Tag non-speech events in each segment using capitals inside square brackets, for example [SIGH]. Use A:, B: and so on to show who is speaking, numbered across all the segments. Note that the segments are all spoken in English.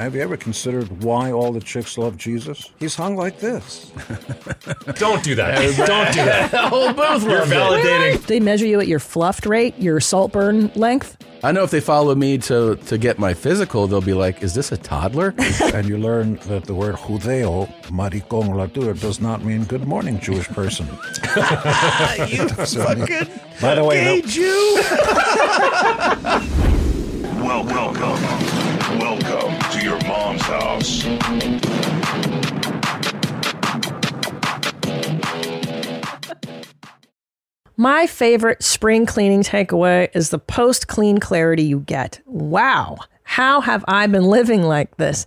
A: Have you ever considered why all the chicks love Jesus? He's hung like
B: [LAUGHS]
A: this.
C: Don't do that. Don't do that.
B: The whole booth
C: You're
B: loved it.
C: validating.
D: They measure you at your fluffed rate, your saltburn length.
B: I know if they follow me to, to get my physical, they'll be like, is this a toddler?
A: and you learn that the word judeo, maricón latur, does not mean good morning, Jewish person.
B: [LAUGHS]
A: [LAUGHS]
B: you fucking
A: By the way, no-
B: Jew.
E: Welcome, welcome, welcome to your mom's house.
D: My favorite spring cleaning takeaway is the post clean clarity you get. Wow, how have I been living like this?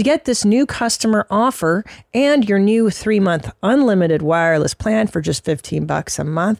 D: get this new customer offer and your new 3-month unlimited wireless plan for just 15 bucks a month,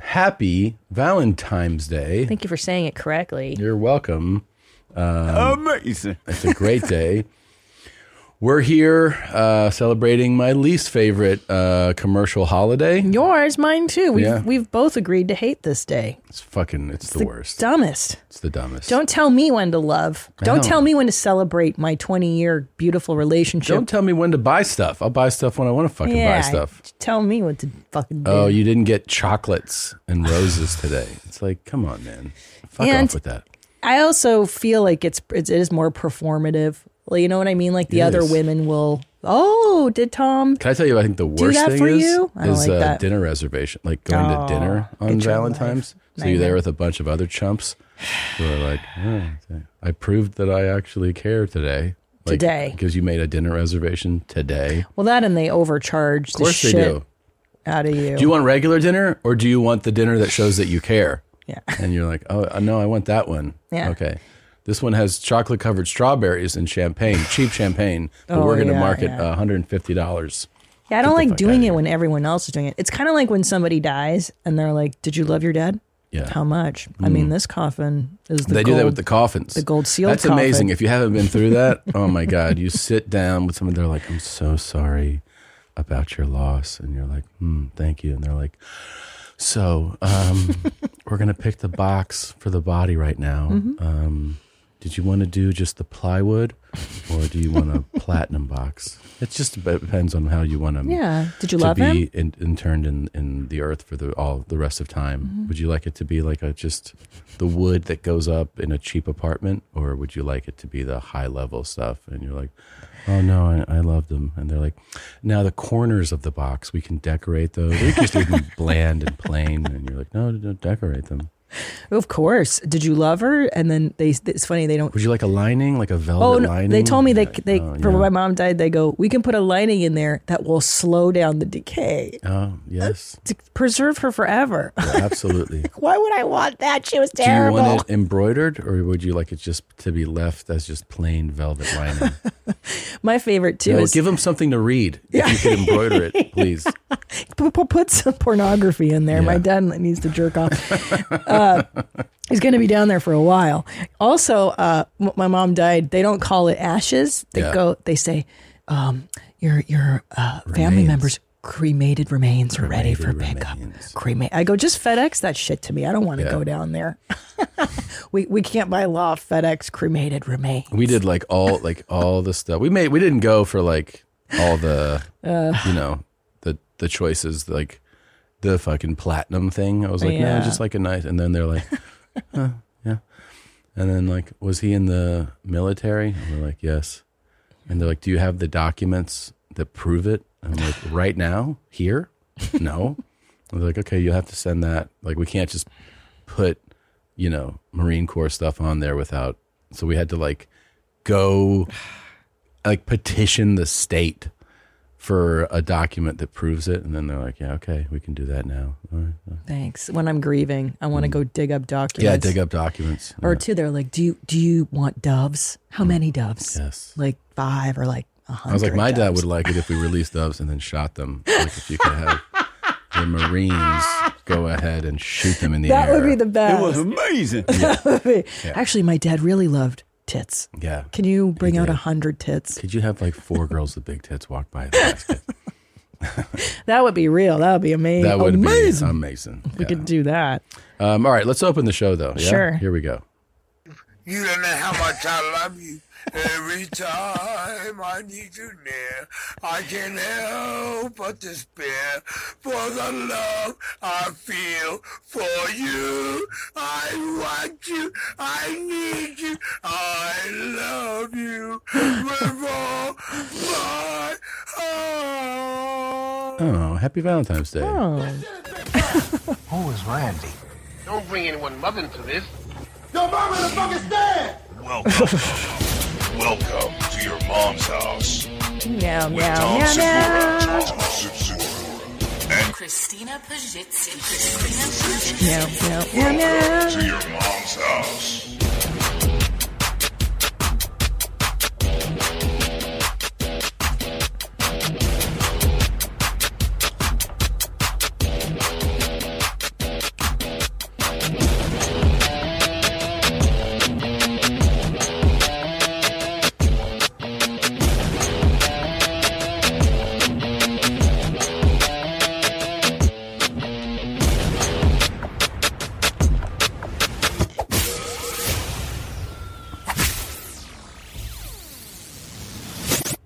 B: Happy Valentine's Day.
D: thank you for saying it correctly
B: You're welcome. Um,
F: Amazing.
B: It's a great day. We're here uh, celebrating my least favorite uh, commercial holiday.
D: Yours, mine too. We've
B: Yeah.
D: we've both agreed to hate this day.
B: It's fucking, it's, the, worst.
D: Dumbest.
B: it's the dumbest.
D: Don't tell me when to love. Don't
B: know.
D: tell me when to celebrate my 20 year beautiful relationship.
B: Don't tell me when to buy stuff. I'll buy stuff when I want to fucking
D: yeah,
B: buy stuff.
D: Tell me what to fucking do.
B: Oh, you didn't get chocolates and roses today. It's like, come on, man. Fuck
D: And-
B: off with that.
D: I also feel like it's, it's it is more performative. Like, you know what I mean? Like the
B: It
D: other
B: is.
D: women will, oh, did Tom?
B: Can I tell you? I think the worst
D: that
B: thing
D: for
B: is
D: you? I don't
B: is
D: like
B: uh,
D: that.
B: dinner reservation, like going to dinner on
D: get your
B: Valentine's.
D: life.
B: So you're there
D: Nightmare.
B: with a bunch of other chumps who are like, "Oh, I proved that I actually care today. Like,
D: Today.
B: because you made a dinner reservation today.
D: Well, that and they overcharge
B: Of course
D: the
B: they
D: shit
B: do.
D: out of you.
B: Do you want regular dinner or do you want the dinner that shows that you care?
D: Yeah. [LAUGHS]
B: And you're like, oh uh, no, I want that one.
D: Yeah.
B: Okay. This one has chocolate covered strawberries and champagne, cheap champagne, but
D: Oh,
B: we're going to
D: yeah,
B: mark it
D: yeah.
B: $150.
D: yeah, I don't
B: the
D: like
B: fuck
D: doing
B: outta
D: it
B: here.
D: when everyone else is doing it. It's kind of like when somebody dies and they're like, did you love your dad?
B: Yeah. Mm.
D: How much? I mean, this coffin is the
B: they
D: gold.
B: do that with the coffins.
D: the gold sealed
B: That's
D: coffin.
B: amazing. If you haven't been through that, oh my God, you sit down with someone, they're like, I'm so sorry about your loss. And you're like, hmm, thank you. And they're like, so um, [LAUGHS] we're going to pick the box for the body right now.
D: Mm-hmm.
B: Um, did you want to do just the plywood or do
D: [LAUGHS]
B: you want a platinum box? It just dep- depends on how you want to
D: Yeah. Did you
B: to
D: love him?
B: be in, interned in, in the earth for the all the rest of time.
D: Mm-hmm.
B: Would you like it to be like a just the wood that goes up in a cheap apartment, or would you like it to be the high level stuff? And you're like, oh no, I, I love them. And they're like, now the corners of the box we can decorate those. We can
D: [LAUGHS]
B: just leave them bland and plain. And you're like, no, don't decorate them.
D: Of course. Did you love her? And then they. It's funny they don't.
B: Would you like a lining, like a
D: Oh,
B: velvet
D: no,
B: lining?
D: they told me they
B: Like,
D: they
B: oh,
D: for
B: yeah.
D: when my mom died. They go, we can put a lining in there that will slow down the decay
B: Oh yes,
D: to preserve her forever. [LAUGHS]
B: absolutely.
D: Why would I want that? She was
B: Do you
D: terrible.
B: want it embroidered, or would you like it just to be left as just plain velvet lining?
D: my favorite too
B: No,
D: is
B: give them something to read. If you could embroider it, please.
D: p- p- put some pornography in there. My
B: Yeah.
D: dad needs to jerk off. uh, he's going to be down there for a while. Also, uh, m- my mom died. They don't call it ashes. They
B: Yeah.
D: go. They say, um, your your uh, family
B: Remains.
D: members. Cremated remains are ready for
B: Cremated
D: pickup.
B: remains.
D: Cremate. I go just FedEx that shit to me. I don't want to
B: Yeah.
D: go down there. [LAUGHS] we we can't by law FedEx cremated remains.
B: We did like all like all the stuff. We made. We didn't go for like all the you know the the choices like the fucking platinum thing. I was like,
D: Yeah.
B: no, just like a nice. And then they're like, huh, yeah. And then like, was he in the military? And we're like, yes. And they're like, do you have the documents that prove it. I'm like, right now, here? No. [LAUGHS] I was like, okay, you'll have to send that. Like, we can't just put, you know, Marine Corps stuff on there without. So we had to like go, like, petition the state for a document that proves it. And then they're like, yeah, okay, we can do that now. All right.
D: Thanks. When I'm grieving, I want to go dig up
B: Mm. Yeah,
D: documents.
B: dig up documents.
D: Or two, they're like, do you do you want doves? How many doves?
B: Yes.
D: Like five or like a
B: I
D: hundred.
B: was like, my dad
D: doves.
B: would like it if we released doves and then shot them. Like if you could have the Marines go ahead and shoot them in the
D: That
B: air.
D: would be the best.
F: It
D: [LAUGHS]
F: was amazing.
D: Actually, my dad really loved tits. [LAUGHS]
B: yeah.
D: Can you bring out
B: did.
D: a hundred tits?
B: Could you have like four girls with big tits walk by the
D: [LAUGHS]
B: basket?
D: That would be real. That would be amazing.
B: That would
D: amazing.
B: be amazing.
D: We
B: Yeah.
D: could do that.
B: Um, all right, let's open the show though. Yeah?
D: Sure.
B: Here we go.
G: You don't know how much I love you. Every time I need you near, I can't help but despair for the love I feel for you. I want you. I need you. I love you with all my heart.
B: Oh, happy Valentine's Day.
D: Oh,
H: Don't bring anyone mother into this.
E: Welcome. Welcome to your mom's house.
D: meow, meow,
E: With Tom
D: meow,
E: Segura.
D: meow.
E: Tom Segura.
I: Christina Pajitsin. Christina Pajitsin.
D: Meow, meow, meow, meow.
E: To your mom's house.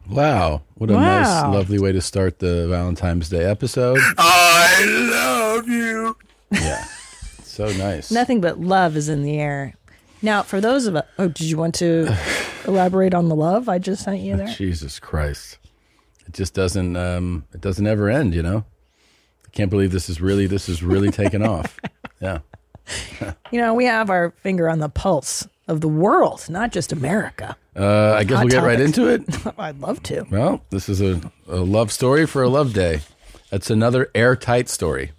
B: Wow. What a
D: Wow.
B: nice, lovely way to start the Valentine's Day episode.
G: I love you.
B: yeah. So nice.
D: Nothing but love is in the air. Now, for those of us, oh, did you want
B: [LAUGHS]
D: to elaborate on the love I just sent you there?
B: Jesus Christ. It just doesn't um it doesn't ever end, you know? I can't believe this is really this is really
D: [LAUGHS]
B: taking off. Yeah.
D: You know, we have our finger on the pulse of the world, not just America. [LAUGHS]
B: Uh, I guess
D: Hot
B: we'll get right
D: topic.
B: into it.
D: I'd love to.
B: Well, this is a, a love story for a love day. That's another airtight story.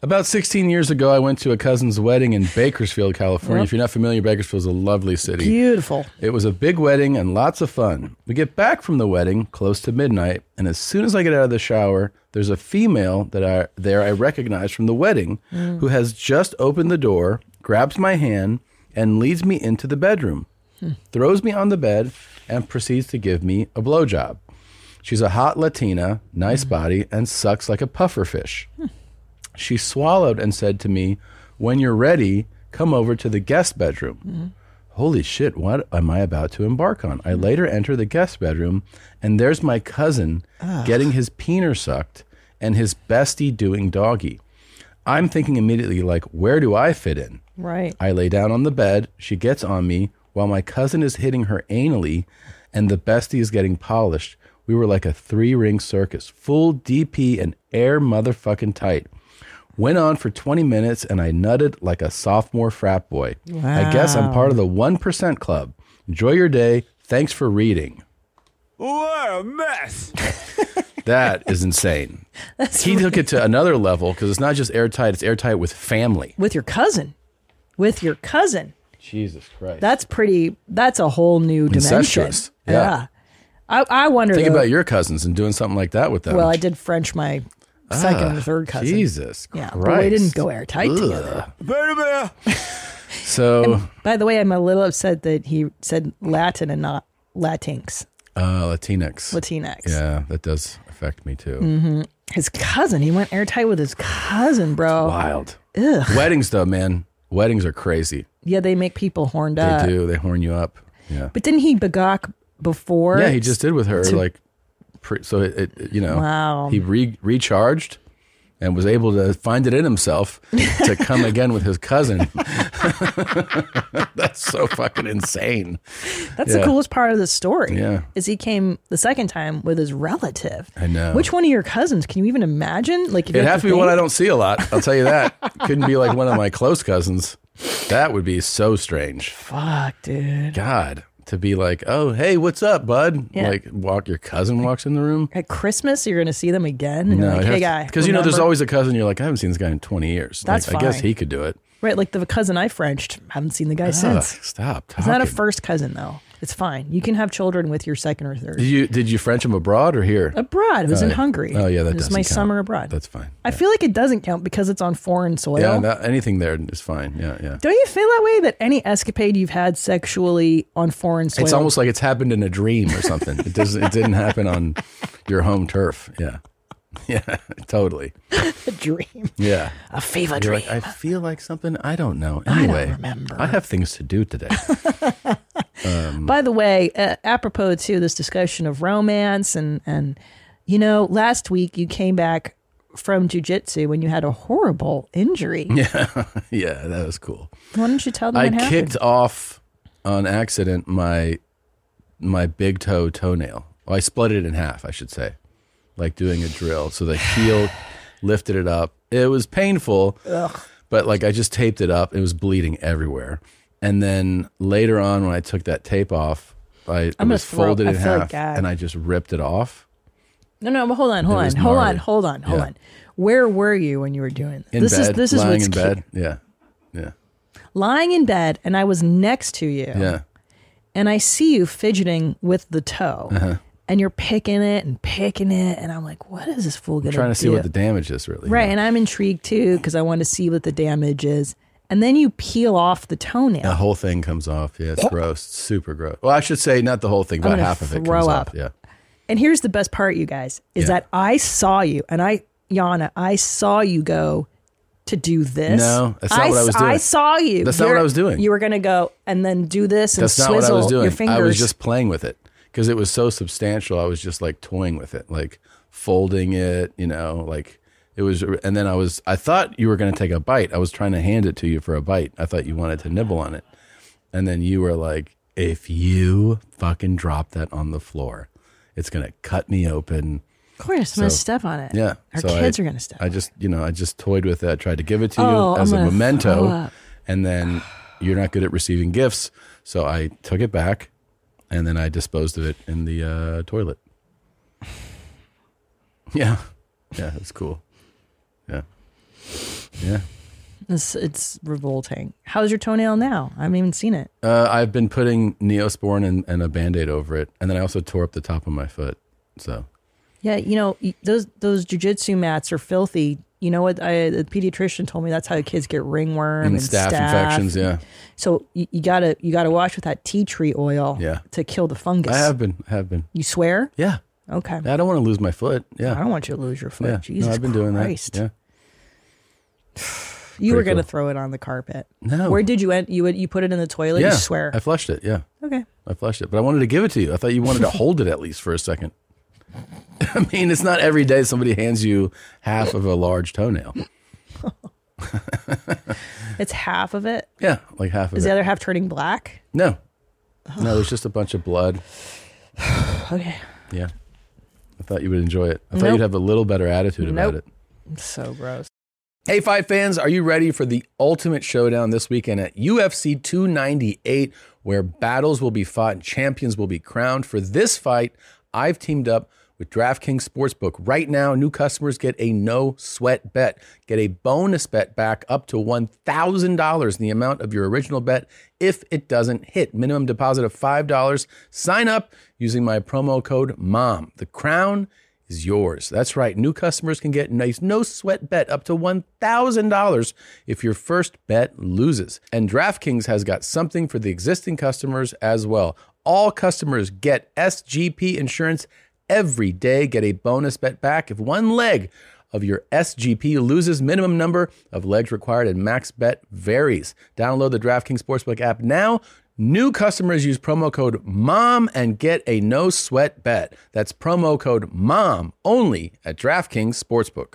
B: About 16 years ago, I went to a cousin's wedding in Bakersfield, California. If you're not familiar, Bakersfield's a lovely city.
D: Beautiful.
B: It was a big wedding and lots of fun. We get back from the wedding close to midnight, and as soon as I get out of the shower, there's a female that I there I recognize from the wedding who has just opened the door, grabs my hand, and leads me into the bedroom, throws me on the bed, and proceeds to give me a blowjob. She's a hot Latina, nice body, and sucks like a puffer fish. She swallowed and said to me, When you're ready, come over to the guest bedroom. Holy shit, what am I about to embark on? I later enter the guest bedroom, and there's my cousin getting his peener sucked and his bestie doing doggy. I'm thinking immediately, like, where do I fit in?
D: Right.
B: I lay down on the bed. She gets on me while my cousin is hitting her anally and the bestie is getting polished. We were like a three ring circus, full DP and air motherfucking tight. Went on for 20 minutes and I nutted like a sophomore frat boy. I guess I'm part of the 1% club. Enjoy your day. Thanks for reading.
F: What a mess.
B: [LAUGHS] That is insane. he took it to another level because it's not just airtight, it's airtight with family.
D: With your cousin. With your cousin.
B: Jesus Christ.
D: That's pretty, that's a whole new dimension.
B: Incestuous. Yeah.
D: I, I wonder.
B: Think
D: though-
B: about your cousins and doing something like that with them.
D: Well, I did French my
B: Ah,
D: second or third cousin.
B: Jesus
D: Yeah,
B: Christ.
D: but we did't go airtight together.
F: Better, better.
D: [LAUGHS]
B: So,
D: By the way, I'm a little upset that he said Latin and not Latinx,
B: uh, Latinx.
D: Latinx. Mm-hmm.
B: Yeah, that does affect me too.
D: His cousin, he went airtight with his cousin, bro.
B: Wild. Weddings, though, man. Weddings are crazy.
D: Yeah, they make people horned
B: They
D: up.
B: do. They horn you up. Yeah.
D: But didn't he begawk before?
B: Yeah, he just did with her. like, pre- so it, it, it- you know,
D: Wow.
B: he re-
D: [LAUGHS]
B: recharged and was able to find it in himself to come again with his cousin. [LAUGHS] That's so fucking insane.
D: That's
B: Yeah.
D: the coolest part of the story.
B: Yeah.
D: Is he came the second time with his relative. I
B: know.
D: Which one of your cousins? Can you even imagine? Like if you
B: It'd
D: had
B: have to be one
D: think-
B: I don't see a lot. I'll tell
D: [LAUGHS]
B: you that. Couldn't be like one of my close cousins. That would be so strange.
D: Fuck, dude.
B: God, to be like, oh, hey, what's up, bud?
D: Yeah.
B: Like, walk your cousin walks in the room.
D: At Christmas, you're gonna see them again. And you're like, hey guy.
B: because you know there's
D: remember?"
B: always a cousin. You're like, I haven't seen this guy in 20 years.
D: That's
B: like, I guess
D: fine.
B: he could do it.
D: right, like the cousin I Frenched. Haven't seen the guy
B: Ugh,
D: since.
B: stop.
D: It's not a
B: talking.
D: first cousin though. It's fine. You can have children with your second or third.
B: Did you did you French him abroad or here?
D: abroad. It was
B: Oh,
D: in
B: yeah.
D: Hungary.
B: Oh yeah, that
D: it was
B: doesn't
D: my
B: count.
D: summer abroad.
B: That's fine.
D: I feel like it doesn't count because it's on foreign soil.
B: Yeah, that, anything there is fine. Yeah, yeah.
D: Don't you feel that way? That any escapade you've had sexually on foreign soil,
B: It's almost like it's happened in a dream or something. it doesn't. It didn't happen on your home turf. Yeah, [LAUGHS] yeah, totally.
D: a dream,
B: Yeah.
D: a fever
B: You're
D: dream.
B: like, I feel like something. I don't know. Anyway,
D: remember.
B: I have things to do today. [LAUGHS]
D: By the way, uh, apropos to this discussion of romance and and you know, last week you came back from jujitsu when you had a horrible injury.
B: yeah, that was cool.
D: Why don't you tell them
B: I
D: what happened?
B: kicked off on accident my my big toe toenail. Well, I split it in half, I should say, like doing a drill. So
D: [SIGHS]
B: the heel lifted it up. It was painful, but like I just taped it up. It was bleeding everywhere. And then later on, when I took that tape off, I it
D: gonna
B: was
D: throw-
B: folded
D: I
B: in
D: feel like
B: half,
D: God.
B: and I just ripped it off
D: No, no, but hold on, hold
B: It
D: on,
B: was
D: hold on,
B: gnarly.
D: hold on, hold
B: Yeah.
D: on. Where were you when you were doing
B: in
D: this?
B: bed,
D: This is this is
B: lying
D: what's
B: in
D: key.
B: bed. Yeah, yeah,
D: Lying in bed, and I was next to you,
B: yeah.
D: and I see you fidgeting with the toe,
B: Uh-huh.
D: and you're picking it and picking it, and I'm like, what is this fool gonna
B: Trying to see
D: do?
B: what the damage is really.
D: Right, and I'm intrigued too because I want to see what the damage is. And then you peel off the toenail.
B: The whole thing comes off. Yeah, it's gross. It's super gross. Well, I should say not the whole thing, about
D: gonna
B: half of it
D: throw
B: comes
D: up.
B: off. Yeah.
D: And here's the best part, you guys, is
B: Yeah.
D: that I saw you and I, Yana, I saw you go to do this.
B: No, that's not what I was
D: s-
B: doing.
D: I saw you.
B: That's not what
D: You're-
B: I was doing.
D: You were going to go and then do this and
B: That's not
D: swizzle
B: what I was
D: your
B: doing.
D: fingers.
B: I was just playing with it because it was so substantial. I was just like toying with it, like folding it, you know, like it was. And then I was, I thought you were going to take a bite. I was trying to hand it to you for a bite. I thought you wanted to nibble on it. And then you were like, if you fucking drop that on the floor, it's going to cut me open.
D: of course, I'm going to step on it.
B: Yeah.
D: Our
B: so
D: kids
B: I-
D: are going to step
B: I just, you know, I just toyed with it. I tried to give it to you
D: Oh,
B: as
D: I'm
B: a
D: gonna throw
B: memento.
D: up.
B: And then you're not good at receiving gifts. So I took it back and then I disposed of it in the uh, toilet. [LAUGHS] Yeah. Yeah. It's cool. Yeah. Yeah.
D: It's, it's revolting. How's your toenail now? I haven't even seen it.
B: Uh, I've been putting Neosporin and, and a band aid over it. And then I also tore up the top of my foot. So
D: Yeah, you know y- those those jujitsu mats are filthy. You know what? I, the pediatrician told me that's how kids get ringworm and,
B: and staph, infections. Yeah.
D: So you, you gotta you gotta wash with that tea tree oil.
B: Yeah.
D: To kill the fungus.
B: I have been. I have been.
D: You swear?
B: Yeah.
D: Okay.
B: I don't want to lose my foot.
D: I
B: Yeah.
D: don't want you to lose your foot.
B: Yeah.
D: Jesus
B: no, I've been doing
D: Christ.
B: that. Yeah.
D: You were
B: Pretty
D: gonna
B: cool.
D: throw it on the carpet.
B: No.
D: Where did you end? You would you put it in the toilet?
B: yeah,
D: You swear.
B: I flushed it. Yeah,
D: okay.
B: I flushed it. But I wanted to give it to you. I thought you wanted to hold it at least for a second. [LAUGHS] I mean, it's not every day somebody hands you half of a large toenail.
D: It's half of it.
B: Yeah, like half of
D: Is
B: it.
D: the other half turning black?
B: no, no, there's just a bunch of blood.
D: Okay.
B: Yeah, I thought you would enjoy it. I thought
D: Nope.
B: you'd have a little better attitude about
D: Nope.
B: it.
D: So gross.
B: Hey, Five fans, are you ready for the ultimate showdown this weekend at UFC 298, where battles will be fought and champions will be crowned? For this fight, I've teamed up with DraftKings Sportsbook. Right now, new customers get a no sweat bet. Get a bonus bet back up to $1,000 in the amount of your original bet if it doesn't hit. Minimum deposit of $5. Sign up using my promo code MOM. The crown is yours. That's right. New customers can get nice no sweat bet up to $1,000 if your first bet loses. And DraftKings has got something for the existing customers as well. All customers get SGP insurance every day. Get a bonus bet back if one leg of your SGP loses minimum number of legs required and max bet varies. Download the DraftKings Sportsbook app now. New customers use promo code MOM and get a no sweat bet. That's promo code MOM only at DraftKings Sportsbook.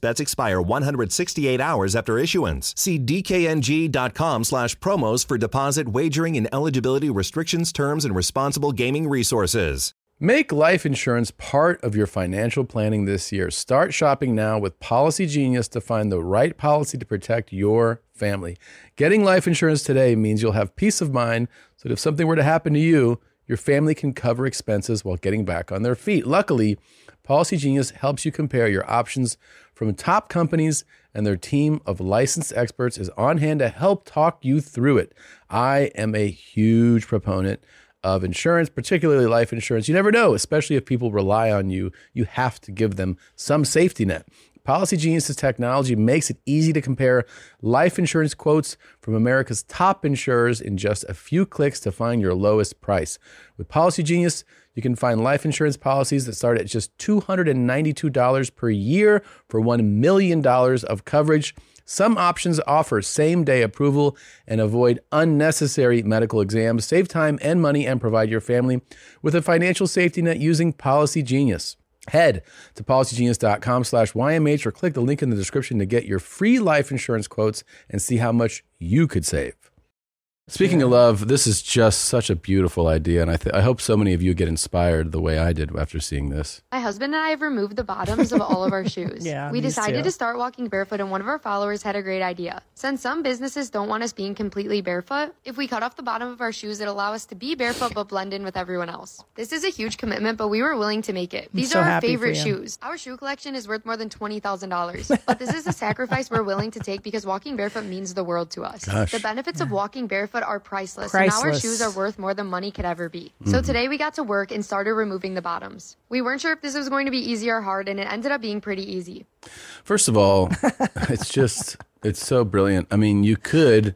J: bets expire 168 hours after issuance. See dkng.com slash promos for deposit, wagering, and eligibility restrictions, terms, and responsible gaming resources.
B: Make life insurance part of your financial planning this year. Start shopping now with Policy Genius to find the right policy to protect your family. Getting life insurance today means you'll have peace of mind so that if something were to happen to you, your family can cover expenses while getting back on their feet. Luckily, Policy Genius helps you compare your options from top companies, and their team of licensed experts is on hand to help talk you through it. I am a huge proponent of insurance, particularly life insurance. You never know, especially if people rely on you, you have to give them some safety net. Policy Genius's technology makes it easy to compare life insurance quotes from America's top insurers in just a few clicks to find your lowest price. With Policy Genius, you can find life insurance policies that start at just $292 per year for $1 million of coverage. Some options offer same day approval and avoid unnecessary medical exams. Save time and money and provide your family with a financial safety net using Policy Genius. Head to policygenius.com slash YMH or click the link in the description to get your free life insurance quotes and see how much you could save. Speaking of love, this is just such a beautiful idea, and I, th- I hope so many of you get inspired the way I did after seeing this.
K: My husband and I have removed the bottoms
J: [LAUGHS]
K: of all of our shoes.
D: Yeah,
K: we
D: these
K: decided
D: too.
K: to start walking barefoot, and one of our followers had a great idea. Since some businesses don't want us being completely barefoot, if we cut off the bottom of our shoes, it'll allow us to be barefoot but blend in with everyone else. This is a huge commitment, but we were willing to make it.
L: I'm
K: These
L: so
K: are our
L: happy for
K: favorite
L: you.
K: shoes. Our shoe collection is worth more than $20,000, but this is a sacrifice we're willing to take because walking barefoot means the world to us.
L: Gosh.
K: The benefits of walking barefoot are priceless, and now our
L: Priceless.
K: shoes are worth more than money could ever be. So
L: Mhm.
K: today we got to work and started removing the bottoms. We weren't sure if this was going to be easy or hard, and it ended up being pretty easy.
B: First of all, [LAUGHS] it's just it's so brilliant. I mean, you could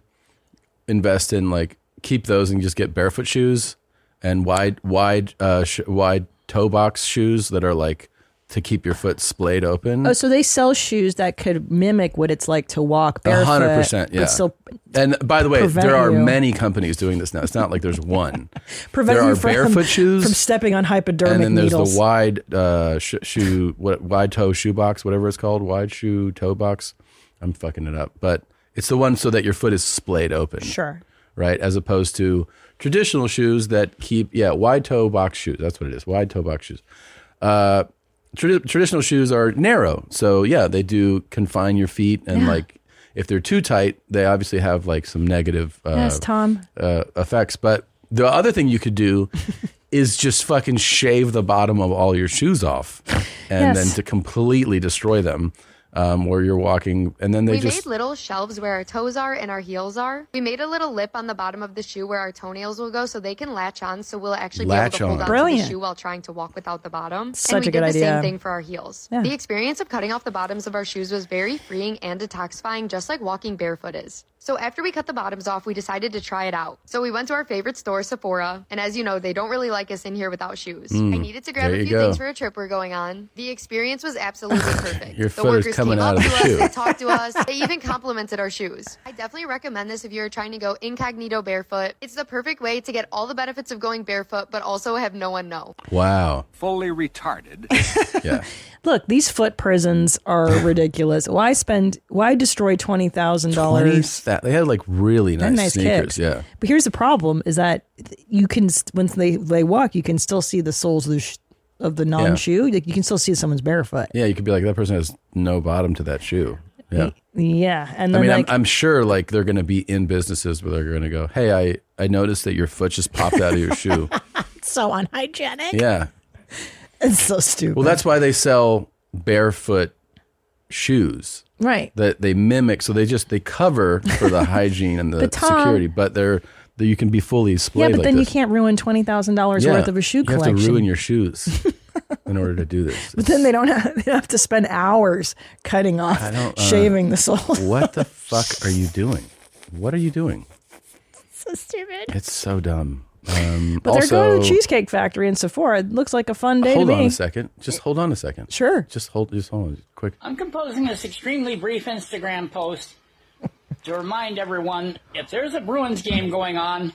B: invest in like keep those and just get barefoot shoes and wide wide uh sh- wide toe box shoes that are like to keep your foot splayed open.
D: Oh, so they sell shoes that could mimic what it's like to walk
B: A
D: barefoot.
B: hundred percent,
D: but
B: yeah.
D: still
B: and by the way,
D: prevent
B: there are
D: you.
B: many companies doing this now. It's not like
D: [LAUGHS]
B: there's one.
D: prevent
B: there
D: you
B: are
D: from,
B: barefoot shoes,
D: from stepping on hypodermic
B: and then there's
D: needles.
B: the wide uh, sh- shoe, what wide toe shoe box, whatever it's called, wide shoe toe box. I'm fucking it up, but it's the one so that your foot is splayed open.
D: Sure.
B: Right, as opposed to traditional shoes that keep yeah wide toe box shoes. That's what it is, wide toe box shoes. Uh, tradi- traditional shoes are narrow, so yeah, they do confine your feet and
D: Yeah.
B: like if they're too tight, they obviously have like some negative uh,
D: Yes, Tom.
B: uh, effects. But the other thing you
D: [LAUGHS]
B: could do is just fucking shave the bottom of all your shoes off, and
K: Yes.
B: then to completely destroy them um, where you're walking, and then they
K: we
B: just
K: made little shelves where our toes are and our heels are. We made a little lip on the bottom of the shoe where our toenails will go so they can latch on so we'll actually be able
B: Latch
K: to
B: on.
K: hold on to
B: Brilliant.
K: the shoe while trying to walk without the bottom.
D: Such
K: and we
D: a good
K: did the
D: idea.
K: same thing for our heels.
D: Yeah.
K: The experience of cutting off the bottoms of our shoes was very freeing and detoxifying just like walking barefoot is. So after we cut the bottoms off, we decided to try it out. So we went to our favorite store, Sephora, and as you know, they don't really like us in here without shoes.
B: Mm.
K: I needed to grab
B: There
K: a
B: you
K: few things
B: go.
K: for a trip we're going on. The experience was absolutely
B: [LAUGHS]
K: perfect.
B: Your
K: the
B: foot is
K: workers
B: coming
K: came up
B: out of
K: to
B: the
K: us,
B: shoe.
K: they talked to us, they even complimented our shoes. I definitely recommend this if you're trying to go incognito barefoot. It's the perfect way to get all the benefits of going barefoot, but also have no one know.
B: wow.
M: Fully retarded.
D: Look, these foot prisons
B: [LAUGHS]
D: are ridiculous. Why spend? Why destroy twenty thousand
B: Plenty
D: dollars?
B: sta- they had like really
D: They're
B: nice,
D: nice
B: sneakers.
D: kicks.
B: Yeah.
D: But here's the problem: is that you can once they they walk, you can still see the soles of the sh- of the non shoe. Like you can still see someone's barefoot.
B: Yeah. You could be like, that person has no bottom to that shoe. Yeah.
D: Yeah, and
B: I
D: then
B: mean,
D: like
B: I'm, I'm sure like they're going to be in businesses where they're going to go, Hey, I, I noticed that your foot just popped out
D: [LAUGHS]
B: of your shoe.
D: it's so unhygienic.
B: Yeah.
D: [LAUGHS] It's so stupid.
B: Well, that's why they sell barefoot shoes.
D: Right.
B: That they mimic, so they just they cover
D: [LAUGHS]
B: for the hygiene and the
D: But Tom-
B: security, but they're that you can be fully
D: yeah,
B: splayed.
D: but
B: like
D: then
B: this.
D: you can't ruin twenty thousand dollars worth of a shoe [LAUGHS]
B: you
D: collection.
B: have to ruin your shoes. and in order to do this.
D: But then they don't have, they don't have to spend hours cutting off,
B: I don't uh,
D: shaving the soles.
B: [LAUGHS] What the fuck are you doing? What are you doing?
D: so stupid.
B: It's so dumb. Um,
D: But
B: also,
D: they're going to Cheesecake Factory in Sephora. It looks like a fun day
B: hold
D: to me.
B: on a second. Just hold on a second.
D: Sure.
B: Just hold. Just hold on. Quick.
L: I'm composing this extremely brief Instagram post to remind everyone if there's a Bruins game going on,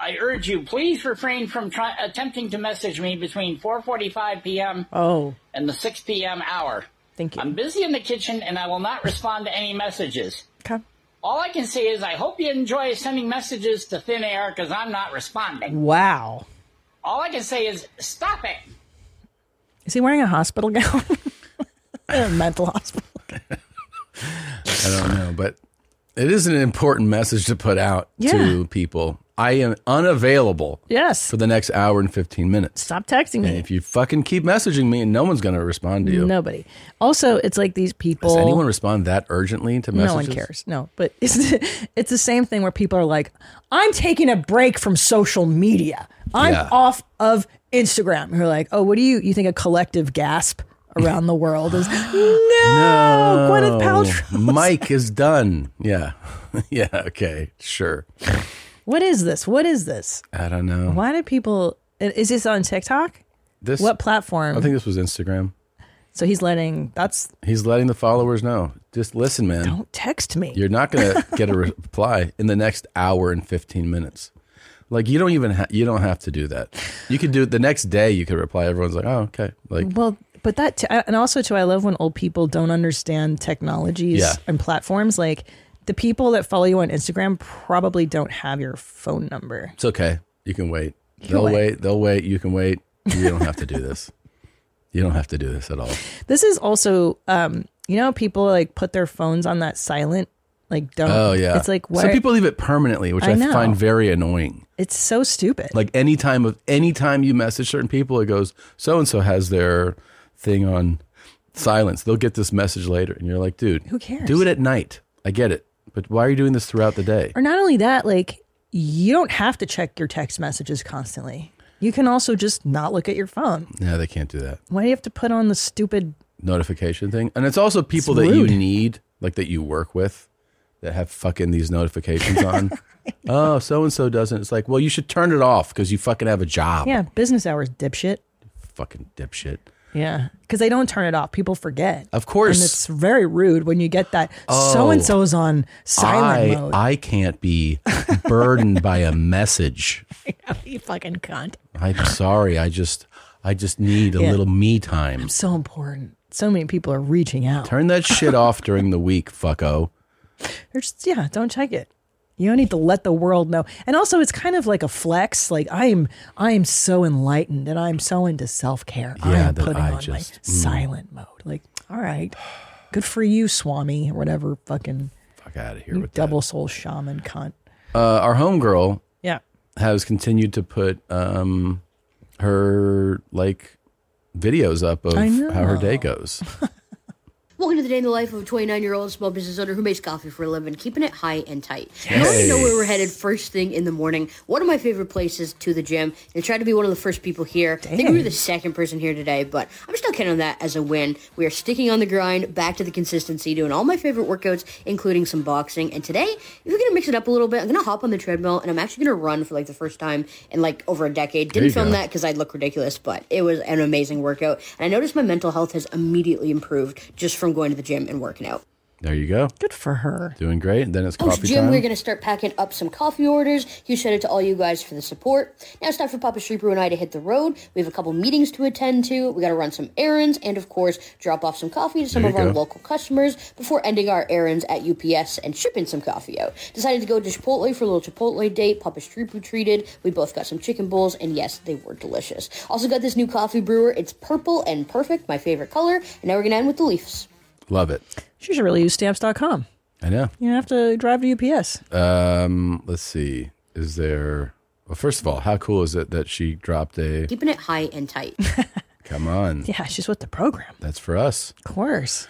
L: I urge you please refrain from try- attempting to message me between 4:45 p.m.
D: Oh,
L: and the 6 p.m. hour.
D: Thank you.
L: I'm busy in the kitchen and I will not respond to any messages.
D: Okay.
L: All I can say is I hope you enjoy sending messages to thin air because I'm not responding.
D: wow.
L: All I can say is stop it.
D: Is he wearing a hospital
B: [LAUGHS]
D: gown? a mental hospital.
B: I don't know, but it is an important message to put out
D: Yeah.
B: to people. I am unavailable.
D: Yes.
B: For the next hour and fifteen minutes.
D: Stop texting
B: And
D: me.
B: if you fucking keep messaging me, no one's going to respond to you.
D: Nobody. Also, it's like these people.
B: Does anyone respond that urgently to messages?
D: No one cares. No, but [LAUGHS] it's it's the same thing where people are like, "I'm taking a break from social media. I'm
B: Yeah.
D: off of Instagram." And you're like, "Oh, what do you you think a collective gasp around the world
B: [GASPS]
D: is?" no, Oh, Gwyneth Paltrow. [LAUGHS]
B: Mike is done. Yeah. [LAUGHS] yeah. Okay. Sure.
D: What is this? What is this?
B: I don't know.
D: Why do people? Is this on TikTok?
B: This
D: what platform?
B: I think this was Instagram.
D: so. He's letting that's
B: He's letting the followers know. Just listen, man.
D: don't text me.
B: You're not
D: [LAUGHS]
B: going to get a re- reply in the next hour and 15 minutes. Like you don't even ha- you don't have to do that. You could do it the next day. You could reply. Everyone's like, oh, okay. Like
D: well but that t- and also too i love when old people don't understand technologies
B: Yeah.
D: and platforms like the people that follow you on instagram probably don't have your phone number
B: it's okay. You can wait.
D: You can
B: They'll
D: wait.
B: wait. They'll wait. You can wait. You don't have to do this. You don't have to do this at all.
D: this is also um you know how people like put their phones on that silent like don't
B: Oh yeah.
D: it's like what
B: some people leave it permanently, which
D: I
B: I,
D: know.
B: find very annoying.
D: it's so stupid
B: Like any time of any time you message certain people, it goes so and so has their thing on silence. They'll get this message later, and you're like, dude,
D: Who cares?
B: Do it at night. I get it, but why are you doing this throughout the day?
D: or not only that like you don't have to check your text messages constantly you can also just not look at your phone
B: No, they can't do that
D: why do you have to put on the stupid
B: notification thing, and it's also people
D: It's
B: that you
D: rude.
B: need, like that you work with, that have fucking these
D: [LAUGHS]
B: notifications on. oh, so and so doesn't. It's like, well, you should turn it off because you fucking have a job.
D: yeah business hours dipshit
B: Fucking dipshit.
D: Yeah, because they don't turn it off. People forget.
B: Of course.
D: and it's very rude when you get that. So and so's on silent
B: I,
D: mode. [LAUGHS]
B: I can't be burdened by a message.
D: you fucking cunt.
B: I'm sorry. I just I just need a
D: Yeah.
B: little me time.
D: So important. So many people are reaching out.
B: Turn that shit off during the week, fucko.
D: They're just yeah. Don't check it. You don't need to let the world know. And also, it's kind of like a flex. Like I am, I am so enlightened, and I'm so into self care. I
B: Yeah,
D: am
B: that
D: putting
B: I
D: on
B: just-
D: my
B: mm.
D: silent mode. Like, all right, good for you, Swami, or whatever. Fucking
B: fuck out of here.
D: you double soul shaman cunt.
B: Uh, our homegirl
D: Yeah.
B: has continued to put um her like videos up of
M: I know.
B: how her day goes.
M: Welcome to the day in the life of a 29 year old small business owner who makes coffee for a living, keeping it high and tight. You already
B: Yes.
M: know where we're headed first thing in the morning. One of my favorite places to the gym, and try to be one of the first people here. I think we were the second person here today, but I'm still counting that as a win. We are sticking on the grind, back to the consistency, doing all my favorite workouts, including some boxing. And today, if we're gonna mix it up a little bit, I'm gonna hop on the treadmill and I'm actually gonna run for like the first time in like over a decade.
N: There
M: Didn't
N: you
M: film
N: go.
M: that because I'd look ridiculous, but it was an amazing workout. And I noticed my mental health has immediately improved just from going to the gym and working out.
B: There you go.
D: Good for her.
B: Doing great. And then it's
K: Oh,
M: Post
B: coffee
M: gym,
B: time.
M: we're going to start packing up some coffee orders. Huge shout out to all you guys for the support. Now it's time for Papa Shreeper and I to hit the road. We have a couple meetings to attend to. We got to run some errands and, of course, drop off some coffee to some
N: There
M: of
N: you
M: our
N: go.
M: local customers before ending our errands at UPS and shipping some coffee out. Decided to go to Chipotle for a little Chipotle date. Papa Shreeper treated. We both got some chicken bowls, and yes, they were delicious. Also got this new coffee brewer. It's purple and perfect, my favorite color. And now we're going to end with the Leafs.
B: Love it.
D: She should really use stamps.com.
B: I know.
D: You don't have to drive to UPS.
B: Um, let's see. Is there? Well, first of all, how cool is it that she dropped a?
M: Keeping it high and tight.
B: Come on,
D: Yeah, she's with the program.
B: that's for us.
D: Of course.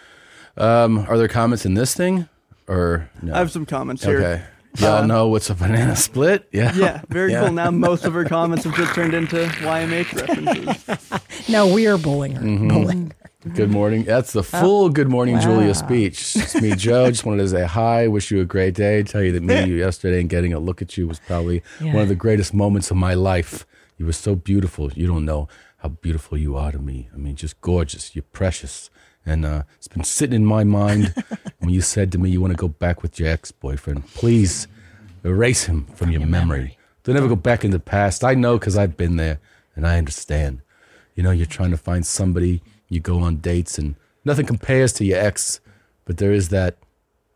B: Um, are there comments in this thing, or no?
O: I have some comments
B: okay.
O: here.
B: Y'all know what's a banana split? Yeah.
N: Yeah, very
B: [LAUGHS] Yeah.
N: cool. Now most of her comments have just turned into YMH references.
D: No, we are bullying her.
B: Mhm.
D: Bullying.
B: Good morning. That's the full Good Morning
D: wow.
B: Julia speech. It's me, Joe. Just wanted to say hi, wish you a great day, tell you that meeting you yesterday and getting a look at you was probably
O: Yeah.
B: one of the greatest moments of my life. You were so beautiful. You don't know how beautiful you are to me. I mean, just gorgeous. You're precious. And uh, it's been sitting in my [LAUGHS] mind when you said to me you want to go back with your ex boyfriend. Please erase him from, your, memory. Don't ever go back in the past. I know because I've been there and I understand. You know, you're trying to find somebody, you go on dates, and nothing compares to your ex, but there is that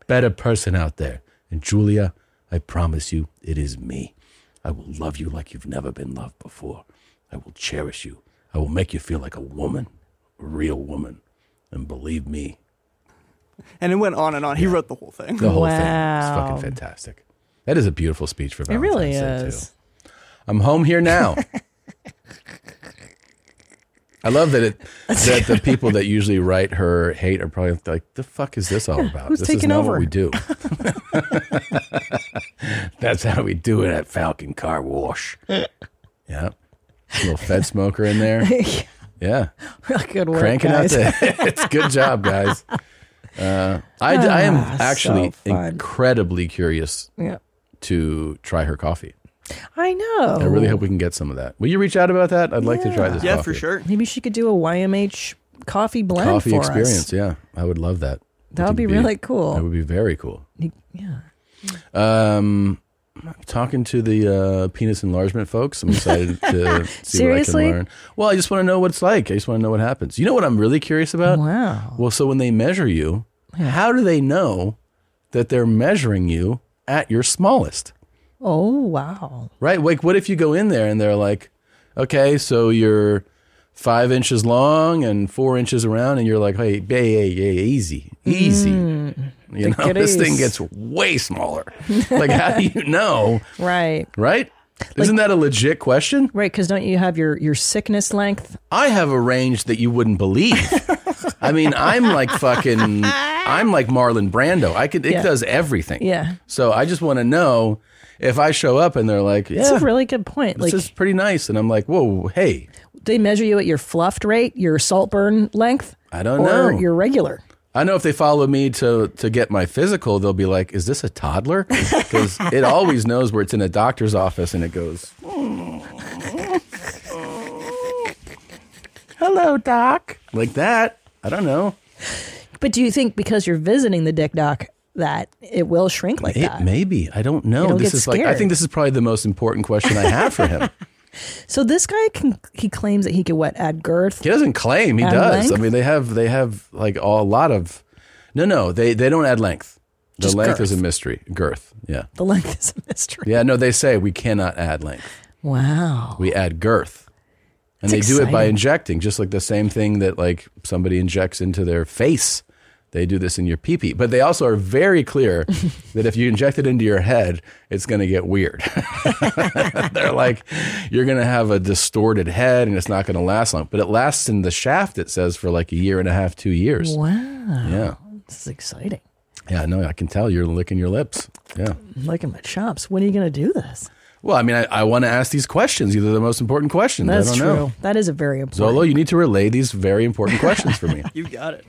B: better person out there. And Julia, I promise you, it is me. I will love you like you've never been loved before. I will cherish you. I will make you feel like a woman, a real woman. And believe me,
N: And it went on and on. He wrote the whole thing.
B: the whole thing is fucking fantastic. That is a beautiful speech for
N: It
B: Valentine's
N: really
B: Day,
N: is.
B: Too. I'm home here now. I love that it that
D: [LAUGHS]
B: the people that usually write her hate are probably like, the fuck is this all
D: Yeah,
B: about?
D: who's
B: this is
D: taking
B: not
D: over?"
B: what we do. [LAUGHS] That's how we do it at Falcon Car Wash. Yeah. little Fed smoker
D: [LAUGHS]
B: in there. Yeah.
D: Good work,
B: Cranking
D: guys.
B: out the [LAUGHS] it's good job, guys. Uh, I, I am
D: Ah, so
B: actually
D: fun.
B: incredibly curious
D: [LAUGHS] Yeah.
B: to try her coffee.
D: I know.
B: I really hope we can get some of that. Will you reach out about that? I'd like to try this. coffee.
N: sure.
D: Maybe she could do a YMH coffee blend
B: Coffee
D: for
B: experience.
D: us.
B: Yeah, I would love that.
D: That would be
B: It'd
D: really cool.
B: That would be very cool.
D: Yeah.
B: Um, talking to the uh, penis enlargement folks,
D: [LAUGHS]
B: I'm excited to see what I
D: Seriously?
B: can learn. Well, I just want to know what it's like. I just want to know what happens. You know what I'm really curious about?
D: Wow.
B: Well, so when they measure you, how do they know that they're measuring you at your smallest?
D: Oh wow.
B: Right? Like, what if you go in there and they're like, okay, so you're five inches long and four inches around, and you're like, hey, hey, hey, hey easy, easy. you
D: Mm. take
B: know,
D: it
B: this thing
D: easy.
B: gets way smaller. like, how do you know?
D: Right. [LAUGHS]
B: Right? Isn't that a legit question?
D: Right, because don't you have your your sickness length?
B: I have a range that you wouldn't believe.
D: [LAUGHS]
B: I mean, I'm like fucking, I'm like Marlon Brando. I could, it
D: Yeah.
B: does everything.
D: Yeah.
B: So I just want to know if I show up and they're like, yeah,
D: That's a really good point.
B: this
D: Like
B: is pretty nice. And I'm like, whoa, hey,
D: they measure you at your fluffed rate, your saltburn length.
B: I don't
D: or
B: know.
D: Your regular.
B: I know if they follow me to to get my physical, they'll be like, "Is this a
D: [LAUGHS]
B: toddler?" Because it always knows where it's in a doctor's office, and it goes, "Hello, doc," like that. I don't know.
D: But do you think because you're visiting the dick doc that it will shrink like
B: it
D: that?
B: maybe I don't know.
D: It'll
B: this
D: get
B: is like I
D: scared.
B: think this is probably the most important question I have for him.
D: So this guy can he claims that he can what add girth?
B: He doesn't claim he
D: Add
B: does.
D: length?
B: I mean, they have they have like a lot of no, no. They they don't add length. The
D: Just
B: length is a
D: girth.
B: mystery. Girth, yeah,
D: The length is a mystery.
B: yeah. No, they say we cannot add length.
D: Wow.
B: We add girth. And
D: That's
B: they do it by
D: exciting.
B: injecting, just like the same thing that like somebody injects into their face. They do this in your pee-pee. But they also are
D: [LAUGHS]
B: very clear that if you inject it into your head, it's going to get weird. [LAUGHS] They're like, you're going to have a distorted head and it's not going to last long. But it lasts in the shaft, it says, for like a year and a half, two years.
D: Wow.
B: Yeah.
D: This is exciting.
B: Yeah, no, I can tell you're licking your lips. Yeah.
D: I'm liking my chops. When are you gonna do this?
B: Well, I mean, I, I want to ask these questions. These are the most important questions. I
D: That's
B: don't
D: true.
B: know.
D: That is a very important
B: Zolo, you need to relay these very important questions for me.
N: [LAUGHS] You got it.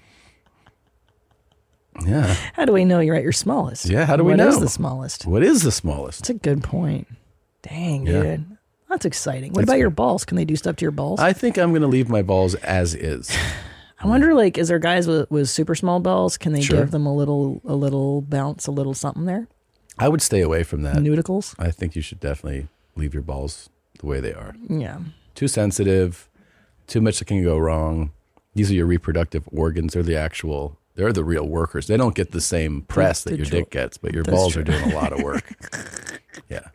B: Yeah.
D: How do we know you're at your smallest?
B: Yeah. How do we
D: What
B: know?
D: is the smallest?
B: What is the smallest?
D: That's a good point. Dang,
B: Yeah.
D: dude. That's exciting. What
B: That's
D: about your
B: good.
D: balls? Can they do stuff to your balls? I,
B: I think I'm going to leave my balls as is.
D: wonder, like, is there guys with, with super small balls? Can they
B: Sure.
D: give them a little, a little bounce, a little something there?
B: I would stay away from that.
D: Nudicles?
B: I think you should definitely leave your balls the way they are.
D: Yeah.
B: Too sensitive, too much that can go wrong. These are your reproductive organs. They're the actual, they're the real workers. They don't get the same press that
D: the
B: your
D: tru-
B: dick gets, but your
D: That's
B: balls
D: true.
B: are doing a lot
D: [LAUGHS]
B: of work. yeah.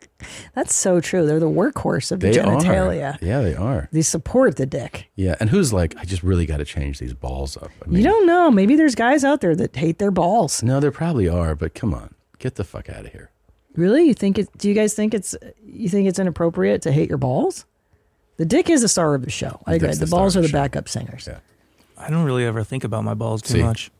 D: That's so true. They're the workhorse of the
B: They
D: genitalia.
B: are. Yeah, they are.
D: They support the dick.
B: Yeah. And who's like, I just really got to change these balls up. I mean,
D: you don't know. Maybe there's guys out there that hate their balls.
B: no, there probably are, but come on. Get the fuck out of here.
D: Really? You think it? Do you guys think it's? You think it's inappropriate to hate your balls? The dick is the star of the show. I
P: The dick's
D: agree.
P: the
D: The
P: star
D: balls
P: of
D: are
P: the
D: the
P: show.
D: backup singers.
P: I don't really ever think about my balls too
B: See?
P: much.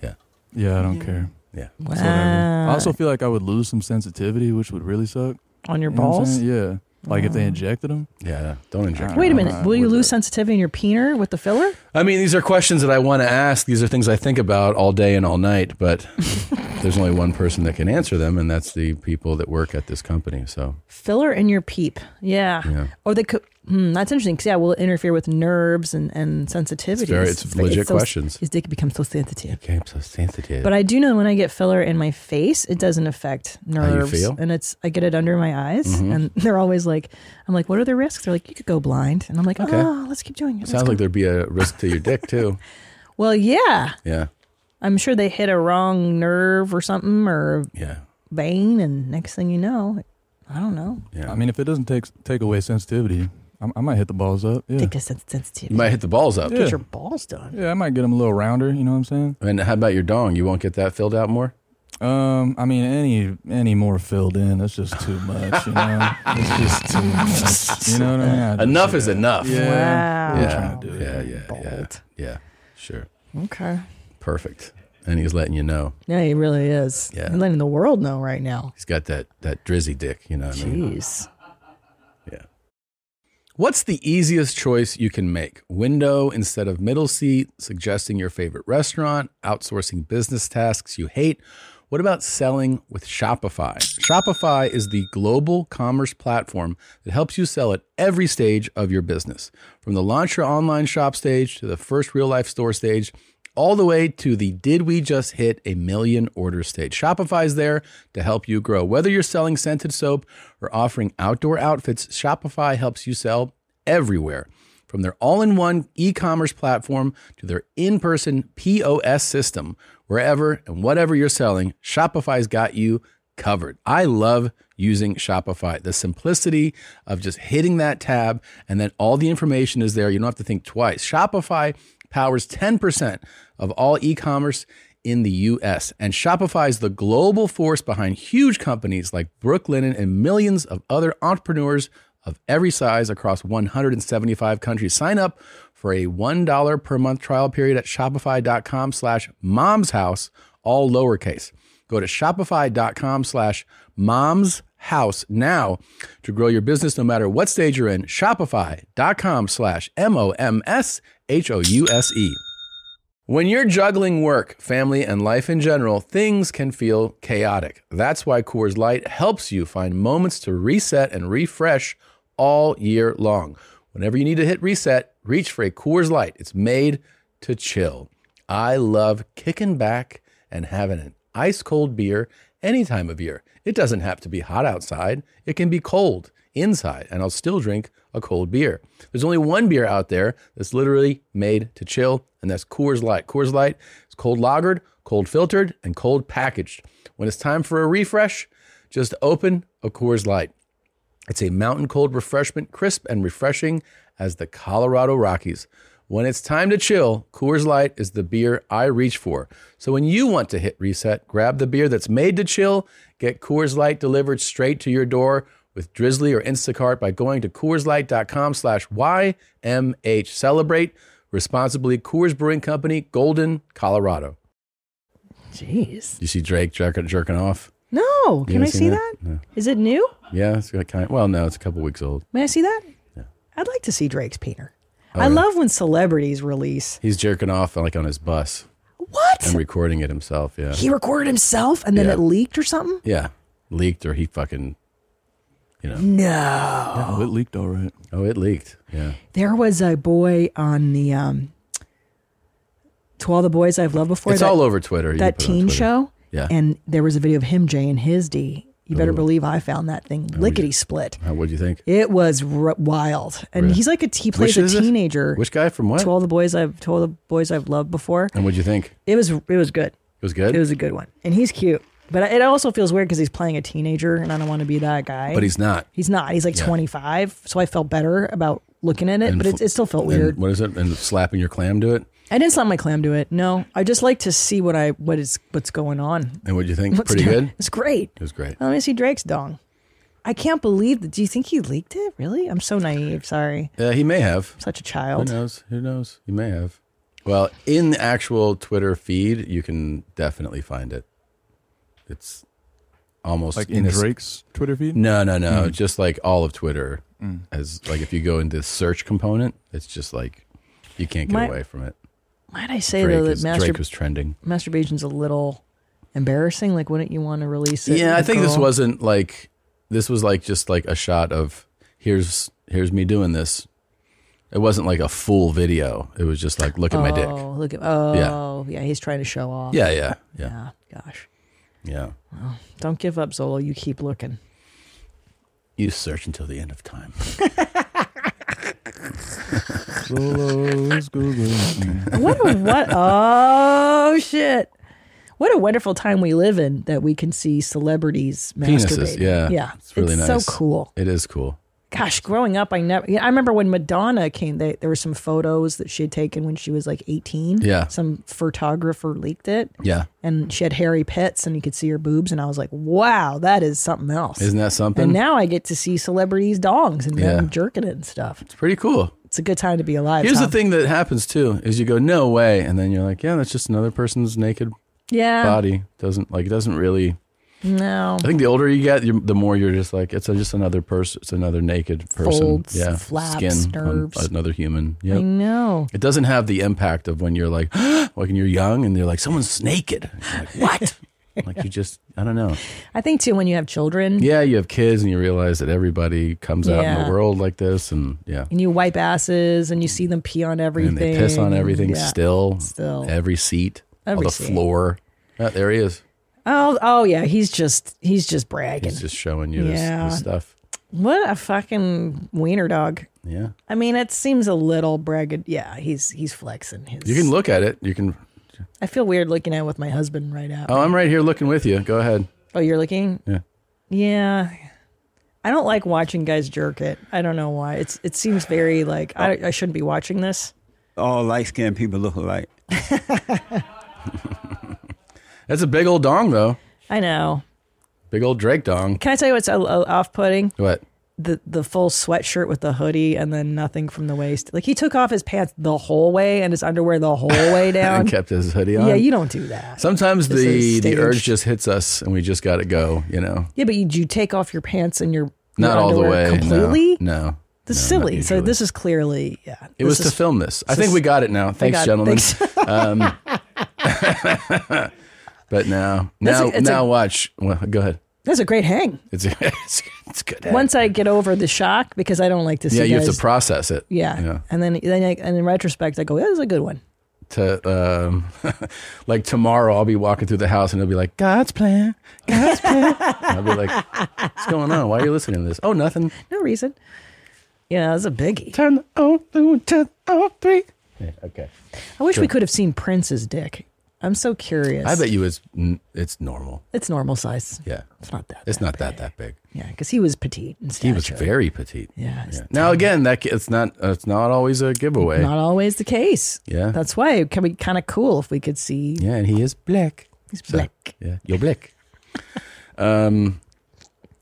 B: Yeah.
P: Yeah, I don't care.
B: Yeah. That's what I mean. I also
D: Wow.
B: feel like I would lose some sensitivity, which would really suck.
D: On your
B: You know what I'm
D: balls?
B: saying? yeah. Like if they
D: Oh.
B: injected them. Yeah. Don't inject.
D: Wait a minute. Will you lose sensitivity in your peener with the filler?
B: I mean, these are questions that I want to ask. These are things I think about all day and all night,
D: [LAUGHS]
B: but there's only one person that can answer them, and that's the people that work at this company. So,
D: Filler in your peep. Yeah.
B: Yeah.
D: Or they could. Hmm, that's interesting because yeah, will it interfere with nerves and and sensitivity?
B: It's very- it's legit questions.
D: His dick becomes so sensitive.
B: okay, I'm so sensitive.
D: But I do know when I get filler in my face, it doesn't affect
B: you
D: nerves,
B: feel?
D: and it's I get it under my eyes,
B: Mhm.
D: and [LAUGHS] they're always like, I'm like, what are the risks? They're like, you could go blind, and I'm like,
B: Okay.
D: oh, let's keep doing it. Let's
B: sounds
D: go-
B: like there'd be a risk to your
D: [LAUGHS]
B: dick too.
D: well, yeah,
B: Yeah.
D: I'm sure they hit a wrong nerve or something or
B: yeah.
D: vein, and next thing you know, I don't know.
B: Yeah.
O: I mean, if it doesn't take take away sensitivity, I, I might hit the balls up. Yeah.
D: Take a sen- sensitivity.
B: You might hit the balls up.
O: Yeah.
D: Get your balls done.
O: yeah, I might get them a little rounder. You know what I'm saying?
B: And how about your dong? You won't get that filled out more?
O: Um, I mean, any any more filled in, that's just too much. You know, it's just too much. You know what I mean? I just-
B: Enough is enough.
O: Yeah. Wow.
B: Yeah. Yeah. Yeah. Yeah. Yeah. Sure.
D: Okay.
B: Perfect. And he's letting you know.
D: Yeah, he really is.
B: Yeah.
D: He's letting the world know right now.
B: He's got that that drizzy dick, you know what I mean?
D: Jeez.
B: Yeah. What's the easiest choice you can make? Window instead of middle seat, suggesting your favorite restaurant, outsourcing business tasks you hate. What about selling with Shopify? Shopify is the global commerce platform that helps you sell at every stage of your business. From the launch your online shop stage to the first real life store stage, all the way to the did we just hit a million order stage. Shopify's there to help you grow. Whether you're selling scented soap or offering outdoor outfits, Shopify helps you sell everywhere. From their all in one e commerce platform to their in person POS system, wherever and whatever you're selling, Shopify's got you covered. I love using Shopify. The simplicity of just hitting that tab and then all the information is there. You don't have to think twice. Shopify powers 10% of all e commerce in the US. And Shopify is the global force behind huge companies like Brooklinen and millions of other entrepreneurs of every size across 175 countries. Sign up for a $1 per month trial period at shopify.com slash mom's house, all lowercase. Go to shopify.com slash mom's house now to grow your business no matter what stage you're in. Shopify.com slash M O M S H O U S E. When you're juggling work, family, and life in general, things can feel chaotic. That's why Coors Light helps you find moments to reset and refresh all year long. Whenever you need to hit reset, reach for a Coors Light. It's made to chill. I love kicking back and having an ice cold beer any time of year. It doesn't have to be hot outside, it can be cold inside, and I'll still drink a cold beer. There's only one beer out there that's literally made to chill, and that's Coors Light. Coors Light is cold lagered, cold filtered, and cold packaged. When it's time for a refresh, just open a Coors Light. It's a mountain cold refreshment, crisp and refreshing as the Colorado Rockies. When it's time to chill, Coors Light is the beer I reach for. So when you want to hit reset, grab the beer that's made to chill, get Coors Light delivered straight to your door with Drizzly or Instacart by going to CoorsLight.com slash YMH. Celebrate responsibly. Coors Brewing Company, Golden, Colorado.
D: Jeez.
B: You see Drake jerking, jerking off?
D: No. Can I
B: haven't seen
D: see that?
B: that?
D: Is it new?
B: Yeah, it's got kind of, well, no, it's a couple weeks old.
D: May I see that? I'd like to see Drake's peener.
B: Oh,
D: I
B: yeah.
D: love when celebrities release.
B: He's jerking off like on his bus.
D: What?
B: And recording it himself. Yeah.
D: He recorded himself and then
B: Yeah.
D: it leaked or something?
B: yeah. Leaked or he fucking, you know.
D: No.
B: Oh, it leaked all right. Oh, it leaked. Yeah.
D: There was a boy on the um To All the Boys I've Loved Before.
B: It's all over Twitter. You
D: That
B: can put it on
D: teen
B: Twitter.
D: show.
B: Yeah.
D: And there was a video of him Jay and his D. You better
B: Ooh. Oh,
D: believe I found that thing lickety split.
B: How, what'd you think?
D: It was r- wild, and
B: Really?
D: he's like a he plays
B: Which is
D: a
B: it?
D: teenager.
B: Which guy from what? Oh.
D: To all the boys I've to all the boys I've loved before.
B: And what'd you think?
D: It was it was good.
B: It was good?
D: It was a good one, and he's cute. But it also feels weird because he's playing a teenager, and I don't want to be that guy.
B: But he's not.
D: He's not. He's like
B: Yeah.
D: 25, so I felt better about looking at it.
B: And
D: but it,
B: fl-
D: it still felt
B: and
D: weird.
B: what is it? And slapping your clam to it?
D: I didn't slap my clam to it. No, I just like to see what I what is what's going on. [LAUGHS]
B: And what'd you think?
D: What's
B: Pretty
D: going-
B: good?
D: It's great.
B: It was great.
D: Let me see Drake's dong. I can't believe that. Do you think he leaked it? Really? I'm so naive. Sorry.
B: Uh, he may have.
D: Such a child.
B: Who knows? Who knows? He may have. Well, in the actual Twitter feed, you can definitely find it. It's almost
O: Like in
B: this-
O: Drake's Twitter feed?
B: No, no, no.
O: Mm.
B: Just like all of Twitter,
O: Mm.
B: as like if you go into the search component, it's just like you can't get
D: My-
B: away from it.
D: Might I say
B: Drake
D: though that
B: is-
D: mastur-
B: Drake was trending.
D: masturbation's a little embarrassing? Like, wouldn't you want to release it?
B: Yeah,
D: with
B: I
D: a
B: think this
D: girl?
B: wasn't like this was like just like a shot of here's here's me doing this. It wasn't like a full video. It was just like look at
D: oh,
B: my dick.
D: Look at
B: Yeah.
D: oh yeah. he's trying to show off.
B: Yeah, yeah,
D: yeah.
B: yeah.
D: gosh,
B: Yeah.
D: well, don't give up, Zolo. You keep
B: [LAUGHS]
D: looking.
B: You search until the end of time.
O: Solos, Google.
D: What a what? Oh shit! What a wonderful time we live in that we can see celebrities
B: Penises.
D: masturbating.
B: Yeah.
D: yeah.
B: It's really nice.
D: So cool.
B: It is cool.
D: Gosh, growing up, I never. yeah, I remember when Madonna came. They, there were some photos that she had taken when she was like eighteen.
B: Yeah.
D: Some photographer leaked it.
B: Yeah.
D: And she had hairy pits, and you could see her boobs, and I was like, "Wow, that is something else."
B: Isn't that something?
D: And now I get to see celebrities' dongs and
B: Yeah.
D: them jerking it and stuff. It's
B: pretty cool.
D: It's a good time to be alive.
B: Here's
D: Tom.
B: the thing that happens too is you go no way, and then you're like, yeah, that's just another person's naked
D: Yeah.
B: body. Doesn't like it doesn't really.
D: No.
B: I think the older you get, you're, the more you're just like it's a, just another person. It's another naked person.
D: Folds,
B: yeah,
D: flaps,
B: skin on
D: nerves.
B: another human.
D: I
B: Yep.
D: know.
B: It doesn't have the impact of when you're like, [GASPS] like when you're young and you're like, someone's naked. You're like, what? like [LAUGHS] you just, I don't know.
D: [LAUGHS] I think too when you have children
B: Yeah, you have kids and you realize that everybody comes out in
D: Yeah.
B: the world like this, and yeah,
D: and you wipe asses and you see them pee on everything.
B: and they piss on everything
D: Yeah.
B: still,
D: Still.
B: every seat,
D: Every
B: on the
D: seat.
B: floor. Yeah, there he is.
D: Oh oh yeah, he's just he's just bragging.
B: He's just showing you his,
D: Yeah.
B: his stuff.
D: what a fucking wiener dog.
B: Yeah,
D: I mean, it seems a little braggad. Yeah, he's he's flexing his.
B: you can look at it. You can.
D: I feel weird looking at it with my husband right now.
B: Oh, I'm right here looking with you. Go ahead.
D: Oh, you're looking.
B: Yeah.
D: Yeah. I don't like watching guys jerk it. I don't know why. It's it seems very like I, I shouldn't be watching this.
F: All light skinned people look alike.
B: That's a big old dong though.
D: I know.
B: Big old Drake dong.
D: Can I tell you what's off putting?
B: What? [LAUGHS]
D: the the full sweatshirt with the hoodie and then nothing from the waist. Like he took off his pants the whole way and his underwear the whole
B: [LAUGHS]
D: way down.
B: and kept his hoodie on.
D: Yeah, you don't do that.
B: Sometimes
D: This
B: the
D: is
B: the
D: staged.
B: urge just hits us, and we just got to go. You know,
D: Yeah, but you, you take off your pants and your, your
B: not all the
D: underwear
B: way. no,
D: completely.
B: No,
D: This is silly. So this is clearly yeah.
B: it
D: this
B: was
D: is-
B: to film this. I
D: this
B: think
D: is-
B: we got it now.
D: Thank
B: Thanks,
D: God.
B: gentlemen.
D: Thanks. [LAUGHS]
B: um, [LAUGHS] but now,
D: That's a-
B: now,
D: it's a-
B: now, watch. Well, go ahead. [LAUGHS]
D: That's a great hang.
B: It's it's, it's good.
D: Once I get over the shock because I don't like to see
B: yeah, you have
D: guys-
B: to process it.
D: Yeah.
B: yeah.
D: and then then I, and in retrospect I go, yeah, that was a good one.
B: To um, [LAUGHS] like tomorrow, I'll be walking through the house, and it'll be like God's plan. God's plan. I'll be like, what's going on? Why are you listening to this? Oh, nothing.
D: No reason. Yeah, that was a biggie.
B: Turn the oh two turn oh three. Yeah, okay.
D: I wish we
B: Sure.
D: could have seen Prince's dick. I'm so curious.
B: I bet you it's n- it's normal.
D: It's normal size.
B: Yeah,
D: it's not that.
B: It's not that that big.
D: Yeah, because he was petite. In
B: He was
D: stature.
B: very petite.
D: Yeah. it's
B: Now again, that ca- it's not uh, it's not always a giveaway.
D: Not always the case.
B: Yeah.
D: That's why it can be kind of cool if we could see.
B: yeah, and he is black.
D: He's
B: So,
D: black.
B: yeah, you're black. [LAUGHS] um,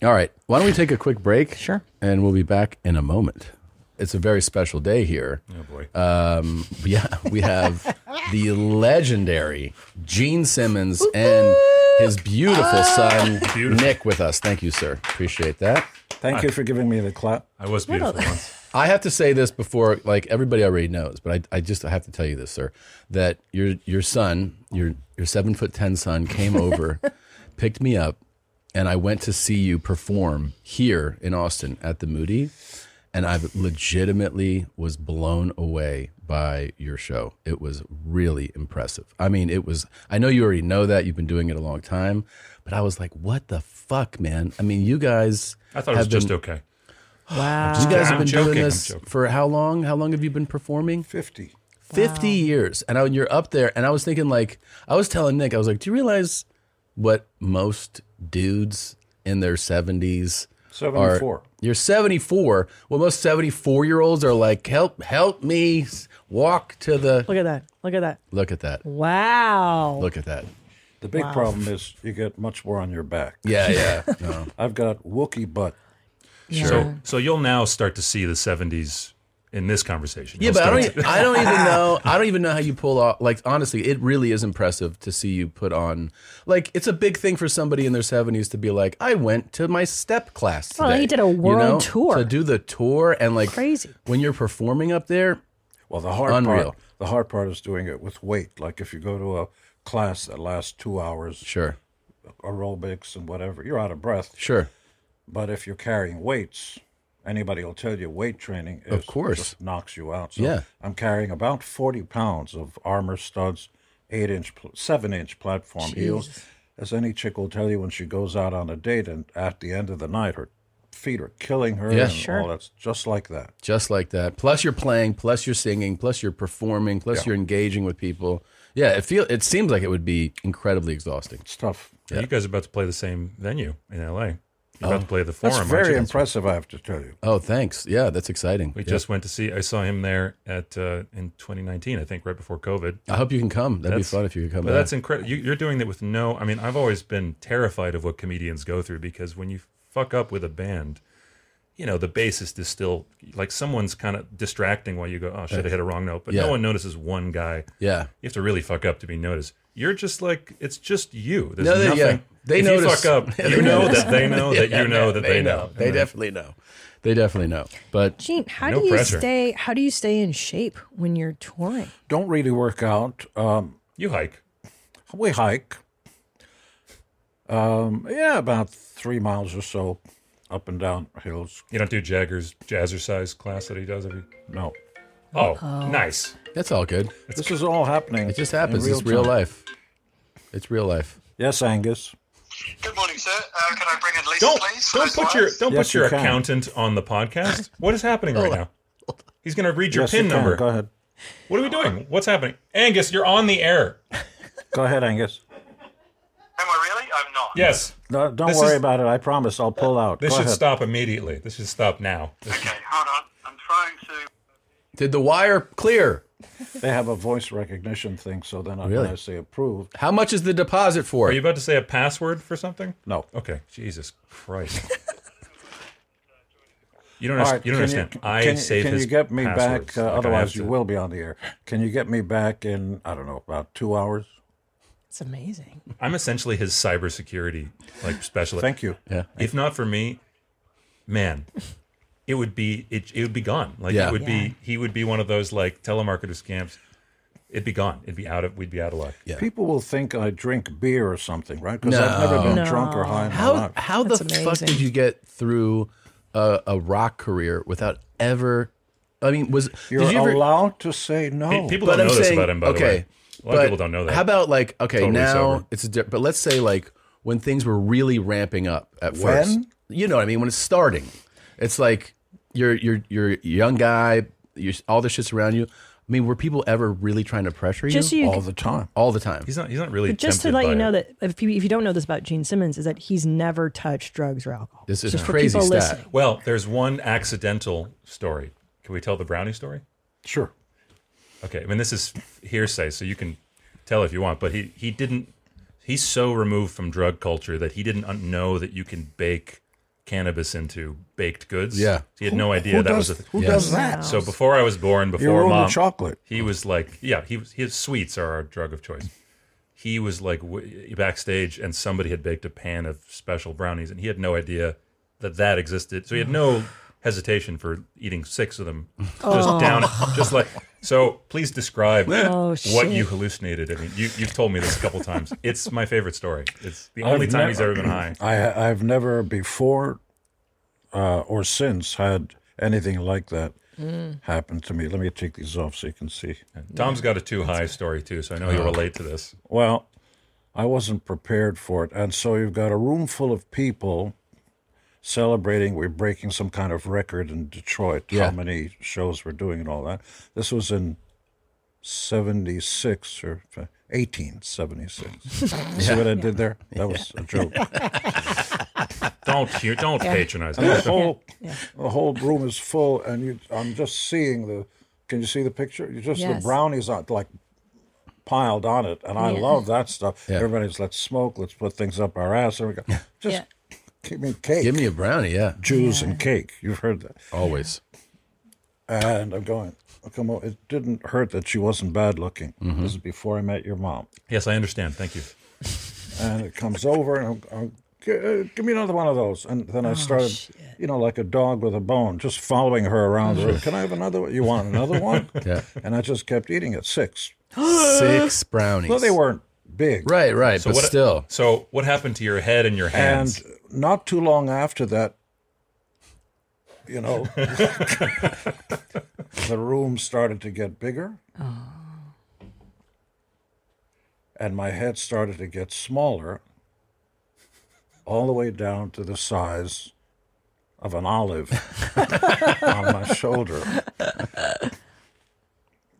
B: all right. Why don't we take a quick break?
D: Sure.
B: And we'll be back in a moment. It's a very special day here. Oh boy. Um, [LAUGHS] yeah, we have the legendary Gene Simmons and his beautiful son Nick with us. Thank you, sir. Appreciate that.
A: Thank you for giving me the clap.
B: I was
A: beautiful Well-
B: I have to say this before, like everybody already knows, but I, I just have to tell you this, sir, that your your son, your your seven foot ten son, came over, picked me up, and I went to see you perform here in Austin at the Moody, and I legitimately was blown away by your show. It was really impressive. I mean, it was. I know you already know that you've been doing it a long time, but I was like, what the fuck, man? I mean, you guys.
C: I thought it was
B: have
C: just
B: been-
C: okay.
D: Wow.
B: you guys have
C: I'm
B: been
C: joking,
B: doing
C: I'm
B: this
C: joking.
B: for how long? How long have you been performing?
A: 50.
B: 50 years. And I, you're up there, and I was thinking, like, I was telling Nick, I was like, do you realize what most dudes in their 70s are?
A: 74.
B: You're 74. Well, most 74 year olds are like, help, help me s- walk to the.
D: Look at that. Look at that.
B: Look at that.
D: Wow.
B: Look at that.
A: The big
D: Wow.
A: problem is you get much more on your back.
B: Yeah, yeah. No.
A: I've got Wookie butt.
C: So, so you'll now start to see the 70s in this conversation.
B: Yeah, but I
C: He'll
B: don't.
C: still-
B: Even, I don't
C: [LAUGHS]
B: even know. I don't even know how you pull off. Like honestly, it really is impressive to see you put on. Like it's a big thing for somebody in their seventies to be like, I went to my step class. Today,
D: Well, he did a
B: you
D: world
B: know?
D: tour.
B: to do the tour and like
D: Crazy.
B: when you're performing up there.
A: Well, the hard
B: unreal.
A: part. The hard part is doing it with weight. Like if you go to a class that lasts two hours,
B: sure,
A: aerobics and whatever, you're out of breath.
B: Sure.
A: But if you're carrying weights, anybody will tell you weight training is,
B: Of course.
A: just knocks you out. So
B: Yeah.
A: I'm carrying about 40 pounds of armor studs, eight inch, pl- seven inch platform heels.
P: Jesus.
A: As any chick will tell you when she goes out on a date, and at the end of the night, her feet are killing her.
B: Yeah.
A: and
B: Sure.
A: All that's just like that.
B: Just like that. Plus you're playing. Plus you're singing. Plus you're performing. Plus you're engaging with people. Yeah, it feel. It seems like it would be incredibly exhausting.
A: It's tough.
B: Yeah.
C: You guys are about to play the same venue in LA. You're about
B: e- Oh.
C: to play the
B: That's
C: forum. aren't
B: very
C: you?
A: impressive, I have to tell you.
B: Oh, thanks. Yeah, that's exciting.
C: We
B: Yeah.
C: just went to see. I saw him there at uh, in 2019, I think, right before COVID.
B: I hope you can come. That'd be fun if you could come
C: But
B: back.
C: that's incredible. You, you're doing that with no. I mean, I've always been terrified of what comedians go through because when you fuck up with a band, you know the bassist is still like someone's kind of distracting while you go, oh shit, I hit a wrong note. But
B: Yeah.
C: no one notices one guy.
B: Yeah.
C: you have to really fuck up to be noticed. You're just like it's just you. There's
B: No, they-
C: nothing.
B: yeah. They
C: if
B: notice.
C: you fuck up,
B: Yeah,
C: you
B: [LAUGHS] they
C: know
B: notice.
C: that they
B: [LAUGHS]
C: know that
B: Yeah,
C: you know
B: they-
C: that
B: they
C: they,
B: know.
C: know.
B: They definitely know. They definitely know. But
D: Gene, how
B: No
D: do you
B: pressure.
D: stay? How do you stay in shape when you're touring?
A: Don't really work out. Um,
C: you hike.
A: We hike. Um, yeah, about three miles or so up and down hills.
C: You don't do Jagger's jazzercise class that he does every.
A: No.
C: Oh,
A: Oh.
C: nice.
B: That's all good.
A: This is all happening.
B: It just
A: in
B: happens. it's real
A: time.
B: life. It's real life.
A: Yes, Angus.
C: Don't don't put your don't
A: Yes,
C: put your
A: you can.
C: accountant on the podcast. What is happening right now? He's going to read your
A: Yes, you
C: pin
A: can.
C: number.
A: Go ahead.
C: What are we doing? What's happening? Angus, you're on the air.
A: Go ahead, Angus.
C: Yes.
A: No, don't
C: This
A: worry
C: is-
A: about it. I promise I'll pull out.
C: This
A: Go
C: should
A: ahead.
C: stop immediately. This should stop now. Okay.
B: Did the wire clear?
A: They have a voice recognition thing, so then I-
B: Really?
A: when I say approved,
B: How much is the deposit for?
C: Are you about to say a password for something?
A: No.
C: Okay. Jesus Christ. you don't.
A: All
C: underst-
A: right,
C: you don't
A: can
C: understand.
A: can-
C: I
A: can,
C: save
A: Can
C: his
A: you get me
C: passwords.
A: back? Uh,
C: Like, I have
A: otherwise, you
C: to-
A: will be on the air. Can you get me back in? I don't know, about two hours.
D: It's amazing.
C: I'm essentially his cybersecurity like specialist.
A: Thank you.
B: Yeah.
C: If not for me, man, it would be it, it would be gone. Like
B: Yeah.
C: it would
B: Yeah.
C: be he would be one of those like telemarketer scams. It'd be gone. It'd be out of we'd be out of luck. Yeah.
A: People will think I drink beer or something, right? Because I've never
B: No.
A: been drunk or high in my
B: How
A: life.
B: how the fuck did you get through a, a rock career without ever? I mean, was
A: You're
B: did you ever,
A: allowed to say no.
B: Oh.
C: Pe- people don't know this about him, by the
B: okay,
C: way. A lot of
B: but
C: people don't know that.
B: How about like okay,
C: Totally
B: now
C: sober.
B: it's a di- but let's say like when things were really ramping up at
A: When?
B: first. You know what I mean? When it's starting, it's like you're you're you're a young guy. You're, all the shit's around you. I mean, were people ever really trying to pressure you?
Q: Just so you
A: All the time.
C: Oh,
B: All the time.
C: He's not. He's not really.
Q: But just to
C: tempted
Q: let
C: by
Q: you know
C: it.
Q: that if you, if you don't know this about Gene Simmons, is that he's never touched drugs or alcohol.
B: This is
Q: just for
B: crazy
Q: people
B: stat.
Q: listening.
C: Well, there's one accidental story. Can we tell the brownie story?
A: Sure.
C: Okay. I mean, this is hearsay, so you can tell if you want. But he he didn't. He's so removed from drug culture that he didn't un- know that you can bake cannabis into baked goods.
B: Yeah.
C: He had
A: Who-
C: no idea
A: who
C: that was a
A: does-
C: th-
A: who Yeah. does that?
C: So before I was born,
A: You
C: before
A: ruined the
C: mom,
A: chocolate.
C: He was like, yeah, he was, his sweets are our drug of choice. He was like w- eh, backstage, and somebody had baked a pan of special brownies, and he had no idea that that existed. So he had
A: [SIGHS]
C: no hesitation for eating six of them, just
Q: Oh.
C: down, just like. So please describe
Q: Oh,
C: what
Q: shit.
C: you hallucinated. I mean, you, you've told me this a couple times. It's my favorite story. It's the only
A: I've
C: time he's
A: never-
C: ever been high.
A: [CLEARS THROAT] I, I've never before uh, or since had anything like that
C: Mm.
A: happen to me. Let me take these off so you can see.
C: Tom's got a too high story too, so I know you
A: Oh.
C: relate to this.
A: Well, I wasn't prepared for it. And so you've got a room full of people celebrating. We're breaking some kind of record in Detroit, how
B: Yeah.
A: many shows we're doing and all that. This was in 76 or 1876. See what I did there? That was a joke.
C: Don't you don't patronize
A: And the
C: me.
A: whole, the whole room is full, and you, I'm just seeing the. Can you see the picture? You just
B: Yes.
A: the brownies are like piled on it, and I
B: Yeah.
A: love that stuff.
B: Yeah.
A: Everybody's let's smoke, let's put things up our ass. There we go. Just give me cake,
B: Give me a brownie, yeah.
A: Jews and cake. You've heard that
B: Always.
A: And I'm going, come on, it didn't hurt that she wasn't bad looking. This is before I met your mom.
C: Yes, I understand. Thank you.
A: and it comes over and I'm, I'm "G- uh, give me another one of those and
B: Oh,
A: then i started you know like a dog with a bone just following her around
B: [LAUGHS]
A: the room. can i have another one you want another one
B: Yeah.
A: and i just kept eating it six
B: Six brownies.
A: well they weren't big
B: Right, right, but
C: what,
B: still.
C: So what happened to your head and your hands?
A: and not too long after that you
B: [LAUGHS]
A: know the room started to get bigger
B: Oh.
A: and my head started to get smaller all the way down to the size of an olive on my shoulder.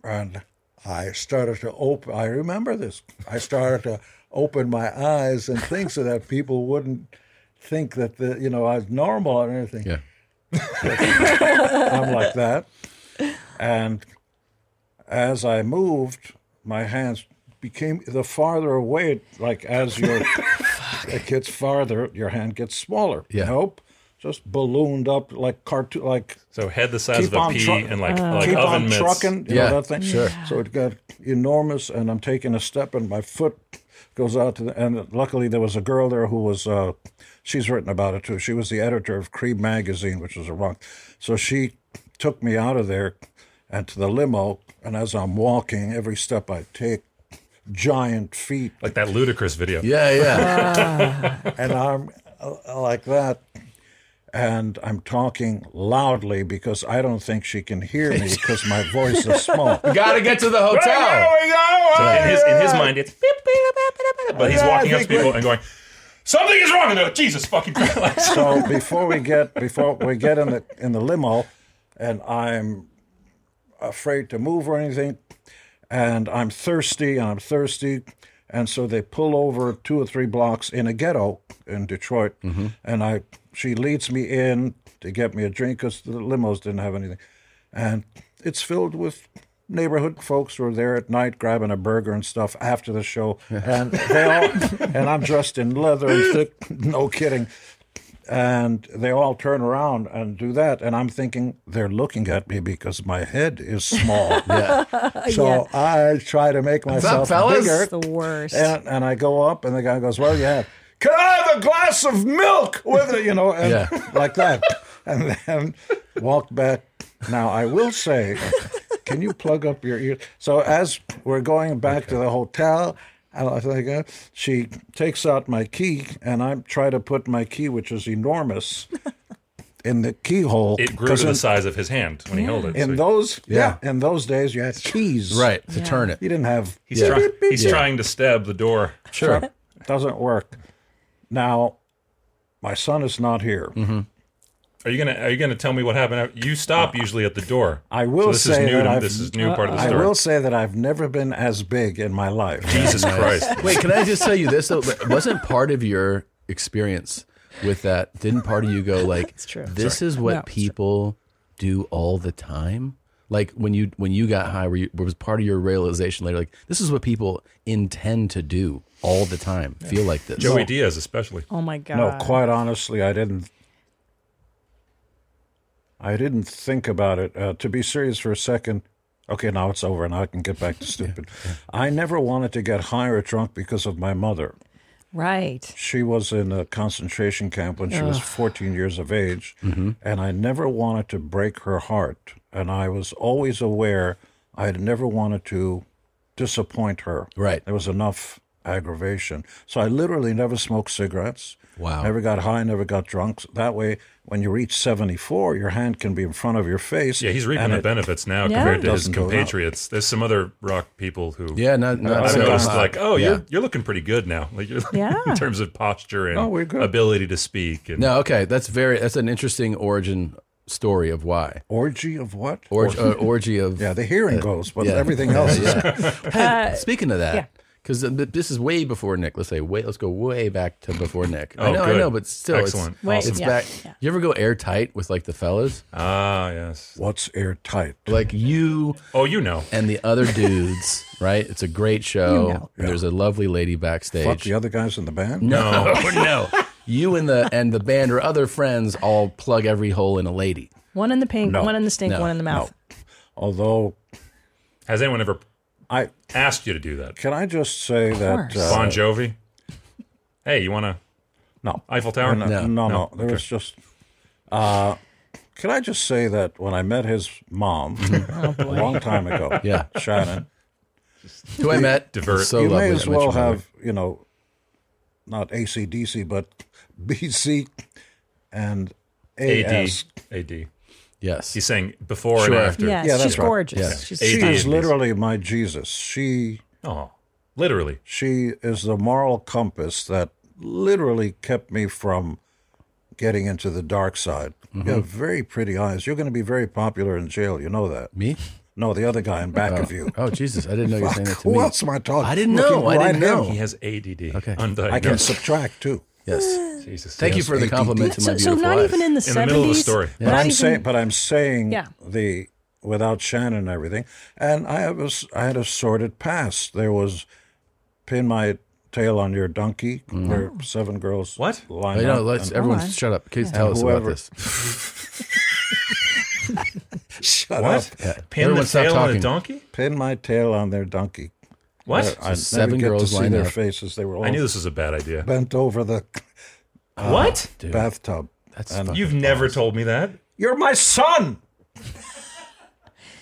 A: And I started to open, I remember this. I started to open my eyes and think so that people wouldn't think that, the, you know, I was normal or anything.
B: Yeah.
A: I'm like that. And as I moved, my hands became the farther away. Like as your it gets farther, your hand gets smaller.
C: Yeah.
A: Nope, just ballooned up like cartoon, like
C: so head the size
A: keep
C: of a
A: on
C: pea
A: truck-
C: and like like
A: keep
C: oven
A: on
C: mitts.
A: trucking. You
C: Yeah.
A: know that thing.
C: Sure.
A: So it got enormous, and I'm taking a step, and my foot goes out to the. And luckily, there was a girl there who was. Uh, she's written about it too. She was the editor of Creed magazine, which was a rock. So she took me out of there, and to the limo. And as I'm walking, every step I take, giant feet
C: Like that ludicrous video. [LAUGHS]
A: and I'm uh, like that. And I'm talking loudly because I don't think she can hear me because my voice is small.
B: We gotta get to the hotel.
C: So in his in his mind, it's but he's
A: Yeah, I
C: walking up to
A: think
C: people
A: we-
C: and going, "Something is wrong with it." Jesus fucking Christ! [LAUGHS] Like,
A: so before we get before we get in the in the limo, and I'm afraid to move or anything, and I'm thirsty and I'm thirsty, and so they pull over two or three blocks in a ghetto in Detroit, and I she leads me in to get me a drink because the limos didn't have anything, and it's filled with. Neighborhood folks who are there at night grabbing a burger and stuff after the show, and they all, and I'm dressed in leather and thick, no kidding, and they all turn around and do that and i'm thinking they're looking at me because my head is small [LAUGHS] so i try to make
D: What's up,
A: myself
D: fellas?
A: bigger
D: It's the worst.
A: and, and i go up and the guy goes well yeah can i have a glass of milk with it you know and
B: Yeah.
A: [LAUGHS] like that and then walked back now i will say can you plug up your ears so as we're going back to the hotel and I think, uh, she takes out my key, and I try to put my key, which is enormous, in the keyhole.
C: it grew
A: 'Cause
C: to the
A: in-
C: size of his hand when he held it. So
A: In those, yeah. in those days you had keys,
B: Right, to Yeah. turn it.
A: You didn't have.
C: he's try- he's trying to stab the door.
A: Sure, doesn't work. Now, my son is not here.
C: Are you gonna Are you gonna tell me what happened? You stop usually at the door.
A: Uh, I will
C: So this
A: say
C: is new.
A: that
C: to-
A: I've,
C: this is new part of the
A: I
C: story.
A: will say that I've never been as big in my life.
C: Jesus
A: [LAUGHS]
C: Christ!
B: Wait, can I just tell you this? Though? Wasn't part of your experience with that? Didn't part of you go like,
Q: true.
B: "This
Q: Sorry.
B: is
Q: No,
B: what
Q: it's
B: people do all the time"? Like when you when you got high, were you, was part of your realization later? Like this is what people intend to do all the time. Feel like this,
C: Joey Diaz, especially.
Q: Oh my god.
A: No, quite honestly, I didn't. I didn't think about it. Uh, to be serious for a second, okay, now it's over, and I can get back to stupid. I never wanted to get high or drunk because of my mother.
Q: Right.
A: She was in a concentration camp when she was
Q: Ugh.
A: 14 years of age,
B: Mm-hmm.
A: and I never wanted to break her heart. And I was always aware I had never wanted to disappoint her.
B: Right.
A: There was enough aggravation. So I literally never smoked cigarettes.
B: Wow.
A: Never got high, never got drunk. That way, when you reach 74, your hand can be in front of your face.
C: Yeah, he's reaping
A: and
C: the
A: it-
C: benefits now
Q: Yeah.
C: compared to his
A: Doesn't go up.
C: compatriots. There's some other rock people who,
B: Yeah, not- not
C: I've
B: so
C: noticed
A: uh,
B: hot.
C: like, oh,
B: Yeah.
C: you're you're looking pretty good now, like you're, [LAUGHS]
Q: Yeah.
C: in terms of posture and
A: Oh, we're good.
C: ability to speak. And
B: No, okay, that's very that's an interesting origin story of why
A: Orgy of what?
B: Or, uh, orgy of
A: [LAUGHS] yeah, the hearing goes, but
B: [LAUGHS] yeah.
A: everything else is Uh,
B: Hey, speaking of that, because this is way before Nick. Let's say wait. Let's go way back to before Nick. I
C: Oh,
B: know, I
C: good.
B: know, but still,
C: Excellent.
B: it's,
Q: Wait,
B: it's
Q: yeah,
B: back.
Q: yeah.
B: You ever go airtight with like the fellas,
C: ah, yes.
A: What's airtight?
B: like you
C: Oh, you
A: [LAUGHS]
C: know,
B: and the other dudes, [LAUGHS] right? It's a great show.
Q: You know.
B: and There's a lovely lady
A: Fuck
B: backstage.
A: the other guys in the band? Oh,
B: no, no. You and the and the band or other friends all plug every hole in a lady.
D: One in the pink,
C: No.
D: one in the stink,
C: No.
D: one in the mouth.
A: Although,
C: has anyone ever
A: I
C: asked you to do that?
A: Can I just say
C: Of
A: that uh,
C: course. Bon Jovi? Hey, you want to?
A: No,
C: Eiffel Tower.
A: No, no, no. There
C: Okay.
A: was just. Uh, can I just say that when I met his
C: [LAUGHS]
A: mom
C: Oh,
A: a long time ago,
B: Yeah.
A: Shannon,
B: Who I met. Divert. So
A: you
B: lovely
A: may
B: I
A: as
B: met your
A: well
B: mother.
A: have you know, not ACDC but [LAUGHS] BC and
C: AD.
A: AS.
C: AD.
B: Yes.
C: He's saying before and
A: Sure.
C: after.
A: Yes, Yeah, that's she's right. gorgeous.
C: Yeah.
A: She's-
C: AD
A: She is
C: and
A: literally my Jesus. She.
C: Oh, literally.
A: She is the moral compass that literally kept me from getting into the dark side.
B: Mhm.
A: You have very pretty eyes. You're going to be very popular in jail. You know that.
B: Me?
A: No, the other guy in back
B: oh.
A: of you.
B: Oh Jesus! I didn't know you were saying that
A: Fuck,
B: to me.
A: who else am I talking?
B: I didn't know.
A: Looking
B: I
A: right
B: didn't
A: at
B: know.
A: him.
C: He has ADD.
B: Okay.
C: Undiagnosed.
A: I can subtract too.
B: Yes.
C: Jesus.
B: Thank you
A: Yes,
B: for the
A: ADD.
B: compliment to my
A: So- so
B: beautiful
A: not
B: wife.
A: even in
C: the In the middle of the 70s, story.
A: But
B: Yeah.
A: I'm
B: Not
A: saying,
B: even-
A: but I'm saying
B: Yeah.
A: the without Shannon and everything, and I have a s I had a sordid past. There was pin my tail on your donkey,
B: Mm-hmm.
A: where seven girls what line
B: Wait, no,
A: up
B: Oh, let's-
A: and-
B: everyone Hold on. shut up. Kids,
A: and
B: tell us about
A: whoever-
B: this. uh,
A: [LAUGHS] shut
C: What?
A: up!
B: Yeah. Pin Everyone the stop tail on a talking.
C: donkey?
A: Pin my tail on their donkey.
C: What?
A: I-
C: So
A: I, never
C: seven
A: get
C: girls
A: to see
C: lined
A: their
C: up.
A: faces. They were all
C: I knew this was a bad idea.
A: Bent over the uh,
C: What? Dude.
A: bathtub. That's
C: You've never told me that.
A: You're my son.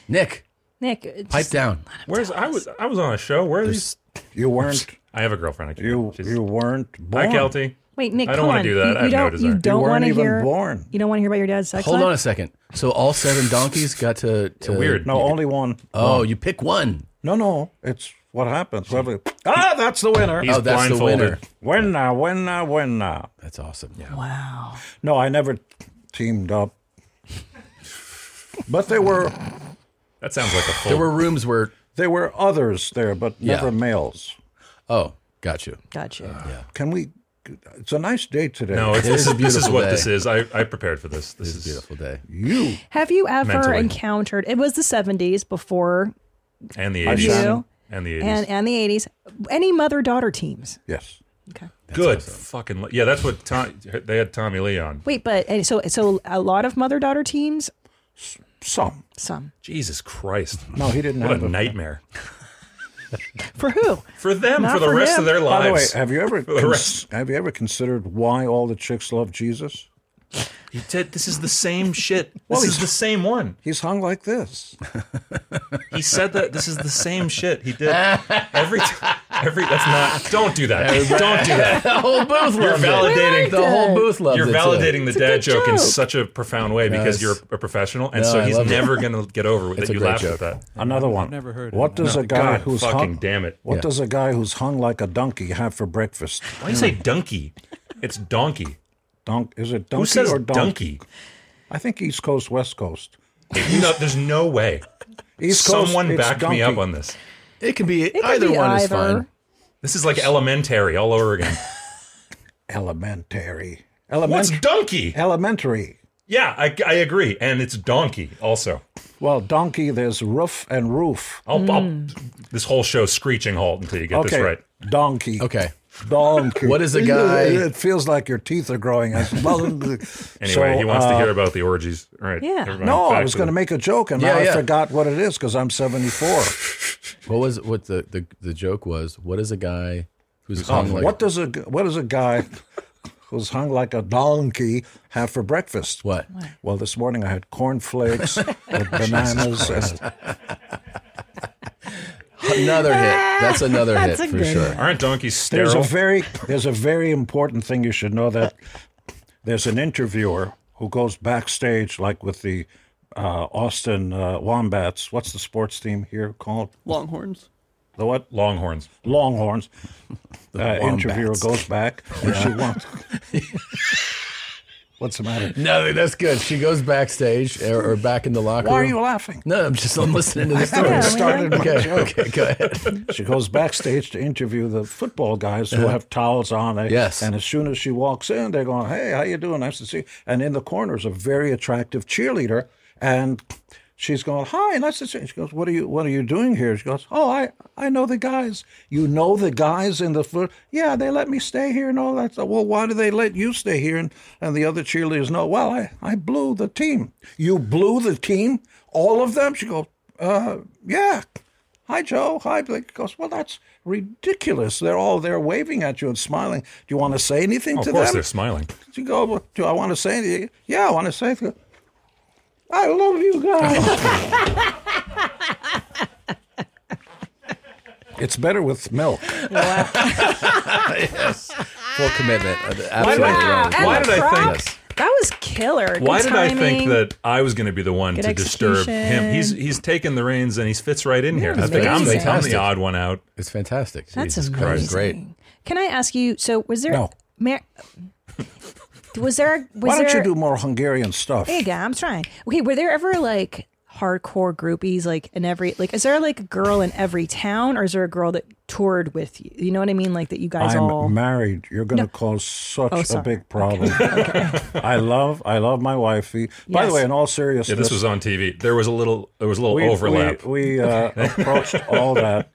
B: Nick.
D: Nick, uh, it's
B: Pipe down.
C: Where's I was I was on a show. Where are these?
A: You weren't.
C: I have a girlfriend. I can't.
A: You you weren't
C: Hi,
A: born.
C: Kelty.
D: Wait, Nick,
C: I don't
D: want
C: wanna
D: to
C: do that.
D: You,
C: I have no
D: don't,
C: desire.
D: You
C: You
D: don't
C: weren't
D: want to
C: even
D: hear.
A: born.
D: You don't want to hear about your dad's sex
B: Hold
D: life?
B: on a second. So all seven donkeys got to, to
A: Weird. No,
B: You-
A: only one.
B: Uh, Oh,
A: One.
B: you pick one.
A: No, no. It's what happens. Whoever- ah, that's the winner.
B: He's Oh, that's the blindfolded. winner.
A: Winner, winner, winner.
B: That's awesome. Yeah.
D: Wow.
A: No, I never teamed up. But there were
C: That sounds like a full.
B: There were rooms where
A: there were others there, but
B: Yeah.
A: never males.
B: Oh, got you.
D: Got you.
C: Uh,
B: yeah.
A: Can we? It's a nice day today.
C: No, it's,
B: It is
C: this, is
B: a
C: this is
B: beautiful
C: what
B: day.
C: this is. I, I prepared for this. This, is
B: a beautiful day.
A: You
D: Have you ever
C: Mentally.
D: encountered? It was the seventies before
C: and the
D: Hi,
C: eighties
D: Shannon.
C: and the
D: and
C: eighties.
D: and the eighties. Any mother daughter teams?
A: Yes.
D: Okay.
C: Good fucking li- yeah. That's what Tom, they had Tommy Lee on.
D: Wait, but and so so a lot of mother daughter teams.
A: Some
D: some
C: Jesus Christ.
A: No, he didn't
C: What
A: have
C: a
A: a-
C: nightmare
D: for who?
C: for them
D: Not
C: for the
D: for
C: rest of
D: him.
C: their
A: By the way,
C: lives.
A: have you
C: [LAUGHS]
A: ever
C: For the
A: cons-
C: rest.
A: have you ever considered why all the chicks love Jesus?
C: You did- this is the same shit.
A: Well,
C: this is
A: he's-
C: the same one.
A: He's hung like
C: [LAUGHS]
A: this.
C: He said that this is the same shit he did every time. Every that's not. Don't do that. Don't do
B: [LAUGHS]
C: that.
B: the whole booth
C: You're
B: loved it.
C: validating
B: the whole booth loved
C: You're
B: it, too.
C: validating the
B: It's a
C: dad
B: good
C: joke, in
B: joke.
C: such a profound way because
B: Yes.
C: you're a professional, and
B: No,
C: so
B: I
C: he's
B: love it.
C: never gonna get over with
B: It's
C: that
B: a
C: you
B: great
C: laughed
B: joke.
C: at that.
A: Another one.
C: never heard of
A: What
C: it.
A: does
C: No,
A: a guy
C: God
A: who's
C: fucking
A: hung,
C: damn it.
A: What
C: Yeah.
A: does a guy who's hung like a donkey have for breakfast?
C: Why do you say donkey? It's donkey.
A: Donk is it donkey
C: Who says
A: or donkey?
C: donkey?
A: I think East Coast, West Coast.
C: No, there's no way.
A: East Coast,
C: Someone
A: [LAUGHS] it's
C: back me up
A: donkey.
C: on this.
B: It can be
D: could either be one is either. fine.
C: This is like elementary all over again.
A: Elementary.
C: What's
A: Elementary.
C: donkey?
A: Elementary.
C: Yeah, I, I agree, and it's donkey also.
A: Well, donkey. There's roof and roof.
C: I'll, I'll, this whole show's screeching halt until you get
A: Mm. okay.
C: this right.
A: Donkey.
B: Okay.
A: Donkey.
B: What is a guy-
A: It feels like your teeth are growing. [LAUGHS] Uh, anyway,
C: Anyway, he wants to hear about the orgies. All right.
D: Yeah.
C: never mind.
A: No, I
C: Back
A: was
C: to
A: going
C: the-
A: to make a joke, and now
B: Yeah, yeah.
A: I forgot what it is because I'm 74.
B: What was what the, the the joke was? What is a guy who's
A: Oh,
B: hung [LAUGHS] like
A: what does a g- what does a guy [LAUGHS] who's hung like a donkey have for breakfast?
B: What?
A: Well, this morning I had
B: [LAUGHS]
A: cornflakes with bananas. and,
B: another hit? That's another
C: That's
B: hit
C: a
B: for
C: good
B: sure.
C: Aren't donkeys
A: [LAUGHS] there's a
C: sterile?
A: very there's a very important thing you should know that there's an interviewer who goes backstage like with the uh, Austin uh, Wombats. What's the sports team here called?
N: Longhorns.
A: The what?
C: Longhorns.
B: [LAUGHS]
A: Longhorns. uh,
B: Wombats.
A: interviewer goes back. and She
B: [LAUGHS]
A: wants. What's the matter?
B: No, that's good. She goes backstage or, or back in the locker
A: Why are
B: room.
A: you laughing?
B: No, I'm just I'm listening to
A: I
B: the story.
A: haven't started my
B: okay,
A: joke.
B: okay, go ahead.
A: She goes backstage to interview the football guys who
B: Uh-huh.
A: have towels on. They-
B: Yes.
A: And as soon as she walks in, they're going, "Hey, how you doing? Nice to see." you. And in the corner is a very attractive cheerleader, and She's going, hi, nice to see you. She goes, what are you, what are you doing here? She goes, oh, I, I know the guys. You know the guys in the floor? Yeah, they let me stay here and all that stuff. Well, why do they let you stay here? And, and the other cheerleaders know, well, I, I blew the team. You blew the team? All of them? She goes, uh, yeah. Hi, Joe. Hi, Blake. She goes, well, that's ridiculous. They're all there waving at you and smiling. Do you want to say anything
C: Oh,
A: to
C: of course
A: them?
C: they're smiling.
A: She goes, well, do I want to say anything? Yeah, I want to say anything. I love you guys.
C: [LAUGHS]
A: it's better with milk.
B: yes. Full commitment. Absolutely
C: Wow,
B: right.
C: Why did I think-
D: That was killer.
C: Why
D: Good
C: did I think
D: timing.
C: that I was going to be the one
D: Good
C: to disturb him?
D: execution.
C: He's he's taken the reins and he fits right in here.
D: it was
C: I think I'm the, I'm
D: amazing.
C: the odd one out.
B: It's fantastic.
D: That's
C: Jesus
D: amazing.
C: Christ.
B: Great.
D: Can I ask you? So was there?
A: No.
D: Ma- was there? Was
A: Why don't
D: there,
A: you do more Hungarian stuff?
D: There you go. I'm trying. Okay, were there ever like hardcore groupies like in every like is there like a girl in every town or is there a girl that toured with you? You know what I mean? Like that you guys
A: I'm
D: all
A: married. You're going to
D: No.
A: cause such
D: Oh,
A: a
D: sorry.
A: big
D: [LAUGHS]
A: problem. I love, I love my wifey. By the way, in all seriousness,
C: Yeah, this was on TV. There was a little there was a little
A: we,
C: overlap.
A: We,
C: [LAUGHS]
A: we uh, approached all that,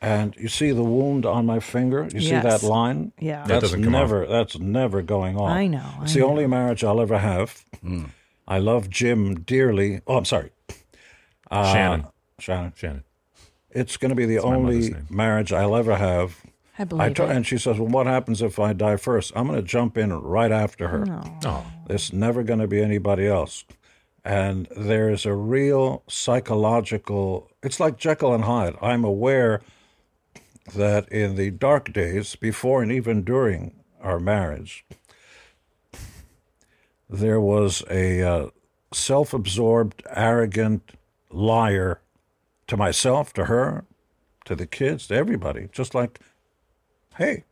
A: and you see the wound on my finger. You see
D: Yes.
A: that line?
D: Yeah. That
A: that's
C: doesn't come off.
A: never. That's never going on.
D: I know, I
A: It's the only marriage I'll ever have.
C: Hmm.
A: I love Jim dearly. Oh, I'm sorry, Uh,
C: Shannon.
A: Shannon.
C: Shannon.
A: It's going to be the
C: my
A: only
C: mother's name.
A: marriage I'll ever have.
D: I believe
A: to-
D: it.
A: And she says, "Well, what happens if I die first? I'm going to jump in right after her.
C: Oh.
A: There's never going to be anybody else. And there is a real psychological, it's like Jekyll and Hyde. I'm aware that in the dark days, before and even during our marriage, there was a uh, self absorbed, arrogant liar to myself, to her, to the kids, to everybody. Just like, hey,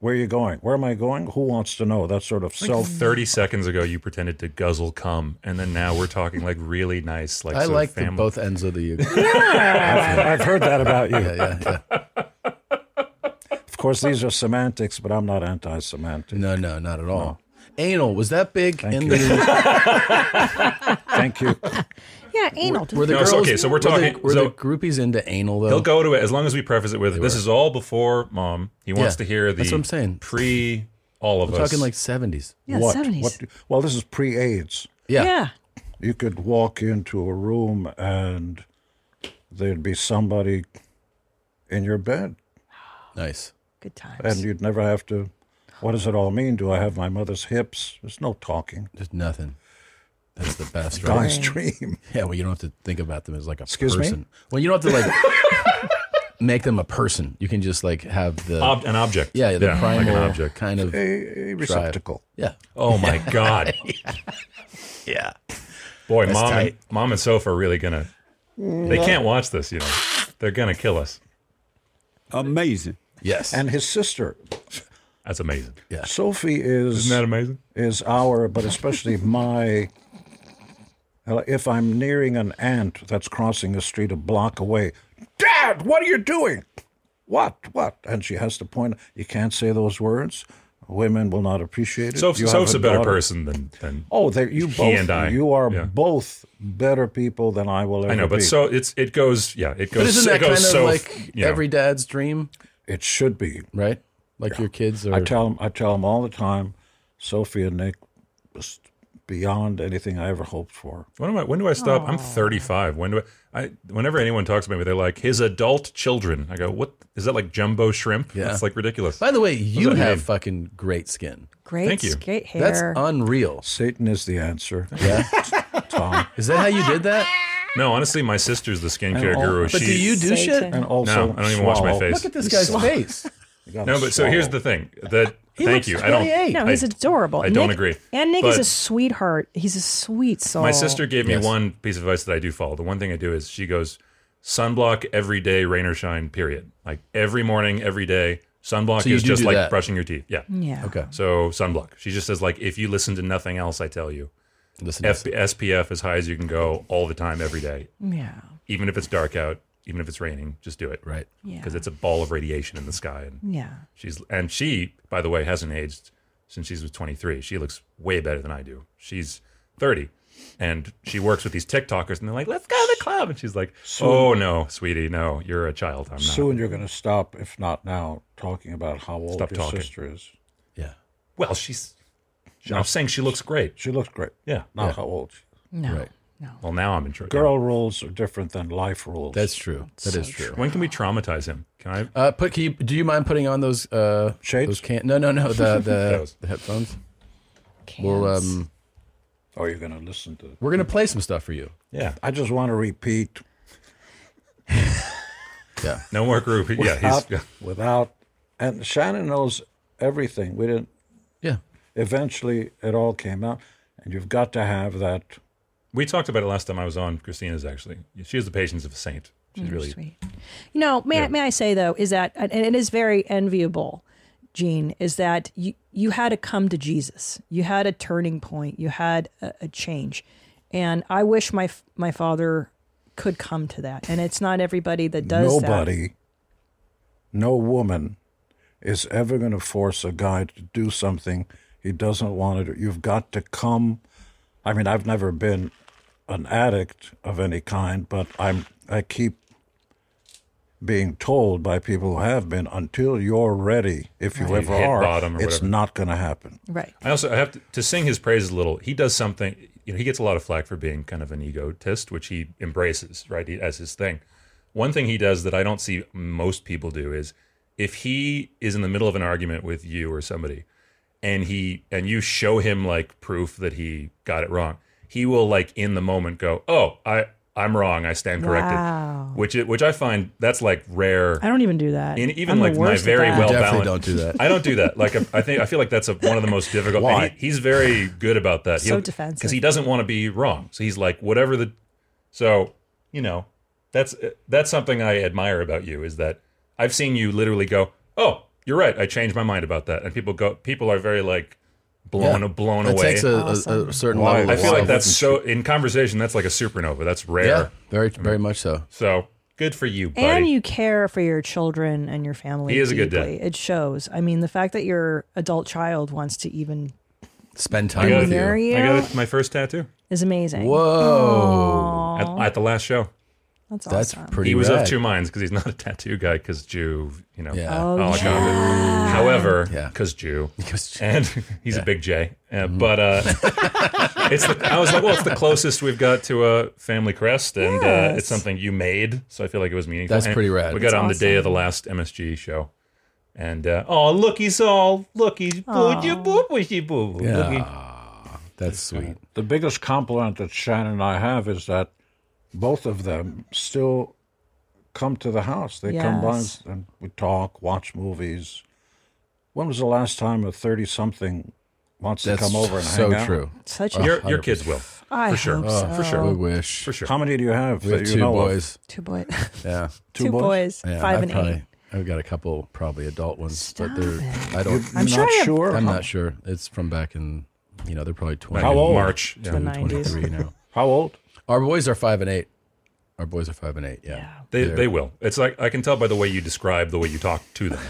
A: where are you going? Where am I going? Who wants to know? That sort of
C: So
A: self
C: 30 seconds ago, you pretended to guzzle cum, and then now we're talking like really nice, like
B: I
C: sort of
B: like the,
C: family.
B: both ends of the.
A: I've, I've heard that about you.
B: Yeah, yeah, yeah.
A: Of course, these are semantics, but I'm not anti-Semitic.
B: No, no, not at all. Anal was that big in
A: you.
B: the?
A: Thank you.
D: Yeah, anal.
B: Were the
C: No,
B: girls?
C: so- okay, so we're
B: were the-
C: talking-
B: Were the,
C: so-
B: groupies into anal though?
C: He'll go to it as long as we preface it with this
B: were.
C: is all before mom. He wants
B: Yeah,
C: to hear the
B: that's what I'm saying.
C: pre all of
B: We're
C: us.
B: talking like seventies.
D: Yeah,
A: what?
D: 70s.
A: What? do- Well, this is pre-AIDS.
B: Yeah.
D: yeah.
A: You could walk into a room and there'd be somebody in your bed,
B: Nice.
D: Good times.
A: and you'd never have to. What does it all mean? Do I have my mother's hips? There's no talking.
B: Just nothing. That's the best, right?
A: Guy's dream.
B: Yeah. Well, you don't have to think about them as like a
A: Excuse me?
B: person. Well, you don't have to like [LAUGHS] make them a person. You can just like have the.
C: Ob- an object.
B: yeah, the primal
C: like an object.
B: kind of.
A: A, a receptacle.
B: Yeah.
C: Oh my
B: [LAUGHS]
C: God.
B: Yeah.
C: Boy, mom and,
B: tight.
C: mom and Soph are really going to, they can't watch this, you know. They're going to kill us.
F: Amazing.
B: Yes.
A: And his sister,
C: That's amazing.
A: Sophie, is
C: Isn't that amazing?
A: is our, but especially my. If I'm nearing an ant that's crossing the street a block away, Dad, what are you doing? What? What? And she has to point. You can't say those words. Women will not appreciate it.
C: Soph,
A: You have
C: Soph's a better
A: daughter-
C: person than, than
A: Oh, there you
C: He
A: both.
C: and I,
A: You are
C: yeah.
A: both better people than I will ever
C: I know, but
A: be.
C: so it's it goes, yeah, it goes.
B: But isn't that
C: it goes
B: kind of
C: so,
B: like
C: you know.
B: every dad's dream,
A: it should be.
B: right? Like your kids are.
A: I tell them. I tell them all the time. Sophie and Nick, was beyond anything I ever hoped for.
C: When am I? When do I stop? I'm 35. When do I, I? Whenever anyone talks about me, they're like his adult children. I go, what is that like jumbo shrimp?
B: Yeah.
C: that's like ridiculous.
B: By the way, you
C: that
B: have
C: mean?
B: fucking great skin.
D: Great,
C: Thank you.
D: great hair.
B: That's unreal.
A: Satan is the answer.
B: Yeah.
A: [LAUGHS] Tom.
B: Is that how you
C: [LAUGHS]
B: did that?
C: no, honestly, my sister's the skincare
A: all-
C: guru.
A: But
B: But
C: she,
B: do you do
D: Satan.
B: shit?
A: And also,
C: no, I don't even wash my
A: swallow.
C: face.
B: Look at this guy's face.
C: no, but so here's the thing.
B: [LAUGHS]
C: That thank
B: looks
C: you. I don't.
B: 28.
D: no, he's
C: I-
D: adorable.
C: I don't
D: Nick-
C: agree.
D: And Nick is
C: But-
D: a sweetheart. He's a sweet soul.
C: My sister gave me
B: Yes.
C: one piece of advice that I do follow. The one thing I do is she goes, sunblock every day, rain or shine. Period. Like every morning, every day. Sunblock
B: So you
C: is
B: do
C: just
B: do
C: like
B: that.
C: brushing your teeth. Yeah.
D: Yeah.
B: Okay.
C: So sunblock. She just says like, if you listen to nothing else, I tell you.
B: Listen.
C: F- SPF as high as you can go all the time, every day,
D: Yeah.
C: even if it's dark out, even if it's raining, just do it.
B: Right.
D: Yeah.
C: Because it's a ball of radiation in the sky, and
D: Yeah.
C: she's and she, by the way, hasn't aged since she was 23. She looks way better than I do. She's 30, And she works with these TikTokers, and they're like, "Let's go to the club," and she's like, "Oh no, sweetie, no, you're a child. I'm not."
A: Soon you're going to stop, if not now, talking about how old
C: Stop
A: your
C: talking.
A: sister is.
B: Yeah.
C: Well, she's. I'm saying she looks great.
A: She looks great.
C: Yeah.
A: Not
C: Yeah.
A: how old. she-
Q: No.
B: Right.
C: Well, now I'm in trouble.
A: Girl rules are different than life rules.
B: That's true. That is true.
C: When can we traumatize him? Can I?
B: Uh, put, can you, do you mind putting on those uh, shades? Those can- no, no,
C: [LAUGHS]
B: no. The the,
C: Those.
B: the headphones. We'll um,
A: Or Oh, you're going to listen to.
B: we're gonna play some stuff for you.
C: Yeah.
A: I just want to repeat
B: Yeah.
C: No
B: [LAUGHS]
C: more group. [LAUGHS] Yeah. He's,
A: without, without and Shannon knows everything. We didn't.
B: Yeah.
A: Eventually, it all came out, and you've got to have that.
C: we talked about it last time I was on Christina's. Actually, she has the patience of a saint. She's
Q: Mm,
C: really
Q: sweet. You know, may, I, may I say though, is that, and it is very enviable, Gene, is that you, you had to come to Jesus. You had a turning point. You had a, a change. And I wish my, f- my father could come to that. And it's not everybody that does
A: Nobody, no woman, is ever going to force a guy to do something he doesn't want to do. You've got to come. I mean, I've never been an addict of any kind, but I'm. I keep being told by people who have been until you're ready, if you
C: Right.
A: ever
C: Hit
A: are,
C: bottom or
A: it's
C: whatever.
A: not going to happen.
Q: that. Right.
C: I also I have to, to sing his praises a little. He does something. You know, he gets a lot of flack for being kind of an egotist, which he embraces, right, he- as his thing. One thing he does that I don't see most people do is if he is in the middle of an argument with you or somebody, and he and you show him like proof that he got it wrong, he will like in the moment go, "Oh, I I'm wrong. I stand corrected."
Q: Wow.
C: Which it, which I find that's like rare.
Q: I don't even do that.
C: In, even
Q: I'm the
C: like my
Q: worst at
C: very
Q: that.
C: well
B: Definitely
C: balanced.
B: don't do that.
C: I don't do that. Like I think I feel like that's a, one of the most difficult.
B: Why?
C: and he- he's very good about that.
Q: So defensive.
C: because he doesn't want to be wrong. So he's like whatever the. So you know, that's that's something I admire about you is that I've seen you literally go, oh, you're right. I changed my mind about that, and people go, people are very like blown
B: Yeah.
C: blown
B: It
C: away.
B: takes a, a- a, certain
A: Why?
B: level.
C: I
B: of
C: feel like that's
B: self-
C: so in conversation. That's like a supernova. That's rare.
B: Yeah. Very very much so.
C: So good for you, buddy.
Q: and you care for your children and your family.
C: He is a good
Q: deeply. It shows. I mean, the fact that your adult child wants to even
B: Spend
C: I
B: time
C: got,
B: with
C: it,
B: you.
C: I got it, my first tattoo
Q: is amazing.
B: Whoa.
C: at, at the last show.
Q: That's awesome.
B: That's pretty.
C: he was
B: rad.
C: of
B: [LAUGHS]
C: two minds because he's not a tattoo guy because Jew, you know.
B: Yeah.
Q: Oh,
C: Holocaust.
Q: yeah.
C: However,
B: Yeah.
C: because Jew,
B: [LAUGHS] Because Jew. Mm-hmm.
C: and [LAUGHS] he's a big J. Uh, But uh,
B: [LAUGHS]
C: it's the, I was like, well, it's the closest we've got to a family crest, and uh,
Q: Yes.
C: it's something you made, so I feel like it was meaningful.
B: That's
C: And
B: pretty rad.
C: We got it
Q: That's
C: on the day of the
Q: awesome.
C: last MSG show, and uh, oh, look, he's all look, he's boo, you boo, wishy boo, boo. looky.
B: Yeah. That's sweet.
A: The biggest compliment that Shannon and I have is that both of them still come to the house. They come by
Q: Yes.
A: and we talk, watch movies. When was the last time a 30 something wants
B: That's
A: to come over and
B: so
A: hang out?
B: true.
Q: Such
C: Your,
B: Oh,
C: your kids will,
Q: I
C: for sure,
Q: hope so.
C: for
B: We
C: sure,
B: wish.
C: for sure.
A: How many do you have?
B: We
A: that
B: have
A: you
B: two
A: know of?
B: boys.
Q: two boys,
B: Yeah.
Q: [LAUGHS]
A: Two
Q: two, boys,
A: boys?
B: Yeah,
Q: five
B: I've
Q: and
B: probably,
Q: eight.
B: I've got a couple probably adult ones,
Q: Stop
B: but they're
Q: it.
B: I don't.
A: You're
Q: I'm
A: not
Q: sure I have-
A: sure.
B: I'm
A: how,
B: not sure. It's from back in you know they're probably twenty.
C: Back in
A: How old?
C: March.
Q: The
C: Yeah.
B: They're
Q: 90s.
B: 23 now.
A: how old?
B: Our boys are five and eight. Our boys are five and eight. Yeah.
Q: Yeah.
C: They,
B: They're-
C: they will. It's like I can tell by the way you describe the way you talk to them.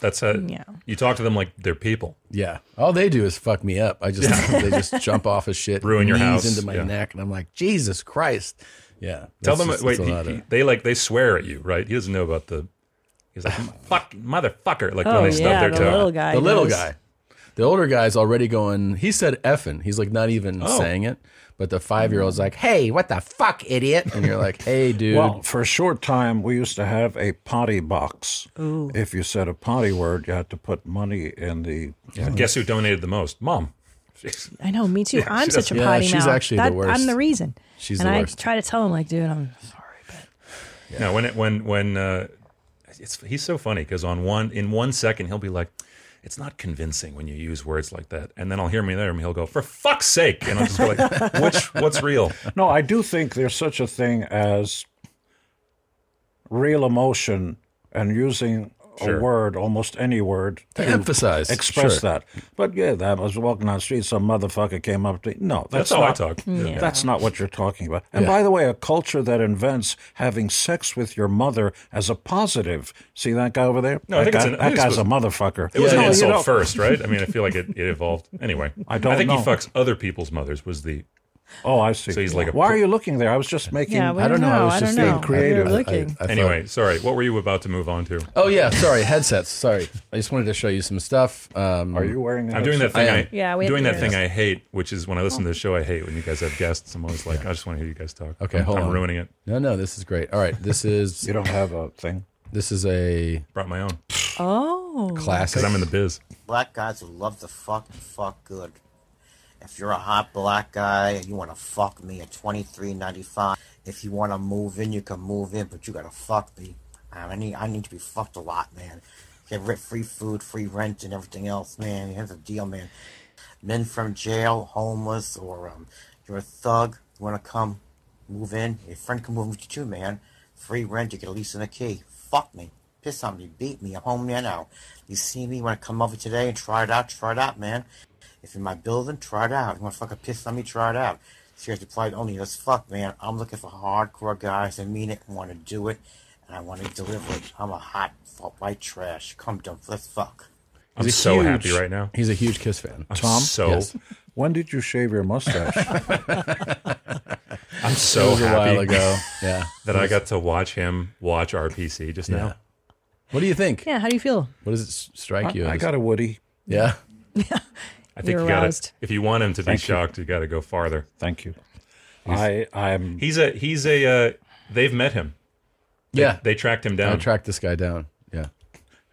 C: That's how
Q: [LAUGHS] Yeah.
C: you talk to them like they're people.
B: Yeah. All they do is fuck me up. I just they just jump off of shit,
C: Ruin your
B: knees
C: house.
B: into my
C: Yeah.
B: neck, and I'm like, Jesus Christ. Yeah.
C: tell
B: That's
C: them
B: just-
C: wait.
B: that's a
C: he-
B: lot
C: he-
B: of-
C: they like they swear at you, right? He doesn't know about the. He's like fuck motherfucker. Like
Q: Oh
C: when they stub
Q: yeah,
C: their
Q: the
C: toe.
Q: little guy.
B: the little
Q: knows.
B: guy. The older guy's already going. He said effing. He's like not even
C: Oh.
B: saying it. But the five year old's like, "Hey, what the fuck, idiot!" And you're
C: [LAUGHS]
B: like, "Hey, dude."
A: Well, for a short time, we used to have a potty box. If you said a potty word, you had to put money in the.
C: Guess who donated the most? Mom. Jeez.
Q: I know,
C: [LAUGHS]
Q: me too. I'm
C: she
Q: such a
B: doesn't- Yeah,
Q: potty
B: she's
Q: mouth.
B: actually the
Q: That-
B: worst.
Q: I'm the reason.
B: She's
Q: and
B: the
Q: I
B: worst.
Q: try to tell him, like, dude, I'm sorry, but
C: No, when it, when when uh, it's he's so funny because on one in one second he'll be like, it's not convincing when you use words like that, and then I'll hear me there and he'll go for fuck's sake, and I'll just go
Q: [LAUGHS]
C: like, which what's real?
A: No, I do think there's such a thing as real emotion and using
C: Sure.
A: a word, almost any word,
B: to emphasize,
A: express
B: sure.
A: that. But yeah, that I was walking down the street, some motherfucker came up to me. No,
C: That's,
A: that's,
C: how
A: not,
C: I talk. Yeah.
A: That's not what you're talking about. And by the way, a culture that invents having sex with your mother as a positive. See that guy over there?
C: No, I
A: that
C: think it's
A: guy,
C: an- I
A: that
C: think it's
A: guy's a
C: supposed-
A: motherfucker.
C: It was an
A: No, you
C: insult
A: don't-
C: first, right? I mean, I feel like it, it evolved. Anyway,
A: I don't
C: I think
A: know.
C: he fucks other people's mothers. Was the
A: Oh, I see.
C: So he's like, a
A: Why are you looking there? I was just making.
C: Yeah, we
A: I
C: don't
A: don't know.
C: know.
A: I was
C: I
A: just
C: don't
A: being
C: know.
A: creative.
C: You're
A: I- I- I
C: anyway, sorry. What were you about to move on to?
B: Oh yeah, sorry. Headsets. Sorry, I just wanted to show you some stuff. Um,
A: Are you wearing?
C: I'm doing that thing. I,
Q: Yeah, we have
C: doing
Q: to Oh.
C: that
Q: hear
C: thing I hate, which is when I listen to the show. I hate when you guys have guests. I'm always like, I just want to hear you guys talk.
B: Okay,
C: I'm,
B: hold
C: I'm
B: on.
C: ruining it.
B: No, no, this is great. All right, this is.
A: you don't have a thing.
B: This is a.
C: Brought my own.
Q: Oh.
B: Classic.
C: Because I'm in the biz.
P: Black guys who love to fuck and fuck good. If you're a hot black guy and you want to fuck me at twenty three ninety five, if you want to move in, you can move in, but you gotta fuck me. I need I need to be fucked a lot, man. Get ri- free food, free rent, and everything else, man. Here's a deal, man. Men from jail, homeless, or um, you're a thug. You want to come, move in. Your friend can move in with you too, man. Free rent. You can lease in a key. Fuck me. Piss on me. Beat me. I'm home there now. You see me? You want to come over today and try it out? Try it out, man. If you're in my building, try it out. You want to fucking piss on me? Try it out. Seriously, plight only. Let's fuck, man. I'm looking for hardcore guys that mean it and want to do it, and I want to deliver it. I'm a hot fu- white trash. Come dump. Let's fuck.
C: I'm
B: He's a
C: so happy
B: huge-
C: right now.
B: He's a huge Kiss fan.
C: I'm
A: Tom?
C: so [LAUGHS]
A: Yes. When did you shave your mustache?
C: I'm so
B: It was a
C: happy [LAUGHS]
B: while ago. Yeah.
C: that I got to watch him watch RPC just now.
B: What do you think?
Q: Yeah, how do you feel?
B: What does it s- strike you?
A: I
B: as?
A: got a Woody.
B: Yeah.
C: I think
Q: You're
C: you got
Q: aroused.
C: if you want him to be
A: Thank you.
C: shocked, you got to go farther.
A: Thank you. I I'm
C: He's a he's a uh, they've met him. They-
B: Yeah.
C: they tracked him
B: I
C: down.
B: tracked this guy down. Yeah.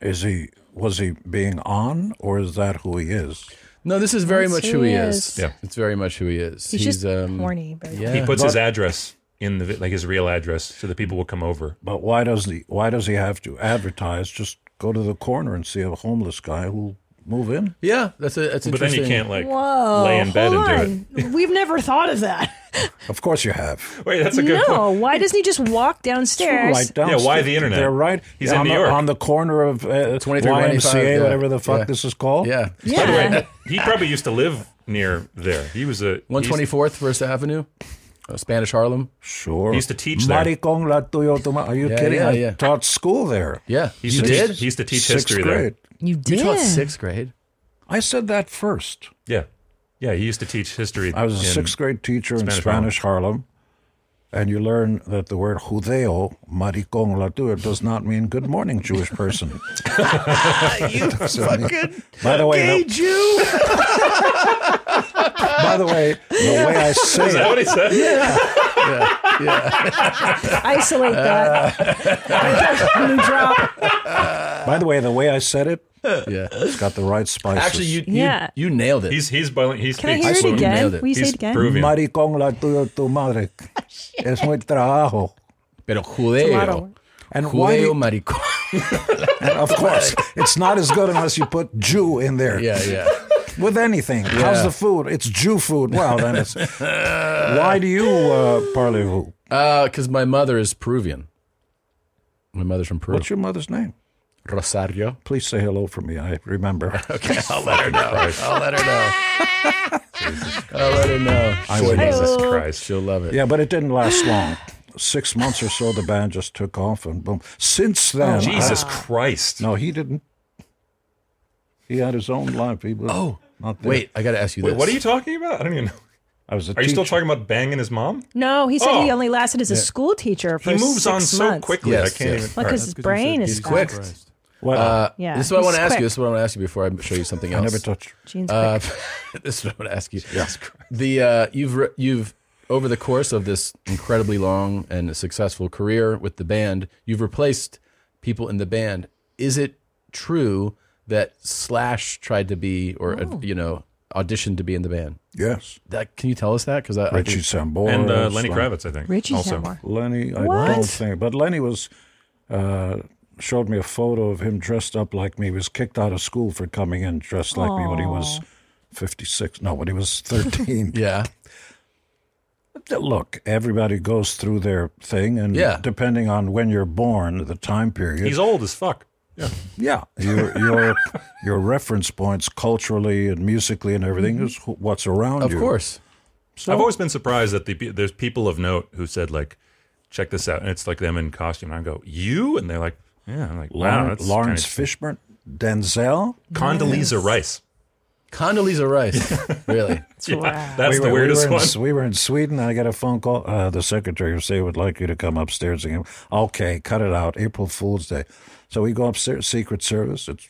A: Is he was he being on or is that who he is?
B: No, this is very
Q: That's
B: much
Q: who
B: who he
Q: he
B: is.
Q: is.
B: Yeah. It's very much who he is. um,
Q: He's just horny, but-
B: yeah.
C: He puts his address in the vi- like his real address, so the people will come over.
A: But why does he why does he have to advertise? Just go to the corner and see a homeless guy who'll move in.
B: Yeah, that's a that's
C: But then
B: interesting.
C: you can't like
Q: Whoa.
C: lay in bed
Q: hold
C: and do it.
Q: on. We've never thought of that.
A: Of course you have.
C: Wait, that's a good point.
Q: no, why doesn't he just walk downstairs?
A: Right down.
C: Yeah, why the internet?
A: They're right.
C: He's
A: on
C: in New
A: the,
C: York.
A: on the corner of uh,
B: 2395,
A: YMCA,
B: yeah.
A: whatever the fuck
B: Yeah.
A: this is called.
B: Yeah.
C: By the way,
Q: Yeah.
C: he probably used to live near there. He was a
B: One twenty fourth First Avenue, uh, Spanish Harlem.
A: Sure.
C: He used to teach there.
A: Maricón la tuyo toma. Are you
B: Yeah,
A: kidding?
B: yeah,
A: I
B: yeah.
A: taught school there.
B: Yeah,
C: He used
B: you
C: to
B: did.
C: teach- He used to teach
A: Sixth
C: history
A: grade.
Q: you
B: You
Q: did.
B: taught sixth grade.
A: I said that first.
C: there. Yeah, yeah. He used to teach history.
A: I was a
C: in-
A: sixth grade teacher in
C: Spanish Harlem.
A: Spanish Harlem. and you learn that the word judeo, maricón latur, does not mean good morning, Jewish person.
B: [LAUGHS]
A: [LAUGHS]
B: you
A: fucking By the way, the-
B: Jew.
A: by the way, the way I
C: Is that
A: say
C: what
A: it,
C: he said? Yeah.
Q: Isolate that.
C: Uh,
Q: New drop.
A: by the way, the way I said it,
B: yeah.
A: it's got the right spices.
B: Actually, you,
Q: Yeah.
B: you you nailed it.
C: He's he's bilingual. He
Q: Can I
C: speaks
Q: hear it
C: fluent.
B: nailed
Q: again?
B: it.
Q: Will you say
C: He's
Q: it again?
C: Peruvian.
A: maricón latur tu
B: [LAUGHS]
A: madre.
B: Oh,
A: es muy trabajo.
B: Pero
Q: Tomato.
B: judeo.
A: And why?
B: Judeo
A: do-
Q: [LAUGHS]
B: maricón.
A: and of course, it's not as good unless you put Jew in there.
B: yeah, yeah.
A: With anything, how's the food? It's Jew food. Well,
C: [LAUGHS]
A: then it's. why do you uh, parlez-vous?
B: Because Uh, my mother is Peruvian. My mother's from Peru.
A: What's your mother's name?
B: Rosario.
A: Please say hello for me. I
C: [LAUGHS]
A: remember.
B: Okay, I'll let her know. I'll let her know. I'll let her know.
A: I would.
C: Jesus Christ.
B: She'll love it.
A: Yeah, but it didn't last long. Six months or so, the band just took off and boom. Since then,
C: Oh, Jesus Christ.
A: I- Ah. no, he didn't. He had his own life. He was
B: Oh,
A: not there.
B: Wait, I got to ask you
C: Wait,
B: this.
C: what are you talking about? I don't even know.
A: I was. A
C: Are you still
A: teacher.
C: talking about banging his mom?
Q: No, he said he
C: Oh.
Q: only lasted as a school teacher for
C: He moves
Q: six
C: on
Q: months.
C: so quickly.
B: Yes,
C: I can't even.
B: yes.
Q: Well,
C: all
Q: because
C: right.
Q: his brain is
B: he's quick.
Q: fucked.
A: What?
B: Uh,
Q: Yeah,
B: this is what I want to
Q: he's
B: ask you.
Q: quick.
B: This is what I want to ask you before I show you something
A: I
C: Uh,
B: else.
A: never touched.
Q: Gene's quick.
B: Uh, [LAUGHS] this is what I want to ask you. The uh, you've re- you've over the course of this incredibly long and successful career with the band, you've replaced people in the band. Is it true that Slash tried to be or uh, you know auditioned to be in the band?
A: Yes,
B: That can you tell us that? Because I, I
A: Richie
B: think,
A: Sambora
C: And uh, Lenny
A: Sly-
C: Kravitz, I think.
Q: Richie
C: also.
Q: Sambora.
A: Lenny, I
Q: What?
A: don't think. But Lenny was uh, showed me a photo of him dressed up like me. He was kicked out of school for coming in dressed like me when he was fifty six. No, when he was thirteen.
B: [LAUGHS] yeah,
A: Look, everybody goes through their thing, and
B: Yeah.
A: depending on when you're born, the time period.
C: He's old as fuck.
A: yeah, your your your reference points culturally and musically and everything is wh- what's around
B: of
A: you.
B: course.
C: I've always been surprised that the pe- there's people of note who said like, "Check this out," and it's like them in costume. And I go, "You?" And they're like, "Yeah." I'm like, "Wow,
A: Lawrence,
C: that's
A: Lawrence
C: kinda-
A: Fishburne, Denzel.
C: Condoleezza Rice.
B: Condoleezza Rice, really?
C: Yeah, that's the weirdest
A: we were in,
C: one.
A: We were in Sweden. I got a phone call. Uh, the secretary of state would like you to come upstairs again. Okay, cut it out. April Fool's Day. So we go upstairs. Secret Service. It's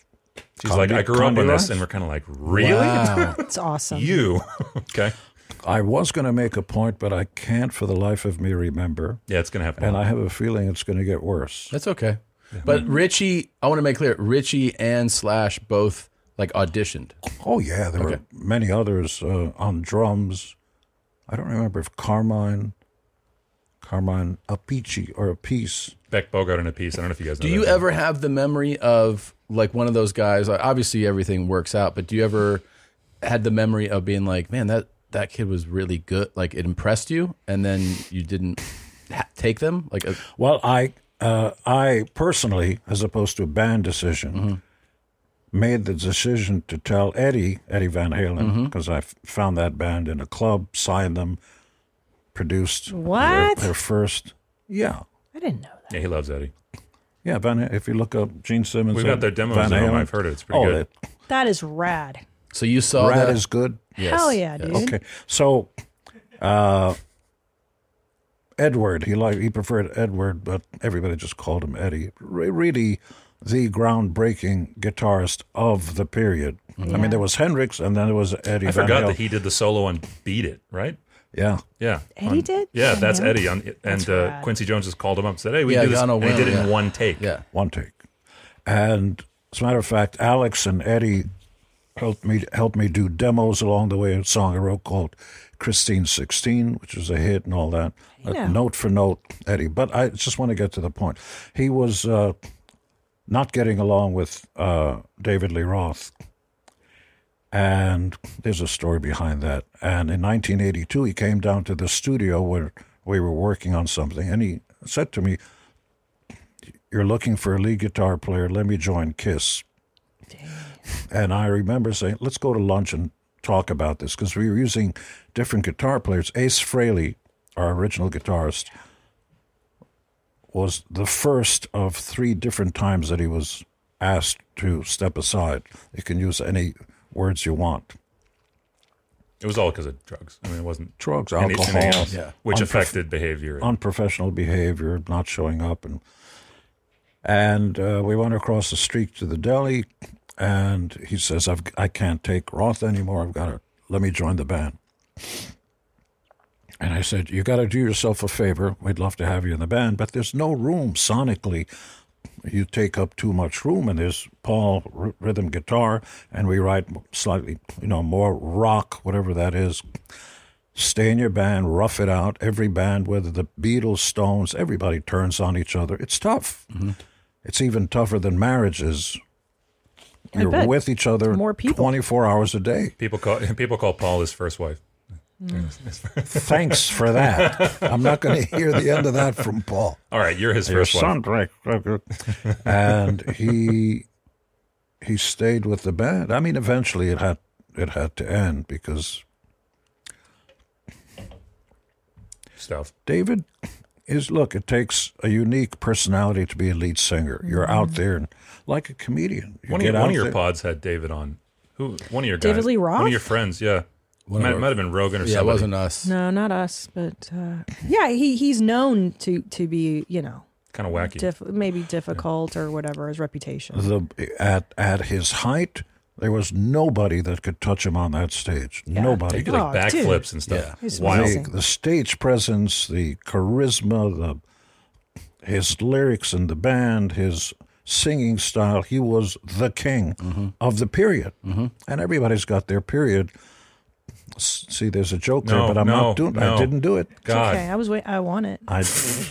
C: She's like, I grew up with this, and we're kind of like, really?
A: Wow.
D: It's awesome.
C: [LAUGHS] you. [LAUGHS] okay.
A: I was going to make a point, but I can't for the life of me remember.
C: Yeah, it's going to happen.
A: And I have a feeling it's going to get worse.
B: That's okay. But Richie, I want to make clear, Richie and Slash both like auditioned.
A: Oh yeah, there were
B: Okay.
A: many others uh, on drums. I don't remember if Carmine, Carmine Apici or Apiece.
C: Beck Bogart in a piece. I don't know if you guys know.
B: Do you
C: that.
B: ever have the memory of like one of those guys? like, Obviously, everything works out, but do you ever had the memory of being like, man, that that kid was really good. Like it impressed you, and then you didn't ha- take them. Like, a,
A: Well, I uh, I personally, as opposed to a band decision, made the decision to tell Eddie Eddie Van Halen because I f- found that band in a club, signed them, produced their-
D: What?
A: their first. Yeah,
D: I didn't know.
C: Yeah, he loves Eddie.
A: yeah. Van, if you look up Gene Simmons,
C: We've
A: and
C: got their demos
A: Van
C: at home.
A: Halen,
C: I've heard it. It's pretty
A: oh,
C: good.
A: that-
D: That is rad.
B: so you saw
A: Rad
B: Oh, that
A: is good.
D: Hell yeah, dude.
A: Okay, so uh, Edward, he liked, he preferred Edward, but everybody just called him Eddie. Re- really, the groundbreaking guitarist of the period. I mean, there was Hendrix, and then there was Eddie.
C: I
A: Van
C: forgot
A: Halen.
C: that he did the solo on "Beat It," right?
A: Yeah,
C: Yeah,
D: Eddie
C: On-
D: did?
C: Yeah, that's
D: Yeah.
C: Eddie. On, and uh,
D: rad.
C: Quincy Jones just called him up and said, "Hey, we
B: Yeah,
C: can do this,"
B: Yano
C: and he
B: will,
C: did it in
B: yeah.
C: one take.
B: yeah.
A: one take. And as a matter of fact, Alex and Eddie helped me helped me do demos along the way. A song I wrote called "Christine 16," which was a hit and all that. Uh,
D: Yeah.
A: note for note, Eddie. But I just want to get to the point. He was uh, not getting along with uh, David Lee Roth. And there's a story behind that. And in 1982, he came down to the studio where we were working on something, and he said to me, you're looking for a lead guitar player. Let me join Kiss. And I remember saying, let's go to lunch and talk about this because we were using different guitar players. Ace Frehley, our original guitarist, was the first of three different times that he was asked to step aside. You can use any words you want.
C: It was all because of drugs. I mean, it wasn't
A: Drugs,
C: any-
A: alcohol,
C: anything else,
A: yeah.
C: which
A: Unprof-
C: affected behavior.
A: unprofessional behavior, not showing up, and and uh, we went across the street to the deli, and he says, "I've I can't take Roth anymore. I've got to let me join the band." And I said, "You got to do yourself a favor. We'd love to have you in the band, but there's no room sonically." You take up too much room, and there's Paul r- rhythm guitar, and we write slightly, you know, more rock, whatever that is, stay in your band, rough it out. Every band, whether the Beatles, Stones, everybody turns on each other. It's tough. It's even tougher than marriages.
D: I
A: You're
D: bet.
A: with each other
D: More people.
A: 24 hours a day.
C: people call [LAUGHS] people call Paul his first wife.
A: Thanks for
D: [LAUGHS]
A: that. I'm not going to hear the end of that from Paul.
C: All right, you're his
A: Your
C: first wife.
A: son, Rick.
C: Oh,
A: [LAUGHS] and he he stayed with the band. I mean, eventually it had it had to end because
C: Stuff.
A: David is look, it takes a unique personality to be a lead singer. You're out there and like a comedian. You
C: One of, your, one
A: out
C: of your
A: there-
C: pods had David on. Who? One of your guys.
D: David Lee
C: One
D: Roth?
C: of your friends. Yeah.
B: One of
C: might,
B: our-
C: might have been Rogan or
B: yeah, it
C: somebody.
B: wasn't us.
D: No, not us, but uh, yeah, he he's known to to be you know
C: Kind of wacky.
D: diff- maybe difficult or whatever his
C: Oh,
D: reputation.
A: the at at his height, there was nobody that could touch him on that stage.
C: He
A: Nobody.
C: did like
D: Oh, dude.
C: backflips and stuff.
D: He's
C: Wow.
D: amazing.
A: The, the stage presence, the charisma, the his lyrics in the band, his singing style. He was the king
C: Mm-hmm.
A: of the period, and everybody's got their period. S- See, there's a joke there,
C: No,
A: but I'm
C: no,
A: not doing.
C: no.
A: I didn't do it.
C: God.
D: Okay, I was wait- I want it.
A: I,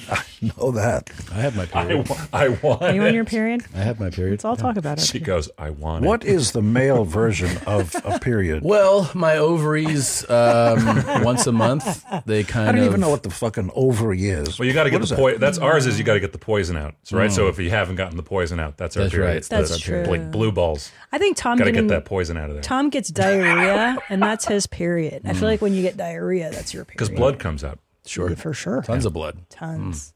A: [LAUGHS] I know that.
B: I have my
C: I,
B: period.
C: wa- [LAUGHS] I want.
D: Are you
C: it. [LAUGHS]
D: on your period?
B: I have my period.
D: Let's all talk about
C: She
D: [LAUGHS] it.
C: goes. I want.
A: What
C: It.
A: is the male version of a period?
B: Well, my ovaries um, once a month they
A: [LAUGHS]
B: kind
A: I don't
B: of
A: even know what the fucking ovary is.
C: Well, you got to get
A: What is
C: the
A: that?
C: poison. That's ours. Is you got to get the poison out, So, right? So if you haven't gotten the poison out, that's our
B: That's
C: period.
B: right.
C: It's
D: That's
C: the,
D: true.
C: Like blue balls.
D: I think Tom
C: Got to
D: getting,
C: get that poison out of there
D: Tom gets diarrhea, and that's his period. I feel like when you get diarrhea, that's your
C: Mm. because
D: period
C: blood Mm. comes out.
B: sure
D: for sure.
B: tons of blood.
D: Tons.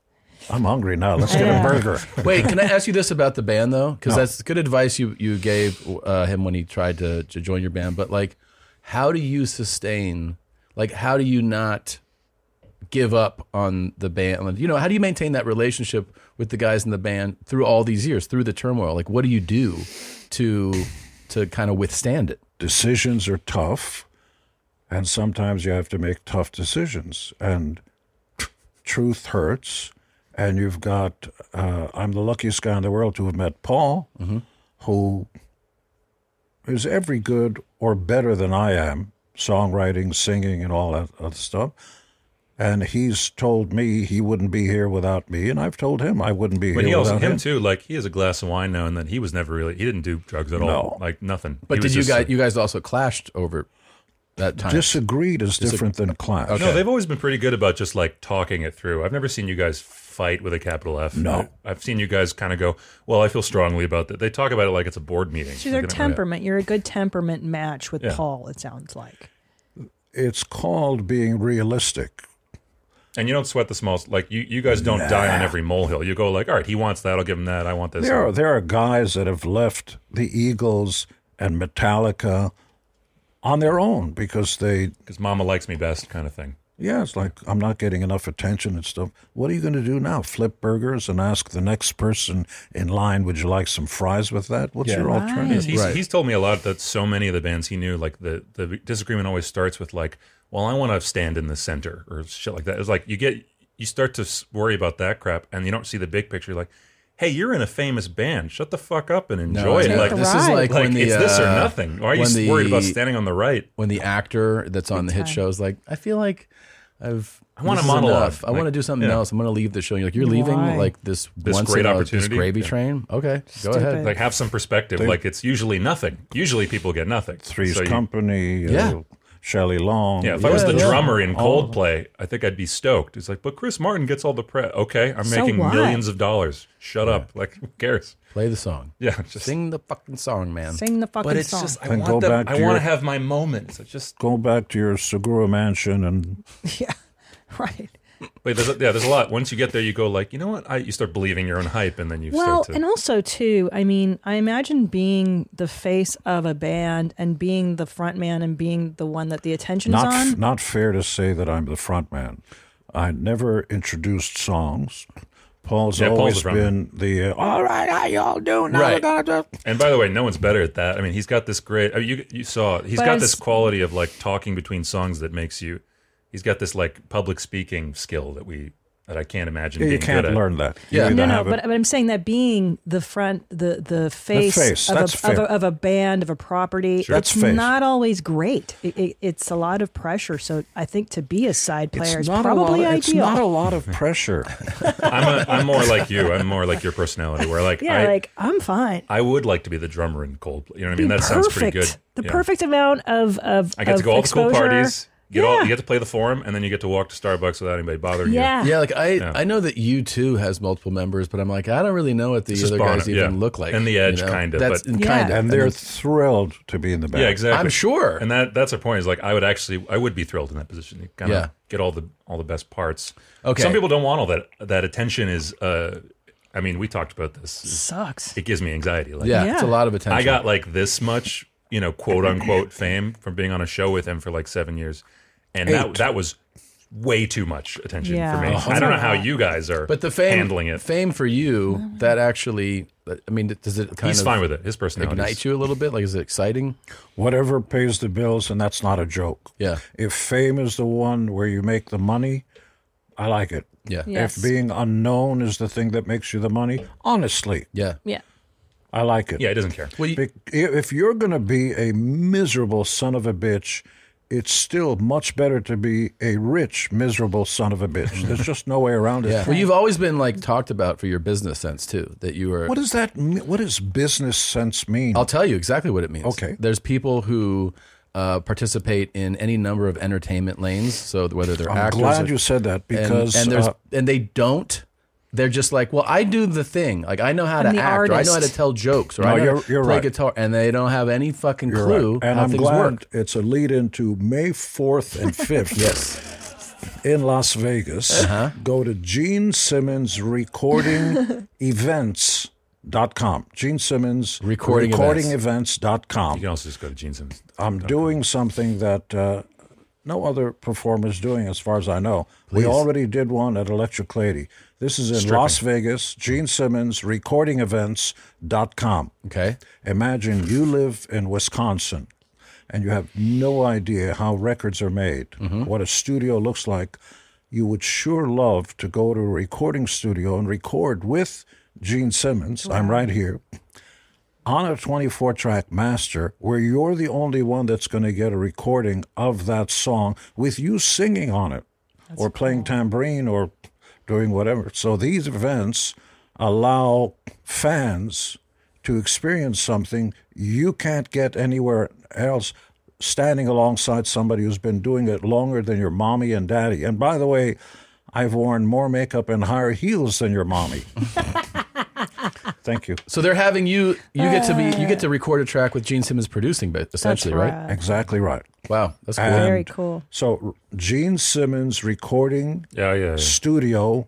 A: I'm hungry now. Let's get
D: Yeah.
A: a burger.
B: Wait, can I ask you this about the band though? Because that's good advice you you gave uh, him when he tried to, to join your band. But like, How do you sustain? Like, how do you not give up on the band? You know, how do you maintain that relationship with the guys in the band through all these years, through the turmoil? Like, what do you do to to kind of withstand it?
A: Decisions are tough, and sometimes you have to make tough decisions. And truth hurts. And you've got, uh, I'm the luckiest guy in the world to have met Paul,
C: Mm-hmm.
A: who is every good or better than I am, songwriting, singing, and all that other stuff. And he's told me he wouldn't be here without me, and I've told him I wouldn't be
C: But he
A: here
C: also
A: without
C: him too. Like he has a glass of wine now and then. He was never really. He didn't do drugs at all. Like nothing.
B: But
C: He
B: did
C: was
B: you
C: just a-
B: guys you guys also clashed over that time?
A: Disagreed is different than clash.
C: No, they've always been pretty good about just like talking it through. I've never seen you guys fight with a capital F.
A: No.
C: I've seen you guys kind of go, well, I feel strongly about that. They talk about it like it's a board meeting.
D: So their
C: Like,
D: temperament. You're a good temperament match with
C: Yeah.
D: Paul. It sounds like.
A: It's called being realistic.
C: And you don't sweat the small, like you, you guys don't die on every molehill. You go like, all right, he wants that. I'll give him that. I want this.
A: There are there are guys that have left the Eagles and Metallica on their own because they
C: because Mama likes me best kind of thing.
A: Yeah, it's like I'm not getting enough attention and stuff. What are you going to do now? Flip burgers and ask the next person in line, "Would you like some fries with that?" What's your
B: Mm-hmm.
A: alternative?
C: He's, he's told me a lot that so many of the bands he knew, like the, the disagreement always starts with like, well, I want to stand in the center or shit like that. It's like you get, you start to s- worry about that crap and you don't see the big picture. You're like, hey, you're in a famous band. Shut the fuck up and
B: No,
C: enjoy
B: I
C: it.
B: know.
C: Like
B: this is like, when the
C: it's this or
B: uh,
C: nothing. Why are you
B: when
C: s-
B: the-
C: worried about standing on the right?
B: When the actor that's on the hit
C: time.
B: show is like, I feel like I've
C: I want
B: this
C: a
B: is
C: monologue.
B: enough. I
C: Like,
B: want to do something
C: yeah.
B: else. I'm going to leave the show. You're like, you're leaving
C: Why?
B: like this,
C: This
B: once
C: great
B: in a-
C: opportunity?
B: this gravy
C: Yeah.
B: train. Okay, go ahead.
C: Like have some perspective. like it's usually nothing. Usually people get nothing.
A: Three's
C: So you-
A: Company, uh,
C: Yeah.
A: Shelley Long.
C: Yeah, if I was the
A: yeah.
C: drummer in
A: All-
C: Coldplay, I think I'd be stoked. It's like, but Chris Martin gets all the press. Okay, I'm
B: So
C: making
B: what?
C: millions of dollars. Shut up. Like, who cares? [LAUGHS]
B: Play the song.
C: Yeah, just
B: sing the fucking song, man.
D: Sing the fucking
C: But it's
D: song.
C: just, I
A: Then
C: want
A: go
C: them-
A: back
C: I
A: to your-
C: want to have my moment. So just
A: Go back to your Segura mansion and
D: [LAUGHS] right.
C: wait. There's a, yeah, there's a lot. Once you get there, you go like, you know what? I you start believing your own hype, and then you
D: well,
C: start to.
D: and also too, I mean, I imagine being the face of a band and being the front man and being the one that the attention's
A: not
D: on.
A: f- not fair to say that I'm the front man. I never introduced songs. Paul's
C: Yeah, Paul's the
A: always
C: front
A: been the uh, all right. How y'all doing? Now we're
C: Right.
A: gonna do-"
C: And by the way, no one's better at that. I mean, he's got this great. I mean, you you saw he's
D: But
C: got
D: it's-
C: this quality of like talking between songs that makes you. He's got this like public speaking skill that we that I can't imagine.
A: Yeah, you
C: being
A: can't
C: good at.
A: learn that. You Yeah. either
D: No, no,
A: have it-
D: but, but I'm saying that being the front, the the face,
A: face,
D: of,
A: that's
D: a, of,
A: fair.
D: a, of a band, of a property,
A: Sure.
D: it's
A: That's face.
D: not always great. It, it, it's a lot of pressure. So I think to be a side player
A: It's
D: is
A: not
D: probably
A: a lot,
D: ideal.
A: It's not a lot
D: uh,
A: of
C: [LAUGHS]
A: [LAUGHS] pressure.
C: I'm, a, I'm more like you. I'm more like your personality. Where like
D: yeah,
C: I,
D: like I'm fine.
C: I would like to be the drummer in Coldplay. You know what I
D: Be
C: mean? That
D: perfect.
C: sounds pretty good.
D: The
C: Yeah.
D: perfect amount of of
C: I get to
D: of
C: go all the cool
D: exposure.
C: parties. Get all, you get to play the forum, and then you get to walk to Starbucks without anybody bothering
D: Yeah.
C: you.
B: Yeah, like I, I know that you too has multiple members, but I'm like, I don't really know what the
C: It's just
B: other guys
C: Bono, yeah.
B: even look like.
C: And The Edge,
B: you know?
C: kinda,
B: That's
C: but-
B: and
C: Yeah.
B: kinda,
A: and they're thrilled to be in the band.
C: Yeah, exactly.
B: I'm sure.
C: And that that's our point. Is like I would actually I would be thrilled in that position. You kind of
B: Yeah.
C: get all the all the best parts.
B: Okay.
C: Some people don't want all that. That attention is. uh I mean, we talked about this.
D: Sucks.
C: It gives me anxiety. Like,
B: Yeah, it's a Yeah. lot of attention.
C: I got like this much, you know, quote
B: [CLEARS THROAT]
C: unquote fame from being on a show with him for like seven years, and that
B: Eight.
C: that was way too much attention
B: Yeah.
C: for me.
B: Oh.
C: I don't know
B: [LAUGHS]
C: how you guys are,
B: But the fame,
C: handling it.
B: fame for you, that actually, I mean, does it kind
C: He's
B: of
C: fine with it. His personality
B: ignite you a little bit? Like, is it exciting?
A: Whatever pays the bills, and that's not a joke.
B: Yeah.
A: If fame is the one where you make the money, I like it.
B: Yeah.
D: Yes.
A: If being unknown is the thing that makes you the money, honestly.
B: Yeah.
D: Yeah.
A: I like it.
C: Yeah, he doesn't care. Well,
A: Be- if you're going to be a miserable son of a bitch, it's still much better to be a rich, miserable son of a bitch. There's just no way around it.
B: [LAUGHS] Yeah. Well, you've always been like talked about for your business sense too. That you were.
A: What does that? mean- What does business sense mean?
B: I'll tell you exactly what it means.
A: Okay.
B: There's people who uh, participate in any number of entertainment lanes. So whether they're
A: I'm
B: actors,
A: glad
B: or-
A: you said that
B: and-
A: because,
B: and, there's
A: uh,
B: and they don't. They're just like, well, I do the thing. Like I know how
A: I'm
B: to
A: the
B: act, or I know how to
A: artist.
B: tell jokes, or
A: No,
B: I know how
A: you're-
B: to
A: you're
B: play
A: right.
B: guitar, and they don't have any fucking
A: You're
B: clue
A: right. And
B: how
A: I'm
B: things
A: glad
B: work.
A: it's a lead into May 4th
B: [LAUGHS]
A: and 5th.
B: yes.
A: In Las
B: Uh-huh. [LAUGHS]
A: Vegas. Go to Gene Simmons Recording Events Dot com. Gene Simmons
B: Recording
A: events. dot com.
C: You can also just go to Gene Simmons.
B: Um,
A: I'm doing something that uh, no other performer is doing, as far as I know. We
C: Please.
A: already did one at Electric Lady. This is in
C: Stripping.
A: Las Vegas. Gene Simmons Recording Events.com.
B: Okay.
A: Imagine you live in Wisconsin and you have no idea how records are made,
C: Mm-hmm.
A: what a studio looks like. You would sure love to go to a recording studio and record with Gene Simmons. I'm right here on a 24 track master where you're the only one that's going to get a recording of that song with you singing on it or playing tambourine or doing whatever. So these events allow fans to experience something you can't get anywhere else standing alongside somebody who's been doing it longer than your mommy and daddy. And by the way, I've worn more makeup and higher heels than your mommy. Thank you.
B: So they're having you. You get to be. You
D: Uh.
B: get to record a track with Gene Simmons producing, but essentially, right?
D: right.
A: Exactly right.
B: Wow, that's cool.
A: And
D: Very cool.
A: So Gene Simmons recording
C: Yeah, yeah. yeah.
A: studio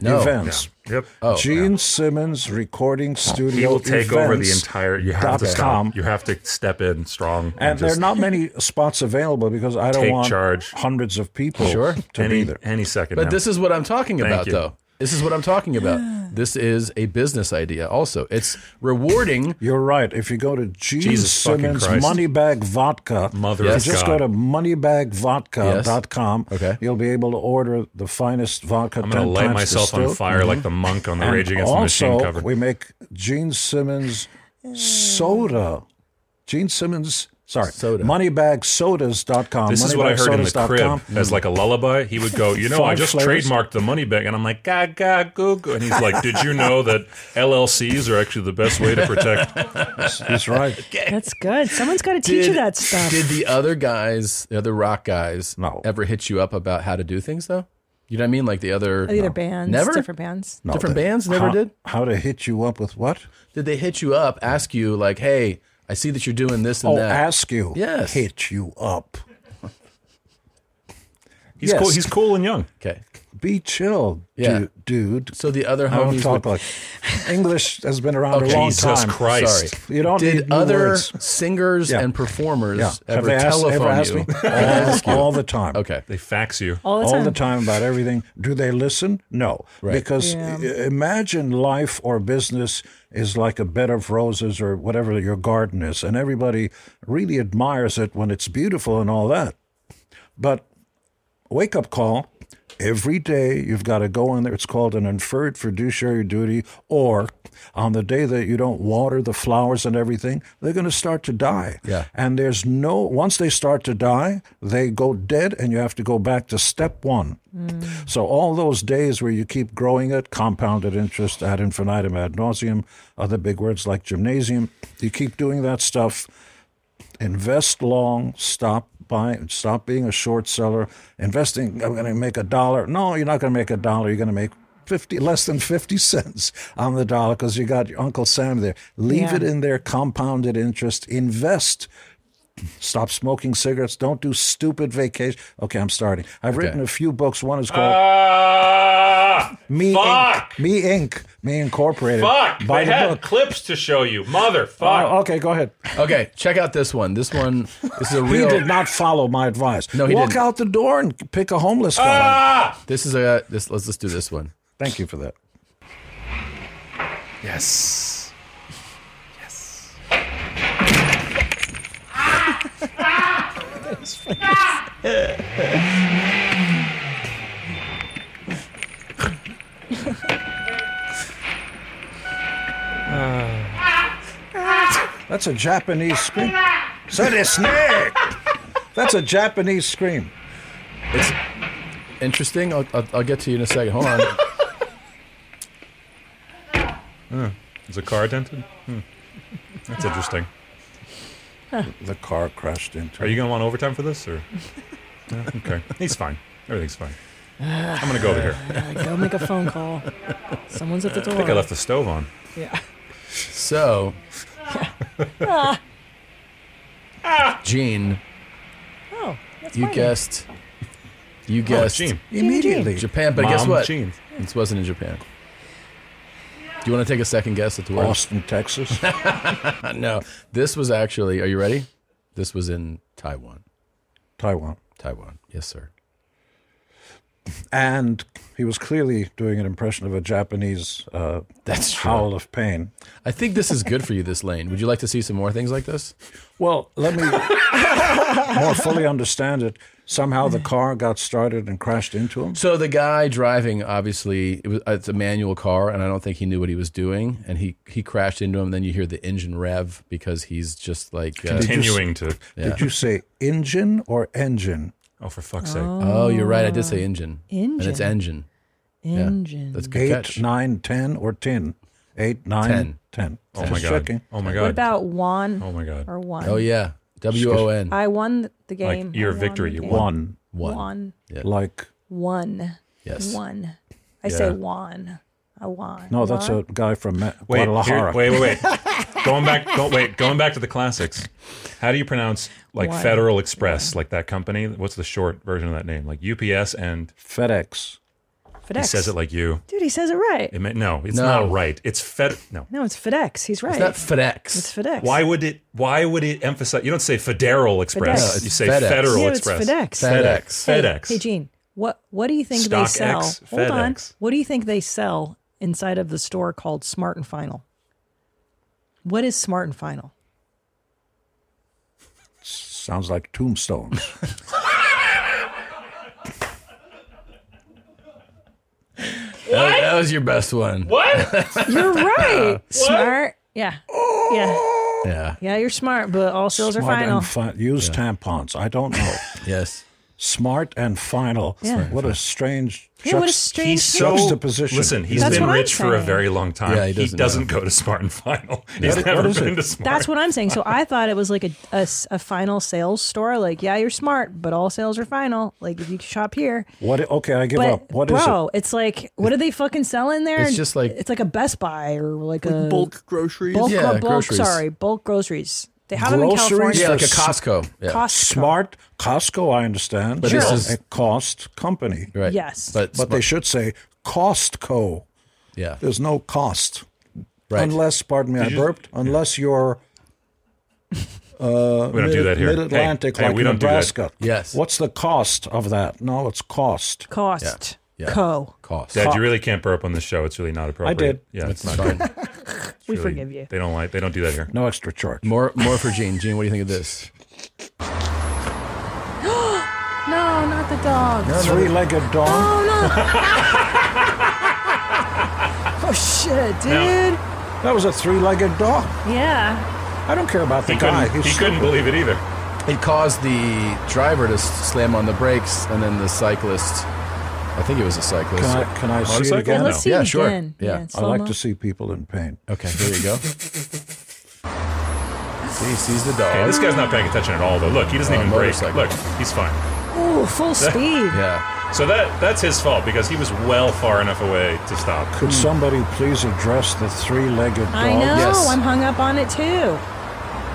B: No. Oh,
A: events.
C: Yep.
B: uh,
A: Gene Simmons recording studio.
C: He will take over the
A: events.
C: entire. You have to
A: dot
C: stop.
A: com.
C: You have to step in strong. And,
A: And there are
C: just
A: not many spots available because I don't
C: Take
A: want
C: charge.
A: hundreds of people
B: Sure.
A: to
C: any
A: be there.
C: any second.
B: But
C: now.
B: this is what I'm talking
C: Thank
B: about,
C: you.
B: though. This is what I'm talking about. This is a business idea. Also, it's
A: [LAUGHS]
B: rewarding.
A: You're right. If you go to Gene
C: Jesus fucking
A: Simmons
C: Christ.
A: Moneybag Vodka,
C: Mother
A: if
C: of
A: you just
C: God.
A: go to moneybagvodka.com,
B: Okay.
A: you'll be able to order the finest vodka.
C: I'm going to light myself on fire
B: Mm-hmm.
C: like the monk on the Rage Against
A: also,
C: the Machine cover.
A: we make Gene Simmons soda. Gene Simmons, sorry,
B: Soda.
A: moneybagsodas.com.
C: This is what I heard in the
A: moneybagsodas.com.
C: crib as like a lullaby. He would go, you know, I
A: Five
C: just
A: flavors.
C: trademarked the money bag, and I'm like, ga ga goo goo, and he's like, did you know that LLCs are actually the best way to protect?
A: [LAUGHS] That's
B: [LAUGHS]
A: right.
D: That's good. Someone's got to teach you that stuff.
B: Did the other guys, the other rock guys,
A: No.
B: ever hit you up about how to do things though? You know what I mean? Like the other,
D: Other bands,
B: never
D: different bands.
A: No,
B: Different
A: the-
B: bands never
A: how-
B: did?
A: How to hit you up with what?
B: Did they hit you up, ask you like, "Hey, I see that you're doing this and
A: Oh,
B: that."
A: ask you.
B: Yes.
A: Hit you up.
C: He's
A: Yes.
C: cool. He's cool and young.
B: okay.
A: Be chill,
B: Yeah.
A: du- dude.
B: So the other
A: I don't
B: homies
A: talk like
B: would- [LAUGHS]
A: English has been around
B: Okay.
A: a long
C: Jesus
A: time.
C: Christ.
B: Sorry.
A: You don't
B: Did
A: need new
B: other
A: words.
B: singers
A: Yeah.
B: and performers
A: Yeah. Have
B: ever
A: they asked,
B: telephone
A: ever asked
B: you?
A: me?
B: [LAUGHS] Ever ask you?
A: all, all the time.
B: Okay.
C: They fax you.
D: All the
A: All [LAUGHS]
D: time.
A: the time about everything. Do they listen? No.
B: Right.
A: Because i- imagine life or business is like a bed of roses or whatever your garden is, and everybody really admires it when it's beautiful and all that. But wake up call every day you've got to go in there it's called an inferred fiduciary duty or on the day that you don't water the flowers and everything they're going to start to die
B: Yeah.
A: and there's no once they start to die they go dead and you have to go back to step one so all those days where you keep growing it compounded interest ad infinitum ad nauseum other big words like gymnasium you keep doing that stuff invest long stop buying stop being a short seller investing i'm going to make a dollar no you're not going to make a dollar you're going to make 50 less than 50 [LAUGHS] cents on the dollar because you got your uncle sam there leave
D: Yeah.
A: it in there compounded interest invest stop smoking cigarettes don't do stupid vacation okay i'm starting i've written a few books one is called
C: Ah,
A: me
C: Uh, fuck,
A: inc. me inc me incorporated
C: fuck.
A: by
C: They
A: the
C: had
A: book
C: clips to show you, mother.
A: Oh,
C: Fuck.
A: okay go ahead
B: Okay, check out this one. This one, this is
A: [LAUGHS]
B: a
A: he
B: real.
A: did not follow my advice
B: No, he
A: walk
B: didn't.
A: out the door and pick a homeless guy
C: Ah,
B: This is a. This let's just do this one.
A: Thank you for that.
B: Yes.
A: [LAUGHS] That's a Japanese scream. Said a snake. That's a Japanese scream.
B: Interesting. I'll, I'll, I'll get to you in a second. Hold on.
C: is the car dented? Hmm. That's interesting.
A: The car crashed into.
C: Are you going to want overtime for this, or? No? Okay, he's fine. Everything's fine. I'm going to go over here. I
D: Go make a phone call. Someone's at the door.
C: think I left the stove on.
D: Yeah.
A: [LAUGHS]
B: So, Gene,
D: Oh, that's
B: you
D: mine.
B: guessed.
A: Oh,
C: Oh,
B: You guessed
C: Gene.
A: Immediately.
B: Japan, but guess
C: Mom
B: what?
C: jeans.
B: This wasn't in Japan. Do you want to take a second guess at the word?
A: Austin, Texas.
B: no, this was actually. Are you ready? This was in Taiwan.
A: Taiwan.
B: Taiwan. Yes, sir.
A: And he was clearly doing an impression of a Japanese uh,
B: That's true.
A: howl of pain.
B: I think this is good for you, this lane. Would you like to see some more things like this?
A: Well, let me [LAUGHS] more fully understand it. Somehow the car got started and crashed into him.
B: So the guy driving, obviously, it was, uh, it's a manual car, and I don't think he knew what he was doing, and he he crashed into him. Then you hear the engine rev because he's just like
C: [LAUGHS]
B: uh,
C: Continuing to.
B: Yeah.
A: Did you say engine or engine?
C: Oh, for fuck's sake.
B: Oh, you're right. I did say engine. And it's
D: Engine.
B: engine. Yeah.
D: Engine.
B: That's a good
A: Eight,
B: catch.
A: nine, ten, or ten? Eight, nine,
B: Ten.
A: ten.
C: Oh my
A: Just
C: god.
A: checking.
C: Oh my god.
D: What about one?
C: Oh my god.
D: Or one?
B: Oh yeah. W O N.
D: I won the game.
C: your
D: I won
C: victory,
D: the
C: you
D: game.
A: One,
B: One.
D: Won.
B: Yeah.
A: like
D: Won.
B: Yes.
D: Won. I say
C: Yeah.
D: won. I won.
A: no, that's
D: Won.
A: a guy from Ma-
C: Wait, here,
A: Guadalajara.
C: wait, wait, wait. [LAUGHS] going back, go, wait, going back to the classics. How do you pronounce like
D: One.
C: Federal Express, like that company? What's the short version of that name? Like UPS, and
A: FedEx.
D: FedEx.
C: he says it like you.
D: Dude, he says it right.
C: It meant, no, it's
B: No.
C: not right. It's Fed. No,
D: No, it's FedEx. He's right.
B: It's not FedEx.
D: It's FedEx.
C: why would it? Why would it emphasize? You don't say Federal
D: FedEx. No,
C: Express.
D: it's
C: you say
B: FedEx.
C: Federal
D: Yeah, it's
C: Express.
D: FedEx.
C: FedEx.
D: Hey,
C: FedEx.
D: Hey, Gene, what what do you think they
C: Stock
D: sell?
C: X,
D: Hold on.
C: FedEx.
D: What do you think they sell inside of the store called Smart and Final? What is Smart and
C: [LAUGHS]
D: Final?
A: Sounds like tombstones.
B: That, that was your best one.
C: [LAUGHS]
D: You're right. smart. Yeah.
C: Oh.
D: Yeah.
B: Yeah.
D: Yeah, you're smart, but all sales
A: Smart
D: are final.
A: and fi- use tampons. I don't know.
B: Yes.
A: Smart and final.
D: Yeah.
A: What a strange.
D: Yeah, what a
A: juxt-
D: strange
C: He's so
A: Juxtaposition.
C: Listen, he's
D: That's
C: been
D: what I'm
C: rich for a
D: saying.
C: very long time.
B: Yeah, he
C: he
B: doesn't
C: doesn't,
B: know.
C: go to Smart and
A: [LAUGHS]
C: Final. He's
A: What-
C: never
A: what is
C: been
A: it?
C: to Smart.
D: [LAUGHS] That's what I'm saying. So I thought it was like a, a s- a final sales store. Like, yeah, you're smart, but all sales are final. Like, if you shop here,
A: What? Okay, I give
D: but
A: up. What is
D: bro, it's like, what are they fucking selling there?
B: It's just like-
D: it's like a Best Buy or like, a
N: Bulk groceries.
D: bulk,
B: Yeah,
D: bulk
B: groceries.
D: sorry, bulk groceries. They have
A: Groceries?
D: them in California.
B: Yeah, like a
A: S-
B: Costco. Yeah.
D: Costco.
A: it? Smart Costco. I understand.
B: But this Sure. is-
A: a cost company.
B: Right.
D: Yes.
B: But,
A: But they should say Costco.
B: yeah.
A: There's no cost
B: Right.
A: unless. Pardon me, I burped. Unless you're
C: we don't do that here. Hey,
A: Mid Atlantic,
C: hey,
A: like
C: we don't do that.
A: Nebraska.
B: Yes.
A: What's the cost of that? No, it's cost.
D: Cost.
B: Yeah.
D: Co.
B: Cost.
C: Dad, you really can't burp on this show. It's really not appropriate.
A: did.
C: Yeah, it's not
B: It's fine.
C: good.
D: We
C: Really,
D: forgive you.
C: They don't like. They don't do that here.
A: No extra charge.
B: More more for Gene. Gene, what do you think of this?
D: No, not the dog.
A: Three-legged dog.
D: Oh no. oh shit, dude.
A: That was a three-legged dog.
D: Yeah.
A: I don't care about the
C: He
A: guy.
C: couldn't.
A: He's
C: He couldn't believe it either.
B: It caused the driver to s- slam on the brakes, and then the cyclist. I think it was a cyclist.
A: Can I, can I see
C: Motorcycle?
A: it again?
D: Let's see
B: Yeah,
D: it
B: sure.
D: again.
B: Yeah.
D: in
A: I like
D: slow-mo.
A: to see people in pain.
B: Okay, here you go. See, he sees the dog.
C: Hey, this guy's not paying attention at all. Though, look, he doesn't
A: Oh,
B: Uh,
C: even brake.
B: motorcycle.
C: Look, he's fine.
D: Ooh,
C: [LAUGHS]
D: full speed.
B: yeah.
C: So that that's his fault because he was well far enough away to stop.
A: Could somebody please address the three-legged dog?
D: I know.
B: yes.
D: I'm hung up on it too.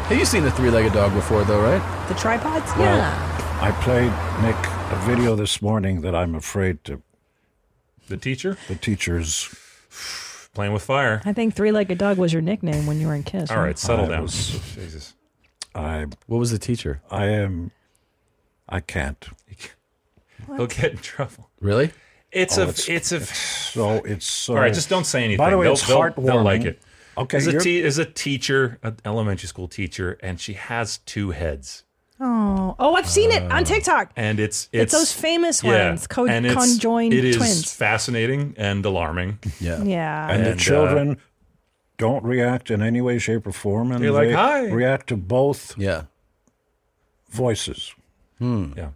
B: Have you seen a three-legged dog before, though? Right?
D: The tripods?
A: Well,
D: yeah.
A: I played Nick a video this morning that I'm afraid to
C: The teacher
A: the teachers.
C: playing with fire.
D: I think three legged dog was your nickname when you were in KISS.
C: All right, settle
A: I
C: down.
A: was-
C: Jesus,
A: I
B: What was the teacher?
A: I am. I can't.
C: he'll get in trouble.
B: Really?
C: It's
A: Oh,
C: a.
A: it's-
C: It's a.
A: So it's uh, so.
C: All right, just don't say anything.
A: By the way,
C: they'll,
A: it's
C: they'll,
A: heartwarming.
C: they'll like it.
A: Okay,
C: Is a,
A: you're-
C: te- is a teacher, an elementary school teacher, and she has two heads,
D: Oh, oh, I've seen it on TikTok.
C: and it's
D: It's
C: Uh, it's,
D: those famous
C: yeah,
D: ones, co-
C: and it's-
D: conjoined
C: It is
D: twins.
C: fascinating and
D: [LAUGHS]
C: alarming.
B: Yeah.
D: Yeah.
A: and,
C: And, uh,
A: the children don't react in any way, shape, or form, and
C: They're like,
A: they
C: "Hi."
A: react to both
B: Yeah.
A: voices.
C: Yeah.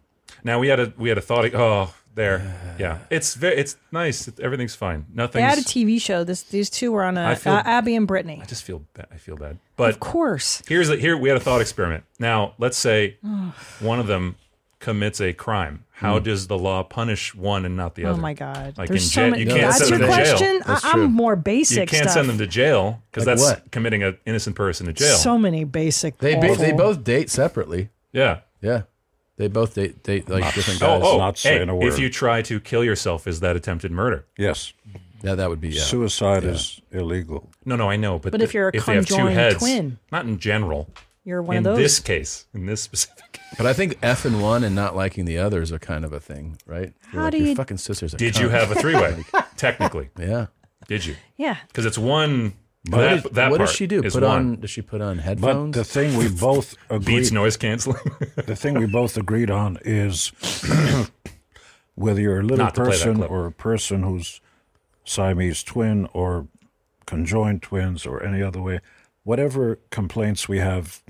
C: Now we had a we had a thought. Oh, there. Yeah. It's very it's nice. It- everything's fine.
D: They
C: Nothing.
D: had a TV show. This these two were on a
C: I feel-
D: uh, Abby and Brittany.
C: I just feel bad. I feel bad. But
D: Of course.
C: here's the, here we had a thought experiment. Now let's say one of them commits a crime. How
A: Hmm.
C: does the law punish one and not the
D: Oh
C: other?
D: my god.
C: Like
D: There's
C: in
D: so
C: jail-
D: many.
C: you can't
D: That's
C: send
D: your
C: them to jail.
D: question.
B: That's
D: I,
B: true.
D: am more
C: You
D: basic.
C: can't
D: stuff.
C: send them to jail because
B: Like
C: that's
B: what?
C: committing an innocent person to jail.
D: So many basic.
B: They ba- they
D: awful-
B: both date separately.
C: yeah.
B: Yeah. They both date date like different
C: Oh,
B: guys.
C: oh,
A: not
C: hey,
A: saying a word.
C: if you try to kill yourself, is that attempted murder?
A: Yes,
B: Yeah, that would be yeah.
A: Suicide is illegal.
C: No, no, I know, but,
D: But
C: the-
D: if you're a
C: if they have two
D: conjoined
C: heads,
D: twin.
C: not in general,
D: You're one
C: in
D: of
C: this
D: those.
C: case, in this specific.
B: But I think F and one and not liking the other is a kind of a thing, right?
D: How
B: You're like,
D: do
B: your
D: you-
B: fucking sisters?
C: Did you have a three-way? [LAUGHS] Technically,
B: yeah.
C: Did you?
D: Yeah.
C: Because it's one.
B: But
C: that,
B: what did-
C: that
B: what
C: part
B: does she do?
C: Is
B: Put
C: one.
B: on? Does she put on
A: But
B: headphones?
A: the thing we both agreed
C: Beats noise canceling. [LAUGHS]
A: the thing we both agreed on is [CLEARS THROAT] whether you're a little
C: Not to play that
A: person
C: clip.
A: or a person who's Siamese twin or conjoined twins or any other way, whatever complaints we have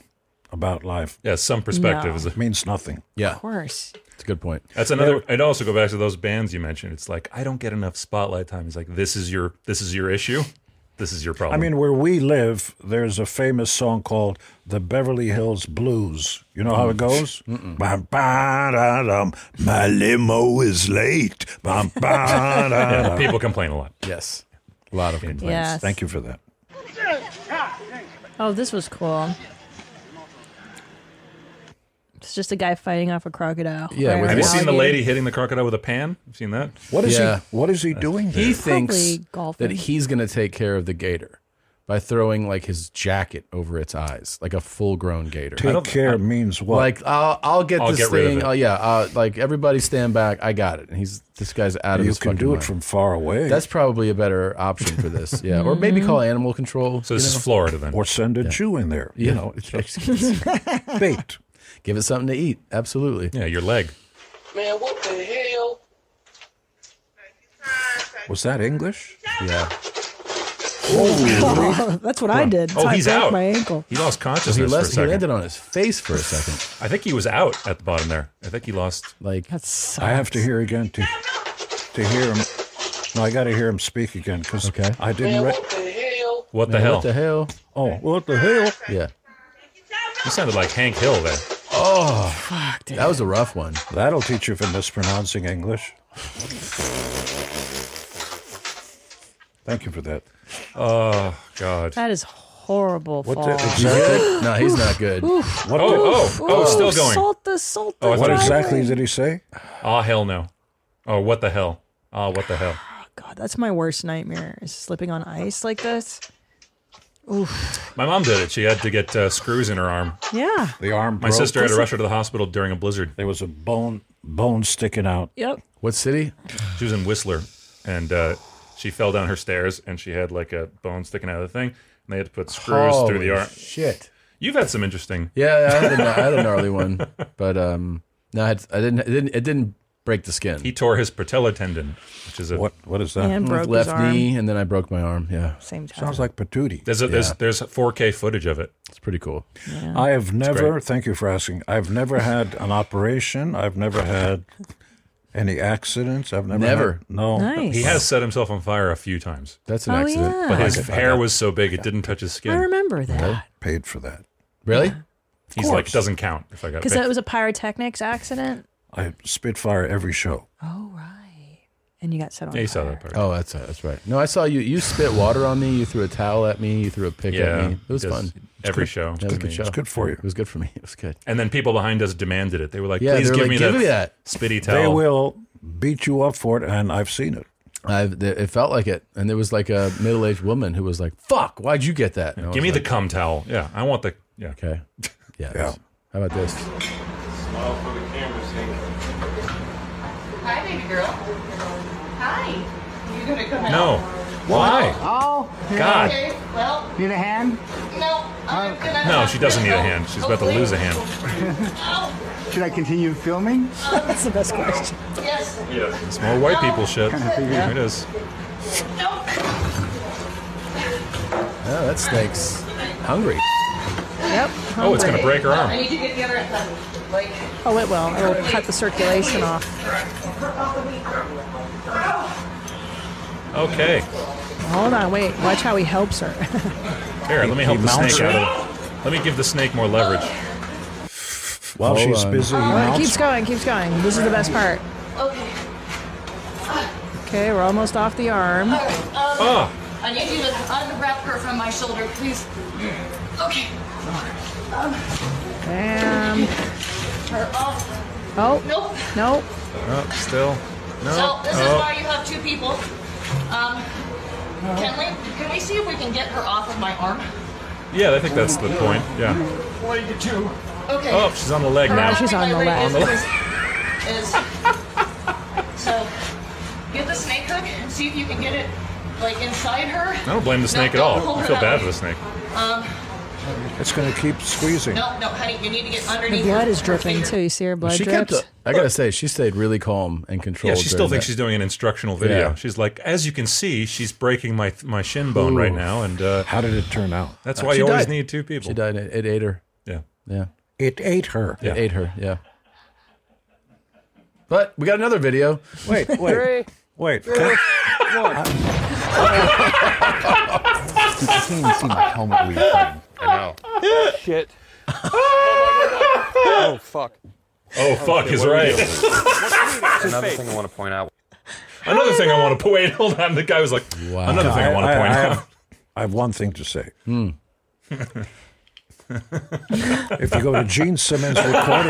A: about life.
C: Yeah, some perspective No. is a-
A: means nothing.
B: yeah,
D: of course.
B: It's a good point.
C: That's another. I'd also go back to those bands you mentioned. It's like I don't get enough spotlight time. It's like this is your this is your issue. This is your
A: I
C: problem.
A: mean, where we live, there's a famous song called "The Beverly Hills Blues." You know how
C: Mm.
A: it goes? Bam, ba, da, dum. My limo is late. Bam, ba,
C: [LAUGHS]
A: da,
C: Yeah,
A: dum.
C: people complain a lot.
B: Yes, a lot of complaints.
D: Yes.
A: Thank you for that.
D: Oh, this was cool. It's just a guy fighting off a crocodile.
B: Yeah,
D: Right,
B: with-
C: Have you
D: right.
C: seen the
D: Alligator.
C: lady hitting the crocodile with a pan? You've seen that?
A: What is
B: Yeah.
A: he? What is he doing? There?
B: He thinks
D: Probably golfing.
B: that he's going to take care of the gator by throwing like his jacket over its eyes, like a full-grown gator.
A: Take care means what?
B: Like I'll I'll get
C: I'll
B: this
C: get rid of
B: thing.
C: it.
B: Oh yeah, uh, like everybody stand back. I got it. And he's this guy's out of
A: you
B: his
A: can
B: fucking
A: do it
B: mind.
A: from far away,
B: That's probably a better option for this. Yeah, or
D: Mm-hmm.
B: maybe call animal control.
C: So
B: you
C: this
B: know?
C: is Florida then.
A: or send a Jew in there.
B: Yeah.
A: You know,
C: [LAUGHS]
A: bait.
B: give it something to eat. Absolutely.
C: Yeah, your leg.
H: Man, what the hell?
A: Was that English?
B: Yeah.
D: [LAUGHS] Oh, that's what I did. That's
C: Oh,
D: how I
C: he's
D: broke
C: out.
D: My ankle.
C: He lost
B: So
C: consciousness
B: he,
C: for a
B: left, he
C: second.
B: landed on his face for a second.
C: I think he was out at the bottom there. I think he lost.
B: Like
D: That sucks.
A: I have to hear again to to hear him. No, I got to hear him speak again because
B: Okay.
A: I didn't. Re-
H: the hell?
C: What the
B: Man,
C: hell?
B: What the hell?
A: oh, what the hell?
B: Yeah.
C: You sounded like Hank Hill there.
B: That was a rough one.
A: That'll teach you for mispronouncing English. Thank you for that.
C: Oh God.
D: That is horrible.
A: What
D: fall.
A: the,
B: Is he good? no, he's not good.
A: what the-
C: Oh, oh, oh, still going.
D: Salt the salt. The
C: Oh, I thought
A: what
C: it was-
A: exactly did he say?
C: Ah, hell no. Oh, what the hell? Ah, what the hell?
D: God, that's my worst nightmare. Is slipping on ice like this.
C: My mom did it. She had to get uh, screws in her arm.
D: Yeah.
A: The arm.
C: My
A: broke.
C: sister had to rush her to the hospital during a blizzard.
A: There was a bone bone sticking out.
D: Yep.
B: What city?
C: She was in Whistler, and uh, she fell down her stairs, and she had like a bone sticking out of the thing, and they had to put screws through
B: Holy
C: the arm.
B: Shit.
C: You've had some interesting.
B: Yeah, I had a, I had a gnarly one, but um, no, I, had, I didn't. It didn't. It didn't break the skin.
C: He tore his patellar tendon, which is a
A: What what is that?
D: And broke
B: left
D: his arm.
B: knee, and then I broke my arm. Yeah,
D: Same time.
A: mm, Sounds like patootie.
C: there's a, there's there's 4K footage of it.
B: it's pretty cool.
A: I have never, thank you for asking, I've never had an operation. I've never had any accidents. I've never.
B: Never.
A: had- no.
D: nice.
C: He has set himself on fire a few times,
B: That's an
D: Oh,
B: accident.
D: yeah.
C: but his hair was so big it didn't touch his
D: I
C: skin.
D: remember that
A: Paid for that.
B: Really?
C: He's like doesn't count if I got
D: because
C: paid.
D: that was a pyrotechnics accident.
A: I Spitfire every show.
D: Oh right. And you got set on
C: Yeah, you saw
D: fire.
C: that part.
B: Oh, that's that's right. No, I saw you. You spit water on me. You threw a towel at me. You threw a pick
C: yeah,
B: at me. It was
C: he does
B: fun.
C: Every show.
B: That was a good show.
A: It's good for you.
B: It was good for me. [LAUGHS] It was good.
C: And then people behind us demanded it. They were like,
B: Yeah,
C: "Please
B: they were
C: give,
B: like,
C: me,
B: "Give
C: that
B: me that."
C: spitty towel."
A: They will beat you up for it, and I've seen it.
B: I've, th- it felt like it. And there was like a middle aged woman who was like, "Fuck, why'd you get that?" And I was
C: Give me the
B: like,
C: cum towel. Yeah, I want the. Yeah.
B: Okay. Yeah. it
A: Yeah.
B: was- How about this?
I: Hi, baby girl. Hi.
L: You gonna come
C: No. Why?
L: Oh,
C: God.
I: Well,
L: need a hand?
I: no. I'm gonna-
C: No, she doesn't need a hand. She's about to lose a hand.
I: Oh,
L: Should I continue filming?
D: That's the best question.
I: Yes.
C: Yeah. It's more white people shit. There it is.
B: Oh, that snake's hungry.
D: Yep.
C: Oh, it's gonna
D: hungry.
C: break her
I: I
C: arm.
I: need to get the other like
D: Oh, it will. It will cut the circulation off.
C: Okay.
D: Hold on, wait. Watch how he helps her. [LAUGHS]
C: Here, let me help the snake out of it. Let me give the snake more leverage.
A: While
B: Hold
A: she's
B: on.
A: busy, he
D: Well, Oh, it
A: mounts-
D: keeps going, keeps going. This is the best part.
I: Okay.
D: Okay, we're almost off the arm.
I: All right. Um,
C: Oh,
I: I need you to unwrap her from my shoulder, please. Okay.
D: Bam.
I: Her off.
D: Oh,
I: Nope.
D: no.
C: oh, still. No.
I: So this is
C: Oh.
I: why you have two people. Um, Kenley, can I see if we can get her off of my arm?
C: Yeah, I think that's the point. Yeah.
I: Forty-two. Okay.
C: Oh, she's on the leg
I: Her
C: now.
I: arm
C: She's
I: and
C: on
I: my
C: the
I: leg
C: leg.
I: Is,
D: [LAUGHS]
I: is, is- so get the snake hook and see if you can get it like inside her.
C: I don't blame the
I: No,
C: snake at
I: don't
C: all.
I: hold
C: I
I: her
C: feel
I: that
C: bad
I: way.
C: for the snake.
I: Um,
A: It's going to keep squeezing.
I: no, no, honey, you need to get
D: The
I: underneath.
D: blood
I: her-
D: is
I: her
D: dripping
I: finger.
D: too. You see her blood
B: she
D: drips.
B: kept. A, I gotta say, she stayed really calm and controlled.
C: Yeah, she still
B: during
C: thinks
B: that.
C: she's doing an instructional video.
B: Yeah.
C: She's like, as you can see, she's breaking my my shin bone right
B: Ooh.
C: now, and uh,
A: how did it turn out?
C: That's
B: Uh,
C: why
B: she
C: you always
B: died.
C: need two people.
B: She died. It, it ate her.
C: Yeah.
B: Yeah.
A: It ate her.
B: It ate her. Yeah. But we got another video.
A: Wait, wait,
C: [LAUGHS]
A: wait.
C: Oh,
A: Can-
R: I can't even see my helmet where you're from. I know. Shit. oh fuck.
C: Oh fuck is right.
R: Another thing I want to point out.
C: [LAUGHS] Another thing I [LAUGHS] want to wait. Hold on. The guy was like, another thing I want to point out.
A: Have, I have one thing to say. if you go to Gene Simmons recording,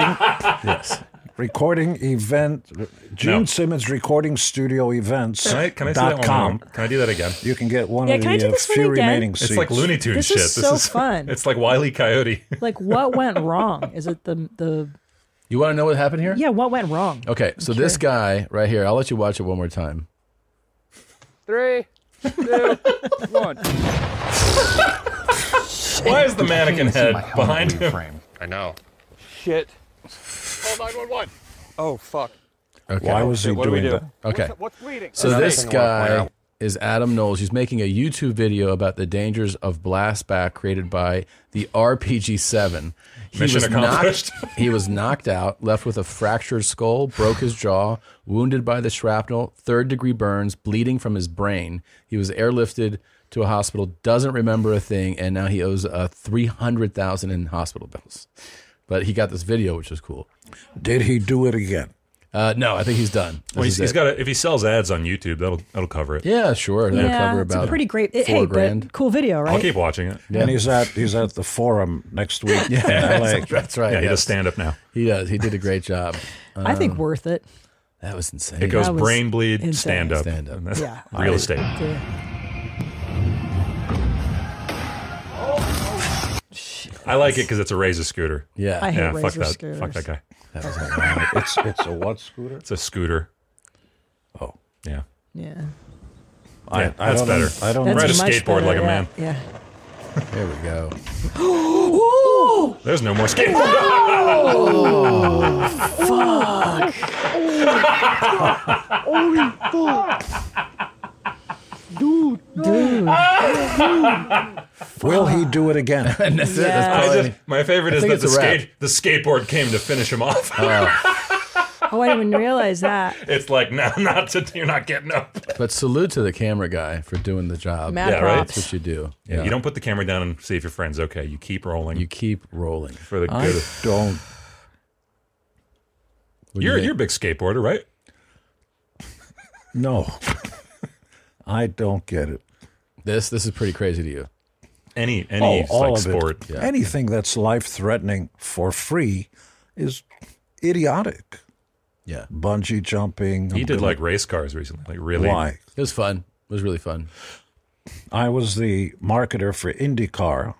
A: yes, recording event, Gene
C: No.
A: Simmons recording studio events.
C: Can I, can I see that one?
A: com,
C: more? Can I do that again?
A: You can get one
D: Yeah,
A: of
D: can I
A: the
D: do
A: uh,
D: this one
A: few
D: again?
A: remaining
D: It's
A: seats.
C: It's like Looney Tunes
D: This
C: shit.
D: is so
C: [LAUGHS]
D: fun.
C: It's like Wiley
B: [LAUGHS]
C: Coyote. [LAUGHS]
D: Like what went wrong? Is it the the
B: You want to know what happened here?
D: yeah? What went wrong?
B: Okay, so this guy right here. I'll let you watch it one more time.
R: Three, two, one.
C: Why is the mannequin
R: see
C: head
R: my helmet
C: behind
R: where you're
C: him?
R: from. I know. Shit. Call 911. Oh fuck.
B: Okay.
A: Why was he
R: what do we do?
A: doing that?
B: Okay.
R: What's bleeding?
B: So
R: Another
B: this
R: thing I wanna point
B: guy
R: out.
B: is Adam Knowles. He's making a YouTube video about the dangers of blastback created by the RPG-7.
C: Mission accomplished.
B: Knocked, [LAUGHS] he was knocked out, left with a fractured skull, broke his jaw, wounded by the shrapnel, third-degree burns, bleeding from his brain. He was airlifted to a hospital, doesn't remember a thing, and now he owes uh, 300,000 in hospital bills. But he got this video, which is cool.
A: Did he do it again?
B: Uh, no, I think he's done.
C: Well,
B: This
C: he's, he's
B: is it.
C: got. If he sells ads on YouTube, that'll that'll cover it.
B: Yeah, sure. That'll cover
D: it's
B: about
D: a pretty great. it-
B: four
D: hey,
B: grand.
D: but cool video, right?
C: I'll keep watching it.
A: And he's at he's at the forum next week. in LA.
B: that's, that's right.
C: Yeah, he
B: yes.
C: does stand up now.
B: He does. He did a great job.
D: I think
B: Um,
D: worth it.
B: that was insane.
C: It goes [LAUGHS]
D: That was
C: brain bleed,
D: insane.
C: stand up,
B: Stand up.
C: And that's
D: Yeah.
C: real estate. I like it because it's a Razor scooter. [LAUGHS]
B: Yeah.
D: I hate
C: yeah, fuck
D: Razor
C: that.
D: scooters.
C: Fuck that guy.
B: That was unreal.
A: It's it's a what scooter?
C: It's a scooter.
A: Oh.
C: Yeah.
D: Yeah,
A: I,
C: Yeah,
A: I
C: that's
A: don't know.
C: better.
A: I don't
D: That's
A: know.
C: Ride a
D: much
C: skateboard
D: better,
C: like a
D: yeah,
C: man.
D: Yeah.
B: There we go.
D: Ooh,
C: There's
B: [LAUGHS]
C: no more [LAUGHS] skateboard.
D: fuck!
R: Holy fuck. Dude.
D: Dude,
A: Will he do it again?
C: [LAUGHS]
B: And that's it. That's
D: Yeah.
C: I
B: probably-
C: just, my favorite
B: I
C: is
B: think
C: that
B: it's
C: the
B: a wrap.
C: skate the skateboard came to finish him off.
D: oh, I didn't even realize that.
C: [LAUGHS] it's like no, [LAUGHS] not to, you're not getting up.
B: but salute to the camera guy for doing the job.
D: Mad
C: Yeah, right.
D: props.
B: That's what you do.
C: Yeah, you don't put the camera down and see if your friend's okay. You keep rolling
B: You keep rolling.
C: for the
A: I
C: good. of-
A: don't.
B: What do
C: You're
B: you
C: you're a
B: think?
C: big skateboarder, right?
A: No. [LAUGHS] I don't get it.
B: this this is pretty crazy to you.
C: Any any
A: Oh, all
C: like
A: of it.
C: sport.
A: Anything that's life threatening for free is idiotic.
B: Yeah,
A: Bungee jumping.
C: He
A: I'm
C: did
A: gonna-
C: like race cars recently. Like really.
A: Why?
B: it was fun. It was really fun.
A: I was the marketer for IndyCar.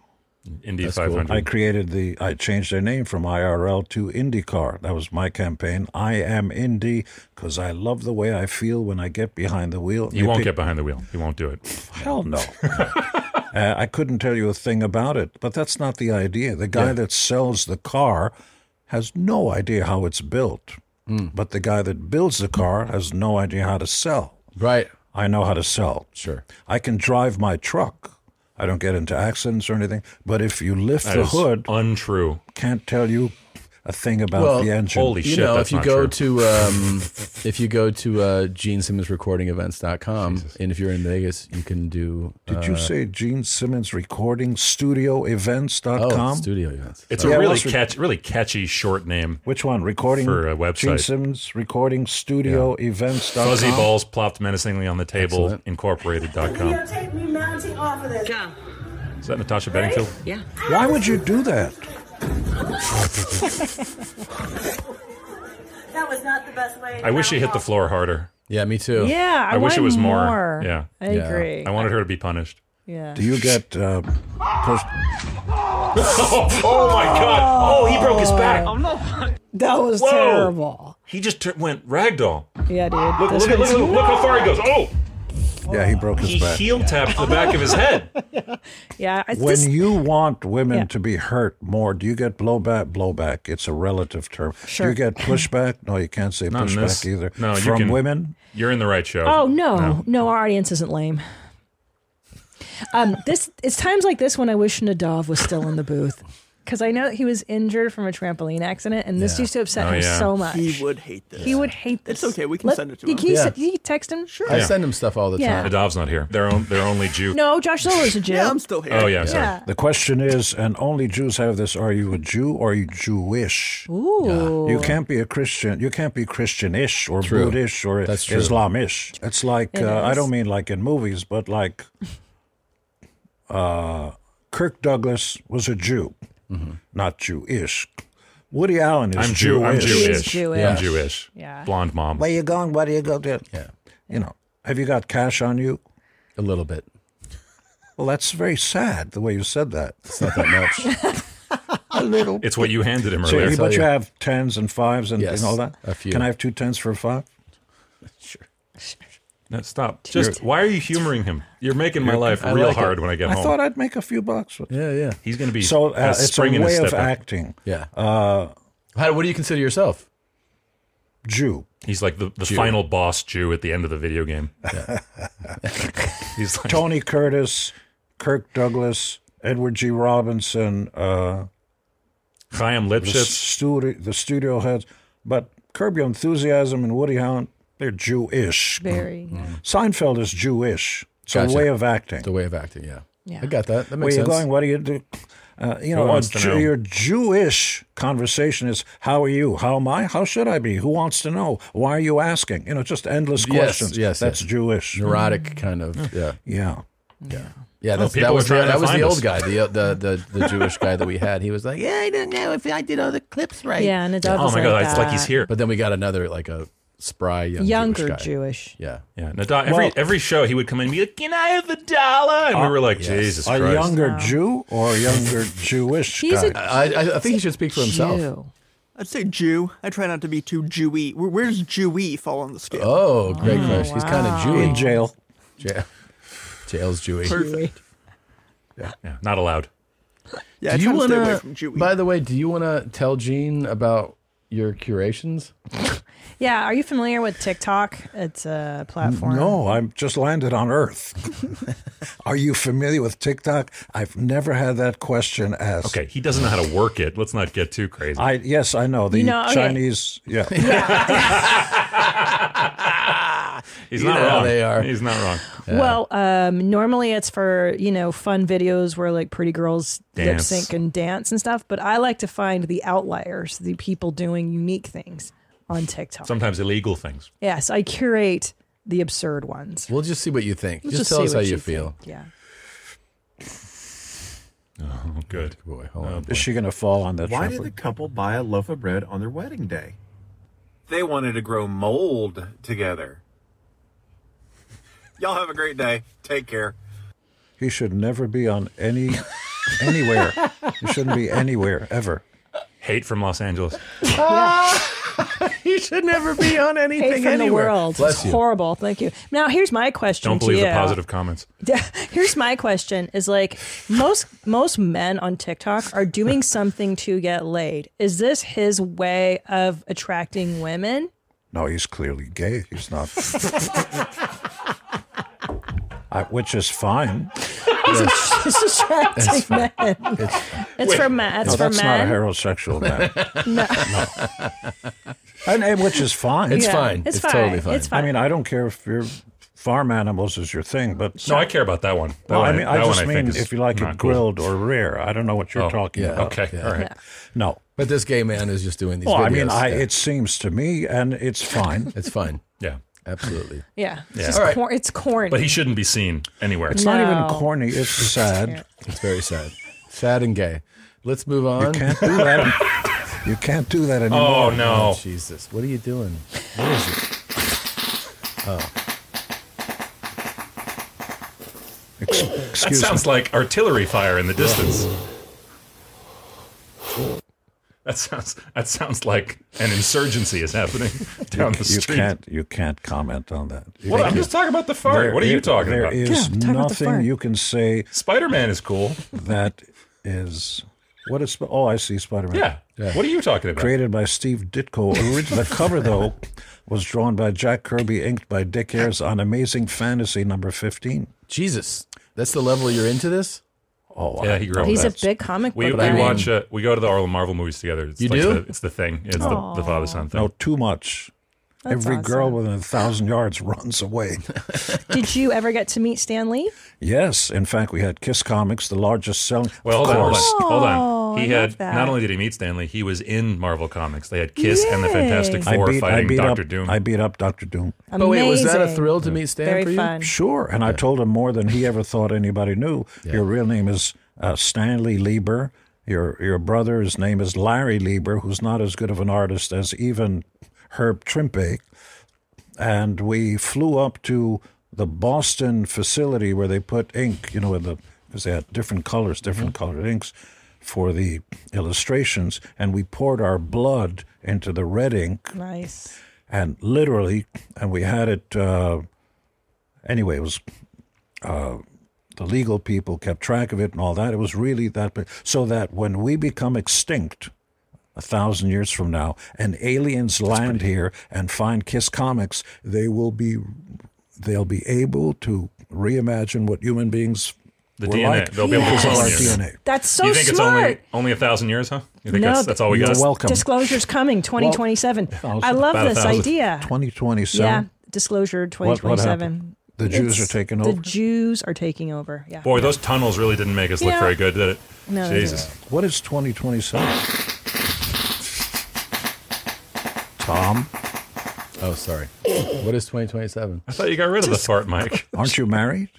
C: Indy
B: That's cool.
C: 500.
A: I created the, I changed their name from IRL to IndyCar. That was my campaign. I am Indy because I love the way I feel when I get behind the wheel.
C: You won't
A: pick-
C: get behind the wheel. You won't do it. [LAUGHS]
A: Hell no. Uh, I couldn't tell you a thing about it, but that's not the idea. The guy that sells the car has no idea how it's built,
C: Hmm.
A: but the guy that builds the car has no idea how to sell.
B: Right.
A: I know how to sell.
B: Sure.
A: I can drive my truck. I don't get into accidents or anything, but if you lift
C: That
A: the
C: is
A: hood,
C: untrue.
A: can't tell you a thing about
B: Well,
A: the engine.
C: holy
B: you
C: shit,
B: know,
C: that's
B: if you
C: not
B: go
C: true.
B: to um, if you go to uh, Gene Simmons Recording Events.com, and if you're in Vegas, you can do uh,
A: Did you say Gene Simmons Recording Studio
B: oh,
A: Events.com?
B: studio events.
C: It's
A: Yeah,
C: a really
A: what's re-
C: catch, really catchy short name.
A: Which one? Recording
C: For a website.
A: Gene Simmons Recording Studio Events.com.
C: Fuzzy balls plopped menacingly on the table.
B: Excellent.
C: Incorporated.com.
S: Videotape me mounting off of this. Come.
C: Is that Natasha Bedingfield?
S: Yeah.
A: Why would you do that?
S: That was not the best way.
C: I wish she hit the floor harder.
B: Yeah, me too.
D: Yeah, I,
C: I wish it
D: want
C: was more.
D: more.
C: Yeah,
D: I agree.
C: I wanted her to be punished. [LAUGHS]
D: Yeah.
A: Do you get uh, post?
C: oh, oh my god! Oh, he broke his back. Oh no!
D: That was terrible.
C: He just tur- went ragdoll.
D: Yeah, dude.
C: Look!
D: This
C: Look! Look!
D: was-
C: Look, look how far he goes. Oh!
A: Yeah, he broke his
C: He
A: back.
C: heel tapped the back of his head.
D: Yeah, it's
A: When
D: just,
A: you want women to be hurt more, do you get blowback? Blowback. It's a relative term.
D: Sure.
A: Do you get pushback? No, you can't say
C: Not in
A: pushback
C: this.
A: either.
C: No, you
A: From
C: can-
A: women?
C: [LAUGHS] You're in the right show.
D: oh no, no, our audience isn't lame. Um, this it's times like this when I wish Nadav was still in the booth because I know he was injured from a trampoline accident, and this
O: Yeah.
D: used to upset
C: Oh,
D: him
C: yeah.
D: so much.
N: He would hate this.
D: He would hate this.
N: It's okay, we can
D: Let-
N: send it to
D: you-
N: him.
D: Can you,
B: Yeah.
D: se- you text him? Sure.
B: I
C: Yeah.
B: send him stuff all the
D: Yeah.
B: time.
C: Adov's not here. They're, on, they're only Jew.
D: No, Josh Zoller's a Jew.
N: Yeah, I'm still here.
C: Oh yeah, sorry.
D: Yeah.
A: The question is, and only Jews have this: Are you a Jew or are you Jewish?
D: Ooh.
A: You can't be a Christian. You can't be Christian-ish or
B: True.
A: Buddhist or
B: That's true.
A: Islamish. It's like
D: It
A: uh, I
D: is.
A: don't mean like in movies, but like uh, Kirk Douglas was a Jew,
B: Mm-hmm.
A: not Jewish. Woody Allen is
C: I'm Jew. I'm
A: Jewish.
C: Jewish.
D: He's Jewish.
C: I'm Jewish.
D: Yeah.
C: Blonde mom.
A: Where you going? Where do you go? To?
B: Yeah.
A: You know, have you got cash on you?
B: A little bit.
A: Well, that's very sad the way you said that.
B: It's not that
A: [LAUGHS]
B: much.
A: A little.
C: It's what you handed him
A: So,
C: earlier.
A: you- but
B: you.
A: you have tens and fives and,
B: Yes,
A: and all that.
B: a few.
A: Can I have two tens for a five?
C: No, stop. Just why are you humoring him? You're making my life
B: I
C: real
B: like it.
C: hard when I get
A: I
C: home.
A: thought I'd make a few bucks. With
B: yeah, yeah,
C: He's going to be
A: So
C: a
A: uh, it's a
C: spring in his
A: way of
C: step.
A: acting.
B: yeah. Uh, How, what do you consider yourself?
A: Jew.
C: He's like the, the final boss Jew at the end of the video
A: [LAUGHS]
C: game. [LAUGHS] He's like,
A: Tony Curtis, Kirk Douglas, Edward G. Robinson, uh,
C: Chaim
A: the,
C: Lipschitz.
A: studio, the studio heads. But Curb Your Enthusiasm and Woody Allen, they're Jewish.
D: Very. yeah.
A: Seinfeld is Jewish. It's
B: Gotcha.
A: a way of acting.
B: The way of acting. Yeah.
D: Yeah.
B: I got that. That
A: Where
B: makes
A: you
B: sense.
A: going? What do you do? Uh, you know,
C: wants to
A: Ju-
C: know?
A: your Jewish conversation is how are you? How am I? How should I be? Who wants to know? Why are you asking? You know, just endless
B: Yes,
A: questions.
B: yes,
A: that's
B: yes.
A: Jewish.
B: Neurotic kind of. Yeah.
A: Yeah.
B: Mm. Yeah, that's,
C: people
B: that
C: are
B: was the,
C: trying to
B: that was
C: find
B: the
C: us.
B: old guy, the, the the the Jewish guy that we had. He was like, "Yeah, I didn't know if I did all the clips right."
D: Yeah, Nadav
C: Oh
D: was
C: my god,
D: like
C: it's like he's
D: that.
C: here.
B: But then we got another like a spry young
D: Younger
B: Jewish guy.
D: Jewish.
B: Yeah,
C: Yeah, Nadav, every
A: Well- Uh,
C: every show he would come in and be like, "Can I have a dollar?" And we were like, "Jesus
A: A
C: Christ!"
A: younger Jew
D: [LAUGHS]
A: or a younger Jewish
D: He's
A: guy?
D: a
B: I, I, I think he should speak for himself.
D: Jew.
N: I'd say Jew. I try not to be too Jewy. Where- Where's Jewy fall on the scale?
B: Oh, great crush. He's kind of
A: in
B: Jewy.
A: jail.
B: Ja- Jail's Jewy.
N: Perfect.
C: Yeah, not allowed.
N: Yeah, I
B: do
N: try
B: you
N: to
B: want
N: stay away from
B: to?
N: Jewy.
B: By the way, do you want to tell Gene about your curations?
D: Yeah, are you familiar with TikTok? It's a platform.
A: No, I'm just landed on
D: [LAUGHS]
A: Earth. Are you familiar with TikTok? I've never had that question asked.
C: Okay, he doesn't know how to work it. Let's not get too crazy.
A: I yes, I know the
D: You know, okay.
A: Chinese.
D: [LAUGHS]
A: Yeah,
C: He's
A: Ah,
B: You
C: not
B: know how
C: wrong.
B: they are.
C: He's not wrong.
D: Well, um, normally it's for you know fun videos where like pretty girls lip
C: Dance.
D: sync and dance and stuff. But I like to find the outliers, the people doing unique things on TikTok.
C: Sometimes illegal things.
D: yes, I curate the absurd ones.
B: We'll just see what you think.
D: Let's
B: just, tell
D: see
B: us how
D: what
B: you
D: think.
B: feel.
D: Yeah.
C: Oh, good.
B: Boy, hold on.
A: is she going to fall on that?
T: Why
A: trampoline?
T: did the couple buy a loaf of bread on their wedding day? They wanted to grow mold together. Y'all have a great day. Take care.
A: He should never be on any anywhere. he shouldn't be anywhere ever.
C: Hate from Los Angeles.
B: he should never be on
D: Hate
B: anything
D: from the world.
B: Bless
D: it's
B: you.
D: horrible. Thank you. Now here's my question.
C: Don't
D: to
C: believe the
D: you.
C: positive comments.
D: [LAUGHS] Here's my question: Is like most most men on TikTok are doing something to get laid. Is this his way of attracting women?
A: No, he's clearly gay. He's
D: [LAUGHS]
A: not. I, which is fine.
D: It's attracting men. It's, for men. It's
A: no,
D: for
A: that's not a
D: men.
A: heterosexual
D: [LAUGHS]
A: man. no. And, and which is fine.
B: It's
D: Yeah,
B: fine.
D: it's
B: It's,
D: fine.
B: totally fine.
D: It's fine.
A: I mean, I don't care if your farm animals is your thing, but
C: No, I care about that one. That
A: Well, I
C: one-
A: mean, I
C: that one
A: just
C: think
A: mean
C: is
A: if you like
C: not
A: it
C: cool.
A: grilled or rare. I don't know what you're
C: Oh,
A: talking
B: yeah.
A: about.
C: Okay, all right.
A: No.
B: But this gay man is just doing these.
A: Well,
B: videos.
A: I mean, I,
B: Yeah.
A: it seems to me, and
C: [LAUGHS]
A: it's fine.
B: it's fine.
C: Yeah.
B: Absolutely.
D: yeah. It's,
C: Yeah.
D: just
B: All right.
D: cor- it's corny.
C: But he shouldn't be seen anywhere.
A: It's not
D: No.
A: even corny.
D: [LAUGHS]
A: It's sad.
B: It's very sad. Sad and gay. Let's move on.
A: You can't do that. Oh. you can't do that anymore.
C: Oh, no.
B: Jesus, what are you doing?
A: Uh,
C: Ex- that sounds like artillery fire in the distance. That sounds that sounds like an insurgency is happening down
A: [LAUGHS] you,
C: the
A: you
C: street.
A: can't you can't comment on that. You
C: Well, I'm
A: can't.
C: just talking about the fart. what are you
A: i-
C: talking
A: there
C: about?
A: is nothing you can say.
C: Spider Man is cool.
A: That is what is. Oh, I see Spider Man.
C: Yeah. What are you talking about?
A: Created by Steve Ditko. Origi- the cover though was drawn by Jack Kirby, inked by Dick Ayers on Amazing Fantasy number fifteen.
B: Jesus, that's the level you're into this.
A: Oh,
C: Yeah, he grew up.
D: He's a
C: with that.
D: big comic
C: We,
D: book
C: we
D: guy.
C: watch. Uh, we go to the Orlando Marvel movies together. It's
B: You
C: like
B: do?
C: The, it's the thing. It's the, the father son thing.
A: No, too much.
D: That's
A: Every
D: awesome.
A: girl within a thousand yards runs
C: [LAUGHS]
A: away.
D: Did you ever get to meet Stan Lee?
A: yes, in fact, we had Kiss Comics, the largest selling.
C: Well,
A: of
C: hold on, hold
A: course.
C: on, hold
D: Oh,
C: on. He
D: I
C: had
D: love that.
C: not only did he meet Stanley, he was in Marvel Comics. They had Kiss and the
D: Yay.
C: Fantastic Four fighting Doctor
A: up,
C: Doom.
A: I beat up Doctor Doom.
B: But wait, was that a
D: Amazing.
B: thrill to meet Stan
D: Very
B: for you?
D: fun.
A: Sure, and I told him more than he ever thought anybody knew. Your real name is uh, Stanley Lieber. Your your brother's name is Larry Lieber, who's not as good of an artist as even Herb Trimpe. And we flew up to the Boston facility where they put ink, you know, with the because they had different colors, different colored inks for the illustrations, and we poured our blood into the red ink
D: Nice.
A: and literally, and we had it. Uh, anyway, it was uh, the legal people kept track of it and all that. It was really that, big. so that when we become extinct a thousand years from now, and aliens land here and find Kiss Comics, they will be, they'll be able to reimagine what human beings.
C: The
A: were
C: DNA.
A: Like.
C: They'll be able to
A: Because of
C: clone
A: our
C: you.
A: DNA.
D: That's so
C: you think
D: Oh, smart.
C: it's only only a thousand years, huh? You think that's,
D: but-
C: that's all we got?
D: Disclosure's coming, 2027. I love
C: About a
D: this
C: thousand.
D: idea.
A: 2027?
D: Yeah, disclosure
A: What- what
D: 2027.
A: happened? The Jews
D: It's-
A: are taking
D: The
A: over?
D: Jews are taking over. Yeah.
C: Boy, those tunnels really didn't make us look
D: Yeah.
C: very good, did it?
D: No, they
C: Jesus.
A: What is 2027? Tom,
B: Oh, sorry. What is 2027?
C: I thought you got rid of the fart, Mike.
A: aren't you married?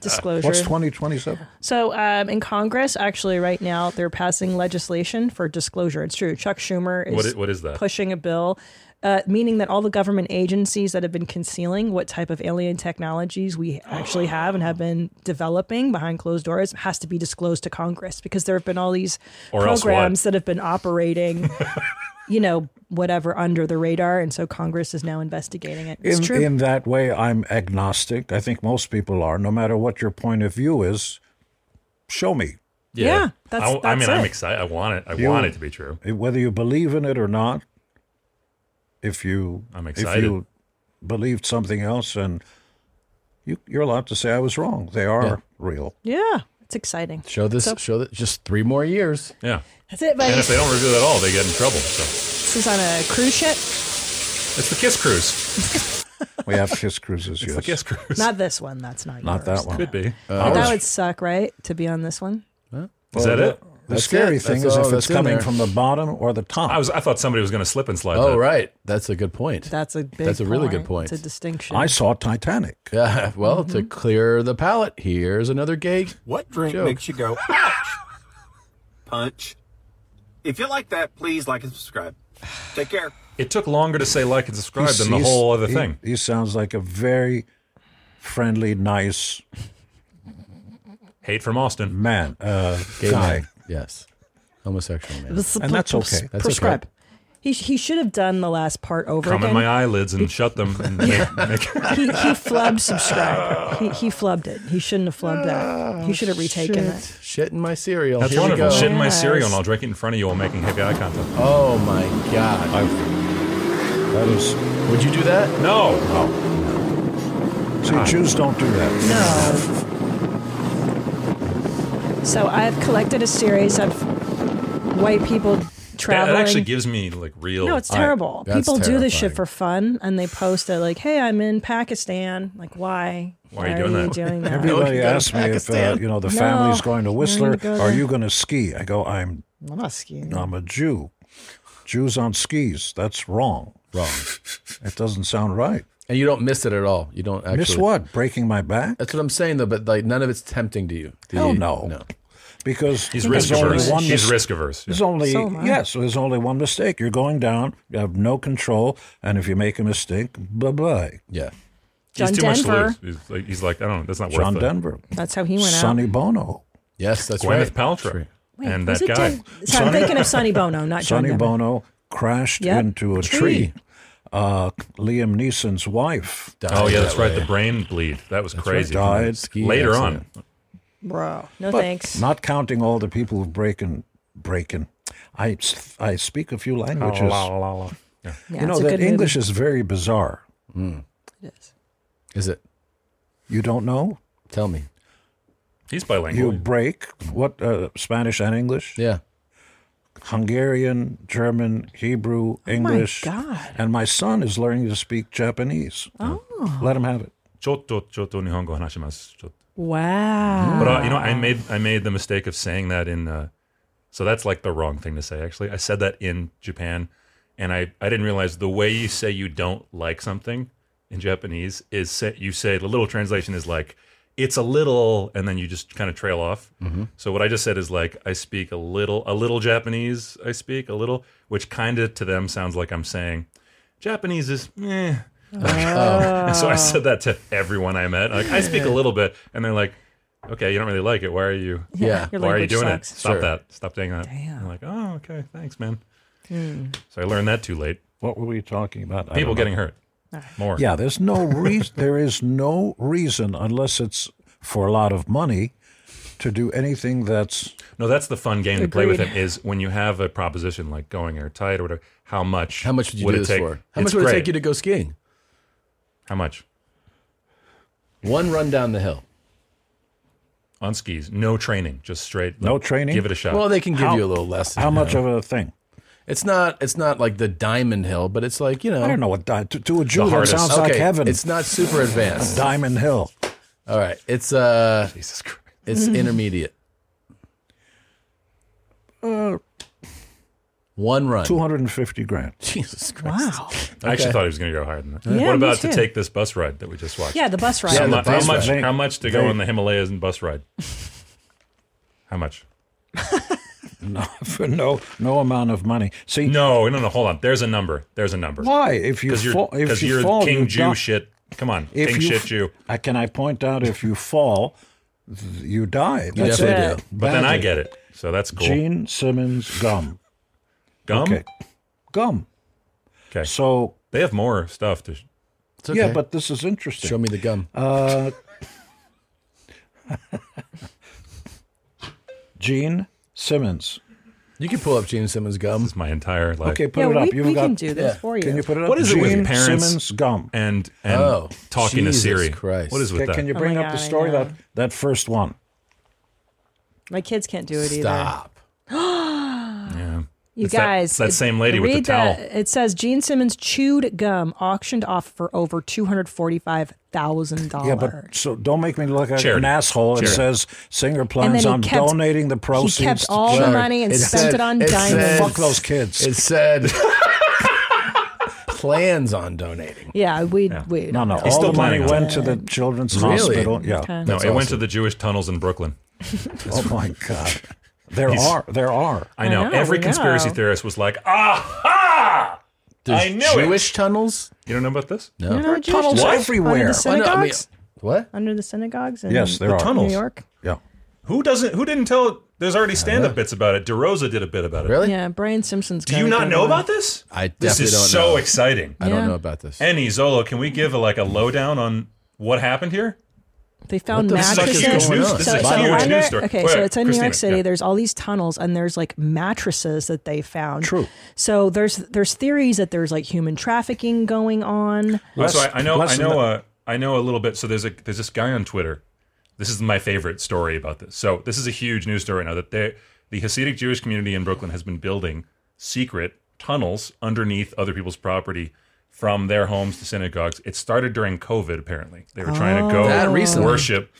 D: Disclosure.
A: What's 2027?
D: So um, in Congress, actually, right now they're passing legislation for disclosure. It's true. Chuck Schumer is
C: What i- what is that?
D: pushing a bill, uh, meaning that all the government agencies that have been concealing what type of alien technologies we actually have and have been developing behind closed doors has to be disclosed to Congress because there have been all these
C: Or else
D: programs that have been operating, [LAUGHS] you know, whatever under the radar, and so Congress is now investigating it. It's
A: in,
D: true.
A: in that way, I'm agnostic. I think most people are. No matter what your point of view is, show me.
D: Yeah, that's-
C: I, I
D: that's
C: mean, I'm
D: it.
C: excited. I want it. I
A: You-
C: want it to be true.
A: Whether you believe in it or not, if you
C: I'm
A: if
C: excited.
A: you believed something else and you you're allowed to say I was wrong. They are
B: Yeah.
A: real.
D: yeah, it's exciting.
B: Show this.
D: So-
B: show that. Just three more years.
C: Yeah.
D: That's it, buddy.
C: And if they don't reveal it at all, they get in trouble. So
D: This is on a cruise ship.
C: it's the Kiss Cruise. [LAUGHS]
A: We have kiss cruises,
C: It's
A: yes.
C: the Kiss Cruise.
D: Not this one. That's not
A: Not
D: yours.
A: that one.
C: Could be.
B: Uh,
D: But that would suck, right? To be on this one.
C: Is that it?
A: The
B: That's
A: scary
B: it.
A: thing
B: That's
A: is
B: all
A: if
B: that's
A: it's coming
B: in there.
A: from the bottom or the top.
C: I was. I thought somebody was going to slip and slide.
B: Oh,
C: that.
B: right. That's a good point.
D: That's a big.
B: That's a really good point.
D: It's a distinction.
A: I saw Titanic.
B: Yeah, [LAUGHS] well, to clear the palate, here's another gay.
T: What drink
B: Joke.
T: makes you go, ouch? Punch. If you like that, please like and subscribe. Take care.
C: It took longer to say like and subscribe
A: He's-
C: than the
A: he's-
C: whole other
A: he-
C: thing.
A: He sounds like a very friendly, nice
C: Hate from Austin.
A: man, uh,
B: Gay
A: guy.
B: man. Yes. Homosexual man.
D: This is
A: And that's okay.
B: That's
D: prescribe.
B: okay.
D: He he should have done the last part over
C: Come
D: again.
C: in my eyelids and shut them. And [LAUGHS] make, make,
D: he, he flubbed subscribe. He, he flubbed it. He shouldn't have flubbed that. He should have retaken
B: Shit.
D: it.
B: Shit in my cereal.
C: that's
B: Here we
C: wonderful.
B: go.
C: Shit in my
D: Yes.
C: cereal, and I'll drink it in front of you while making heavy eye contact.
B: Oh my god.
A: That is.
B: Would you do that?
C: No.
A: See, Jews don't do that.
D: No. So I've collected a series of white people
C: That,
D: traveling.
C: that actually gives me like real.
D: No, it's terrible.
B: that's
D: People do this
B: terrifying.
D: shit for fun, and they post it like, "Hey, I'm in Pakistan." Like, why?
C: Why are you doing that?
D: doing that?
A: Everybody asks me if uh, you know the
D: No,
A: family's going to
D: we're
A: Whistler.
D: gonna go
A: Are
D: there.
A: you going to ski? I go. I'm.
D: I'm not skiing.
A: I'm a Jew. Jews on skis. That's wrong.
B: Wrong.
A: It doesn't sound right.
B: And you don't miss it at all. You don't actually.
A: Miss what? Breaking my back?
B: That's what I'm saying though. But like, none of it's tempting to you. Do
A: Hell
B: you?
A: no.
B: No.
A: because
C: He's
A: there's
C: risk averse.
A: only one
C: He's
A: mis-
C: risk averse, yeah.
A: There's only
C: So am I.
A: yes, there's only one mistake. You're going down. You have no control, and if you make a mistake, bye bye.
B: Yeah.
D: John
C: he's too
D: Denver.
C: much to lose. He's like, he's like, I don't know. That's not
A: John
C: worth
A: Denver.
D: That's how he went out.
A: Sonny Bono.
B: Yes, that's
C: Gwyneth Paltrow
D: Wait,
C: and
D: was
C: that
D: it
C: guy.
D: Jen- So I'm thinking
A: [LAUGHS]
D: of Sonny Bono, not John
A: Sonny
D: Denver.
A: Bono crashed
D: Yep.
A: into a
D: Tree.
A: tree. Uh, Liam Neeson's wife.
C: oh yeah, that's right. The brain bleed. That was crazy.
A: right. Died. Ski
C: later on.
A: accident.
D: Bro, no
A: But
D: thanks.
A: Not counting all the people who break and break in. I, s- I speak a few languages.
C: Oh, La, la, la, la. Yeah.
D: Yeah,
A: you know
D: it's a
A: that
D: good movie.
A: English is very bizarre.
D: It is.
B: Is it?
A: You don't know?
B: Tell me.
C: He's
A: You
C: bilingual.
A: break what uh, Spanish and English?
B: Yeah.
A: Hungarian, German, Hebrew, English.
D: Oh God.
A: And my son is learning to speak Japanese.
D: Oh.
A: Let him have it.
C: Chotto chotto nihongo hanashimasu. Chotto.
D: Wow.
C: But uh, you know, I made I made the mistake of saying that in. Uh, so that's like the wrong thing to say. Actually, I said that in Japan, and I I didn't realize the way you say you don't like something in Japanese is say, you say the little translation is like it's a little, and then you just kind of trail off.
A: Mm-hmm.
C: So what I just said is like I speak a little a little Japanese. I speak a little, which kind of to them sounds like I'm saying Japanese is
D: [LAUGHS]
C: eh. And so I said that to everyone I met. Like, I speak a little bit, and they're like, "Okay, you don't really like it. Why are you?
B: Yeah.
D: [LAUGHS] Your
C: why are you
D: language
C: doing
D: sucks.
C: it? Stop
B: Sure.
C: that. Stop doing that." I'm like, "Oh, okay, thanks, man."
D: Hmm.
C: So I learned that too late.
A: What were we talking about? I
C: People
A: don't know.
C: getting hurt more.
A: Yeah, there's no
C: [LAUGHS]
A: reason. there is no reason, unless it's for a lot of money, to do anything that's
C: No, that's the fun game to play with
D: Agreed.
C: him is when you have a proposition like going airtight or whatever. How much?
B: How much would you do
C: it
B: this
C: take?
B: for? How
C: It's
B: much would
C: great.
B: it take you to go skiing?
C: How much
B: One run down the hill.
C: on skis? No training, just straight.
A: No
C: like,
A: training?
C: Give it a shot.
B: Well, they can give
A: How-
B: you a little lesson.
A: how
B: you
A: much
B: know.
A: of a thing.
B: It's not. It's not like the Diamond Hill, but it's like you know.
A: I don't know what di- to, to a Jew that
C: hardest.
A: sounds
B: Okay,
A: like heaven.
B: It's not super advanced.
A: Diamond Hill.
B: All right. It's uh.
C: Jesus Christ.
B: It's
D: Mm-hmm.
B: intermediate.
D: Uh,
B: One run.
A: Two hundred and fifty grand.
B: [LAUGHS]
C: [LAUGHS]
B: Jesus Christ.
D: Wow.
C: I actually
B: Okay.
C: thought he was going to go higher than that.
D: Yeah,
C: what
D: me
C: about to
D: too.
C: take this bus ride that we just watched?
D: Yeah, the bus ride.
B: Yeah,
C: How,
B: the
C: mu- how
B: bus
C: much?
A: ride.
C: How much to go
A: They-
C: on the Himalayas and bus ride? How much?
A: No, for no no amount of money. See,
C: No, no, no. Hold on. There's a number. There's a number.
A: why if you
C: Because you're,
A: fall, if
C: because
A: you
C: you're
A: fall,
C: King
A: you
C: Jew
A: don't-
C: shit. Come on,
A: If
C: King
A: you
C: shit
A: f-
C: Jew.
A: I, can I point out if you fall, th- you die. That's
B: definitely
A: it.
B: do.
C: But then I get it. So that's cool.
A: Gene Simmons gum.
C: Gum.
A: Okay, gum.
C: Okay.
A: So
C: They have more stuff to.
B: It's okay.
A: yeah, but this is interesting.
B: show me the gum.
A: Uh, Gene Simmons.
B: you can pull up Gene Simmons gum.
C: This is my entire life.
A: Okay, put
D: Yeah,
A: it up.
D: we,
A: You've
D: we
A: got,
D: can do this
B: Yeah.
D: for you.
A: Can you put it up?
C: What is it
A: Gene
C: with parents-
A: Simmons gum.
C: And and
B: Oh,
C: talking
B: Jesus
C: to Siri.
B: Christ.
C: What is with
A: Okay,
C: that?
A: can you
D: Oh
A: bring
D: my
A: up the
D: God, I
A: story
D: know.
A: that that first one?
D: My kids can't do it either.
B: Stop.
C: yeah.
D: You
C: It's that-
D: guys,
C: it's that, same lady with the
D: read
C: towel.
D: that. It says Gene Simmons chewed gum auctioned off for over two hundred forty-five thousand
A: Yeah,
D: dollars.
A: but so don't make me look like
C: Charity.
A: an asshole. It
C: Charity.
A: says Singer
D: And then
A: plans
D: he
A: on
D: kept-
A: donating the proceeds.
D: he kept
A: to
D: all the
A: charity.
D: money and
B: It
D: spent
B: said-
D: it on
B: it
D: diamonds.
B: said-
A: Fuck those kids.
B: It said
D: [LAUGHS]
B: plans on donating.
D: yeah, we we
A: no, no.
C: He's
A: all
C: still
A: the money
C: planning on
A: went to the children's
B: Really?
A: hospital. Yeah.
D: Okay.
C: no, it
B: That's
C: went to
B: awesome.
C: the Jewish tunnels in Brooklyn.
A: Oh my
C: [LAUGHS]
A: god. There
C: He's-
A: are. There are.
C: I know.
D: know,
C: Every
D: we
C: conspiracy
D: know.
C: theorist was like, aha!
B: There's
C: I knew it.
B: Jewish tunnels.
C: You don't know about this?
B: No.
D: You know, Jewish
A: tunnels
D: church
A: everywhere.
D: Under the
B: Why not? I mean,
D: synagogues,
B: what?
D: under the synagogues, in
A: Yes, there are.
D: New
C: Tunnels.
D: York.
A: Yeah.
C: Who doesn't? Who didn't tell? There's already stand-up bits about it. DeRosa did a bit about it.
B: Really?
D: Yeah, Brian Simpson's.
C: Do you not know about this?
B: I
C: This
B: definitely
C: is
B: don't
C: so
B: know.
C: exciting.
B: I
D: Yeah.
B: don't know about this.
C: Any Zolo, can we give like a lowdown on what happened here?
D: They found
B: What the fuck is
D: mattresses.
B: going on? This
D: So,
B: is a
D: so
B: huge
D: under,
C: news story.
D: okay,
C: Wait,
D: so it's in New
C: Christina,
D: York City.
C: yeah.
D: There's all these tunnels, and there's like mattresses that they found.
A: True.
D: So there's there's theories that there's like human trafficking going on.
C: Oh, so
A: Less-
C: I, I know, I
A: less than
C: know,
A: the-
C: uh, I know a little bit. So there's a there's this guy on Twitter. This is my favorite story about this. So this is a huge news story now that they, the Hasidic Jewish community in Brooklyn has been building secret tunnels underneath other people's property from their homes to synagogues. It started during COVID. Apparently, they were trying to go
B: Oh. That recently.
C: worship,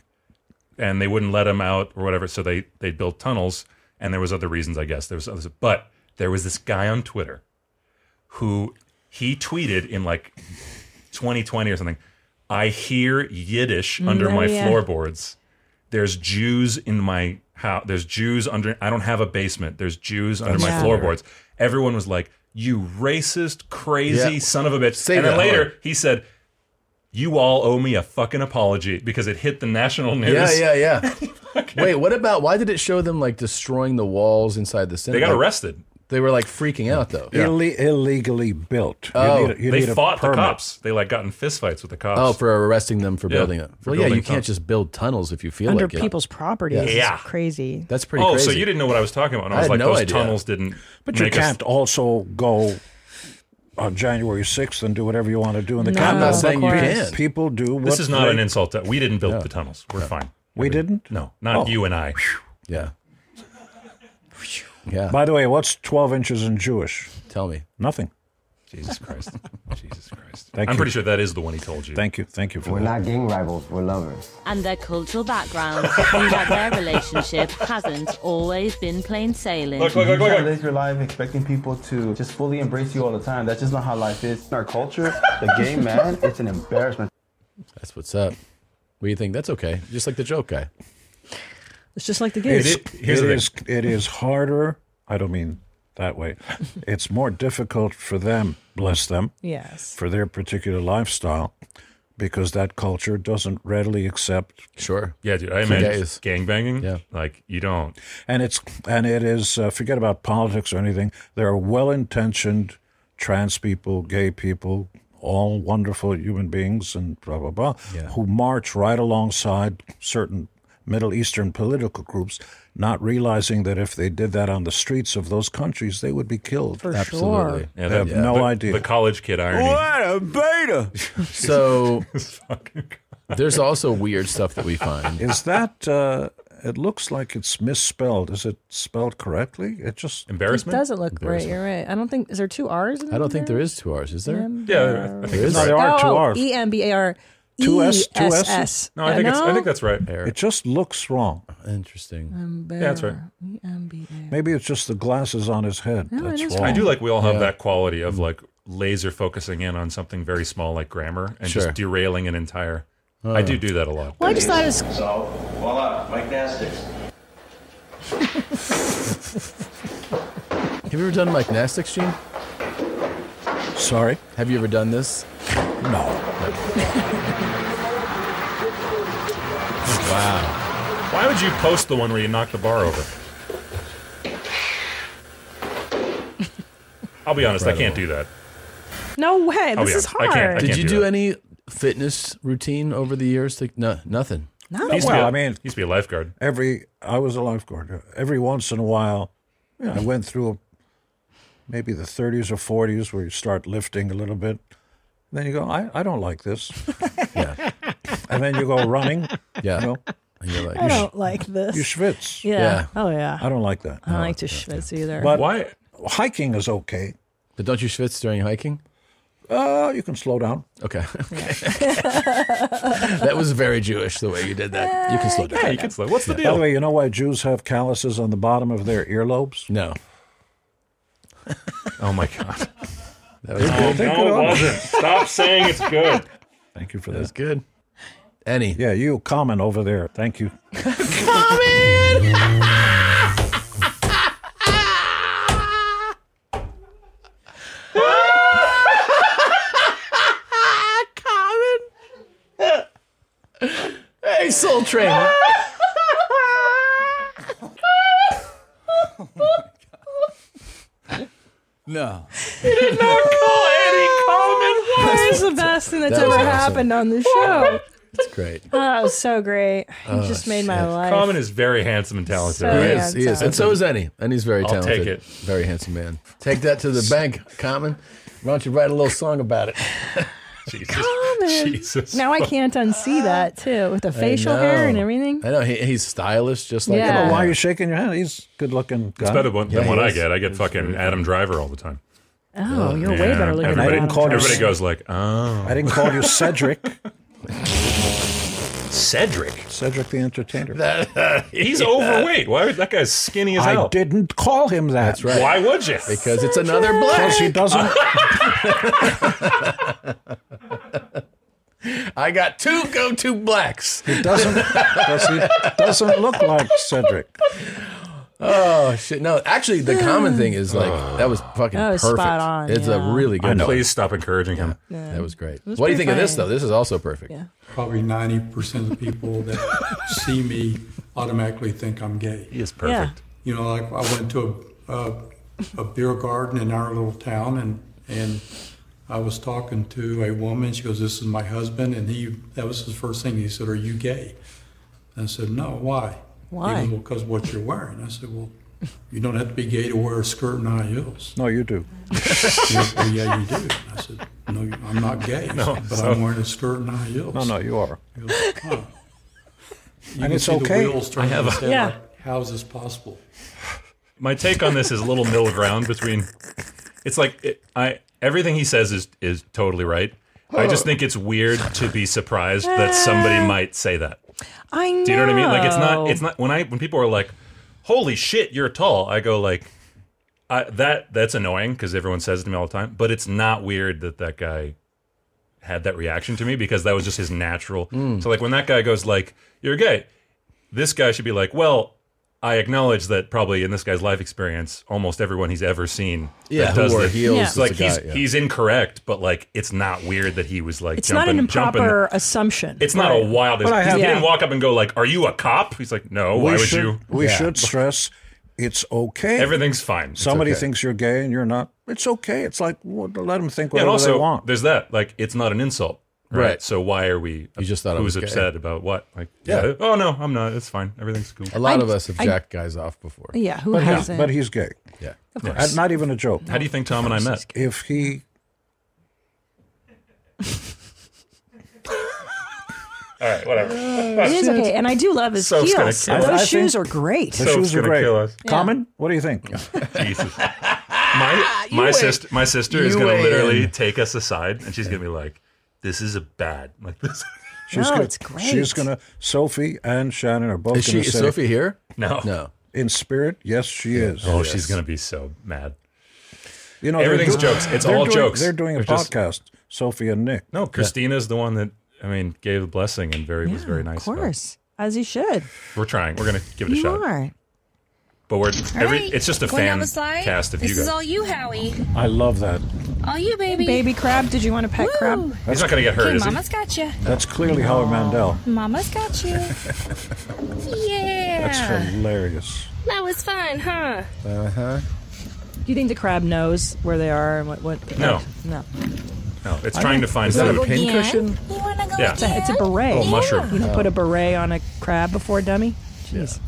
C: and they wouldn't let them out or whatever. So they they built tunnels, and there was other reasons, I guess. There was others, but there was this guy on Twitter who he tweeted in like 2020 or something. I hear Yiddish under
D: oh,
C: my
D: yeah.
C: floorboards. There's Jews in my how there's Jews under. I don't have a basement. There's Jews under
B: That's
C: my
B: fair.
C: floorboards. Everyone was like, "You racist, crazy
B: Yeah.
C: son of a bitch."
B: Say
C: and then
B: that
C: later
B: word.
C: he said, "You all owe me a fucking apology because it hit the national news." [LAUGHS]
B: Yeah, yeah, yeah. Wait, what about why did it show them like destroying the walls inside the
C: They
B: cinema?
C: got
B: Like,
C: arrested.
B: They were like freaking out though.
A: Ille- illegally built. You
B: Oh.
A: need a- you
C: they
A: need a
C: fought the
A: permit.
C: cops. They like got in fistfights with the cops.
B: Oh, for arresting them for
C: Yeah,
B: building it.
C: for
B: Well, yeah,
C: building
B: you can't
C: tunnels.
B: just build tunnels if you feel
D: under
B: like it.
D: people's property.
B: Yeah.
D: It's
B: Yeah.
D: crazy.
B: That's pretty.
C: oh, so
B: crazy.
C: you didn't know what I was talking about. And I,
B: I
C: was
B: had
C: like,
B: no
C: those
B: idea.
C: tunnels didn't.
A: But you
C: make us-
A: can't also go on January 6th and do whatever you want to do in the
C: No,
A: Capitol.
C: I'm not saying you
A: Pe-
C: can.
A: People do what
C: This is not
A: they-
C: an insult. To, we didn't build the tunnels. We're fine.
A: We didn't?
C: No, not
A: Oh.
C: you and I.
B: Yeah. Yeah.
A: By the way, what's 12 inches in Jewish?
B: Tell me.
A: Nothing.
C: Jesus Christ. Jesus Christ.
A: Thank
C: I'm
A: you.
C: pretty sure that is the one he told you.
A: Thank you. Thank you for
U: We're
A: that.
U: not gang rivals, we're lovers.
V: and their cultural background mean that their relationship hasn't always been plain sailing.
W: You try to live your life expecting people to just fully embrace you all the time. That's just not how life is. In our culture, the gay man, it's an embarrassment.
B: That's what's up. What do you think? That's okay. Just like the joke guy.
D: It's just like the game.
A: It's, it is- it is harder. I don't mean that way. [LAUGHS] It's more difficult for them, bless them,
D: Yes.
A: for their particular lifestyle, because that culture doesn't readily accept.
B: Sure.
C: Yeah, dude. I
A: For
C: imagine
A: days.
C: gangbanging. Yeah. Like, you don't.
A: And it's and it is uh, forget about politics or anything. There are well-intentioned trans people, gay people, all wonderful human beings, and blah blah blah, who march right alongside certain Middle Eastern political groups, not realizing that if they did that on the streets of those countries, they would be killed.
D: For
B: Absolutely.
A: they have no
C: the-
A: idea.
C: The college kid irony.
A: What
B: a beta.
C: [LAUGHS]
B: so there's also weird stuff that we find.
A: Is that? Uh, it looks like it's misspelled. Is it spelled correctly? It just
D: It doesn't look right. You're right. I don't think. Is there two R's? In
B: I don't think there is two R's. Is there?
D: Um,
C: Yeah, I think
B: There
C: it's
B: is.
C: right.
A: There are two R's.
D: E M B A R.
A: Two S, two
D: E
A: S's?
D: S S.
C: No, I think, it's, I think that's right.
A: It just looks wrong.
B: Interesting.
C: Yeah, that's right.
D: E
A: Maybe it's just the glasses on his head.
D: No, it
A: that's
D: is
A: wrong.
C: I do like we all have
A: Yeah.
C: that quality of like laser focusing in on something very small like grammar and
A: Sure.
C: just derailing an entire. I do do that a lot.
D: Well, I just thought it was.
W: So, voila, Mike Nastics.
B: Have you ever done gymnastics, Gene?
A: Sorry.
B: Have you ever done this?
A: No.
C: Wow. Why would you post the one where you knock the bar over? I'll be honest, I can't do that.
D: No way.
C: I'll
D: This
C: be
D: is
C: honest, Oh, I
D: hard.
C: can't- I
B: Did
C: can't
B: you
C: do
B: do,
C: that.
B: any fitness routine over the years? Like, no,
D: [LAUGHS]
B: nothing.
D: No.
C: He used to be
A: Well,
C: a-
A: I mean-
C: he used to be a lifeguard.
A: Every I was a lifeguard. Every once in a while, I went through maybe the 30s or 40s where you start lifting a little bit. Then you go, I, I don't like
D: [LAUGHS]
A: this.
B: yeah.
A: And then you go running.
B: Yeah.
A: You know,
B: And you're like,
D: I don't like this.
A: you schwitz.
D: Yeah.
B: Yeah.
D: Oh yeah.
A: I don't like that.
D: I don't like to schwitz either.
A: But hiking is okay.
B: But don't you schwitz during hiking?
A: Uh, you can slow down.
C: Oh.
B: Okay. [LAUGHS] that was very Jewish the way you did that. You can slow down.
C: Yeah, you can slow. What's the
A: By the
C: deal?
A: way, you know why Jews have calluses on the bottom of their earlobes?
B: No.
C: Oh my god.
B: That
A: was good.
C: Stop saying it's good.
A: Thank you for that.
B: That was good. Any?
A: Yeah, you comment over there. Thank you.
B: Hey, Soul Train. [LAUGHS]
O: No.
D: You did not call Eddie Coleman. That is the best thing that's
B: That was
D: ever
B: awesome.
D: happened on this show.
B: That's great.
D: Oh, that was so great. You
B: Oh,
D: just made my life.
C: Common is very handsome and talented.
D: So
C: right?
B: He is. He is. And so is Any. And he's very
C: I'll take
B: talented.
C: it.
B: Very handsome man. Take that to the bank, Common. Why don't you write a little song about it?
C: Jesus.
D: Common. Now I can't unsee that too with the facial hair and
B: know.
D: everything.
B: I know. He, he's stylish, just like
D: Yeah.
A: Well, why are you shaking your hand? He's a good looking guy.
C: It's better one- than
B: Yeah,
C: what
B: he
C: I
B: is.
C: get. I get fucking Adam Driver all the time.
D: Oh, you're way better looking.
C: Everybody,
D: than
A: I didn't call you-
C: everybody goes like, oh.
A: I didn't call you Cedric.
C: Cedric.
A: Cedric the Entertainer.
C: He's overweight. Why would that guy's skinny as
A: I
C: hell?
A: didn't call him that. That's
B: right.
C: Why would you?
B: Because it's another black.
A: Because he doesn't.
B: I got two go-to blacks.
A: He doesn't. does he, doesn't look like Cedric.
B: Oh shit! No, actually, the common thing
C: [SIGHS]
B: is like that was fucking
D: That was
B: perfect.
D: spot on,
B: it's a
D: yeah.
B: really
C: I
B: good.
C: know.
B: one.
C: Please stop encouraging him.
B: Yeah, That was great.
D: was
B: what do you
D: pretty
B: think of this
D: funny.
B: though? This is also perfect.
D: Yeah.
E: Probably 90% of people that see me automatically think I'm gay.
C: He is
E: perfect. You know, like I went to a, a, a beer garden in our little town and, and I was talking to a woman. She goes, This is my husband. And he, that was his first thing. He said, Are you gay? And I said, No, why? He
D: Why?
E: goes, Well, because what you're wearing. I said, Well, you don't have to be gay to wear a skirt and high heels.
A: No, you do.
E: He goes, well, yeah, you do. I said, No, you- I'm not gay,
A: No,
E: but
A: so-
E: I'm wearing a skirt and high heels.
A: No, no, you are.
E: He goes, huh. You
A: And
E: can
A: it's
E: see
A: okay.
E: The wheels
A: I
E: turning
A: have
E: his
A: a-
E: head
A: Yeah.
E: like, How is this possible?
C: my take on this is a little middle ground between. It's like it, I everything he says is is totally right. I just think it's weird to be surprised that somebody might say that.
D: I know.
C: Do you know what I mean? Like it's not it's not when I when people are like, "Holy shit, you're tall." I go like, I, "That that's annoying because everyone says it to me all the time." But it's not weird that that guy had that reaction to me because that was just his natural.
B: [LAUGHS] Mm.
C: So like when that guy goes like, "You're gay," this guy should be like, "Well." I acknowledge that probably in this guy's life experience, almost everyone he's ever seen
B: Yeah,
C: that
B: who
C: does
B: wore
C: this-
B: heels Yeah.
C: it's like
B: is a
C: he's
B: guy, yeah.
C: he's incorrect, but like it's not weird that he was like
D: It's
C: jumping,
D: not an
C: jumping-
D: improper assumption.
C: it's not a
D: Right.
C: wild.
A: But I have-
C: he didn't
A: Yeah.
C: walk up and go like, "Are you a cop?" He's like, "No."
A: we
C: why would
A: should,
C: you?
A: We
C: Yeah.
A: should stress it's okay.
C: Everything's fine. It's
A: Somebody
C: okay.
A: thinks you're gay and you're not. It's okay. It's like well, let them think
C: Yeah,
A: whatever
C: and also,
A: they want.
C: there's that. Like, it's not an insult, right?
A: Right.
C: So why are we? You just
B: thought I
C: who's
B: was gay.
C: upset about what? Like,
B: Yeah.
C: yeah. Oh no, I'm not. It's fine. Everything's cool.
B: A lot
A: I-
B: of us have
A: I-
B: jacked guys off before.
D: Yeah, who
A: but he's-
D: hasn't?
A: but he's gay.
B: Yeah.
D: Of
A: Yeah.
D: course.
A: Not even a joke.
C: How do you think Tom and I met?
A: If he
C: All right, whatever.
A: [LAUGHS]
D: it is okay, and I do love his
C: Soap's gonna
D: heels.
C: kill us. I
D: Those
C: think-
D: shoes are great.
A: The shoes are great. Common. What do you think?
C: Jesus. My
A: You
C: my
A: win.
C: sister my sister is
A: You
C: gonna
A: win.
C: literally take us aside and she's gonna be like, "This is a bad like [LAUGHS] this."
D: Oh,
A: She's gonna, She's gonna. Sophie and Shannon are both.
C: Is
A: gonna
C: she- is
A: say,
C: Sophie here? No.
A: no. In spirit, yes, she is.
C: Oh, she's gonna be so mad.
A: You know, they're
C: everything's
A: doing-
C: jokes. It's
A: they're
C: all
A: doing-
C: jokes.
A: They're doing a
C: just-
A: podcast. Sophie and Nick.
C: No, Christina's the one that I mean gave the blessing and very was very nice.
D: Of course, as he should.
C: We're trying. We're gonna give it a
D: You
C: shot.
D: are.
C: But we're
G: All
C: every.
G: right,
C: It's just a
G: going down
C: fan
G: the slide.
C: cast of
G: this
C: you guys.
G: is all you, Howie.
A: I love that.
G: All you, baby.
D: Baby crab. Did you want to pet crab?
C: He's not gonna get hurt,
G: Okay,
C: is he?
G: Mama's got you.
A: That's clearly Howard Mandel.
G: Mama's got
C: [LAUGHS]
G: you. yeah.
A: That's hilarious.
G: That was fun, huh?
A: Uh huh.
D: Do you think the crab knows where they are and what? what
C: No.
D: no.
C: No, it's
D: I
C: trying
D: don't-
C: to find
D: Is that a
C: food.
D: pin cushion?
C: Yeah.
D: It's a, it's a beret.
C: Oh, mushroom.
D: You can
A: Yeah.
D: put a beret on a crab before dummy. Jeez.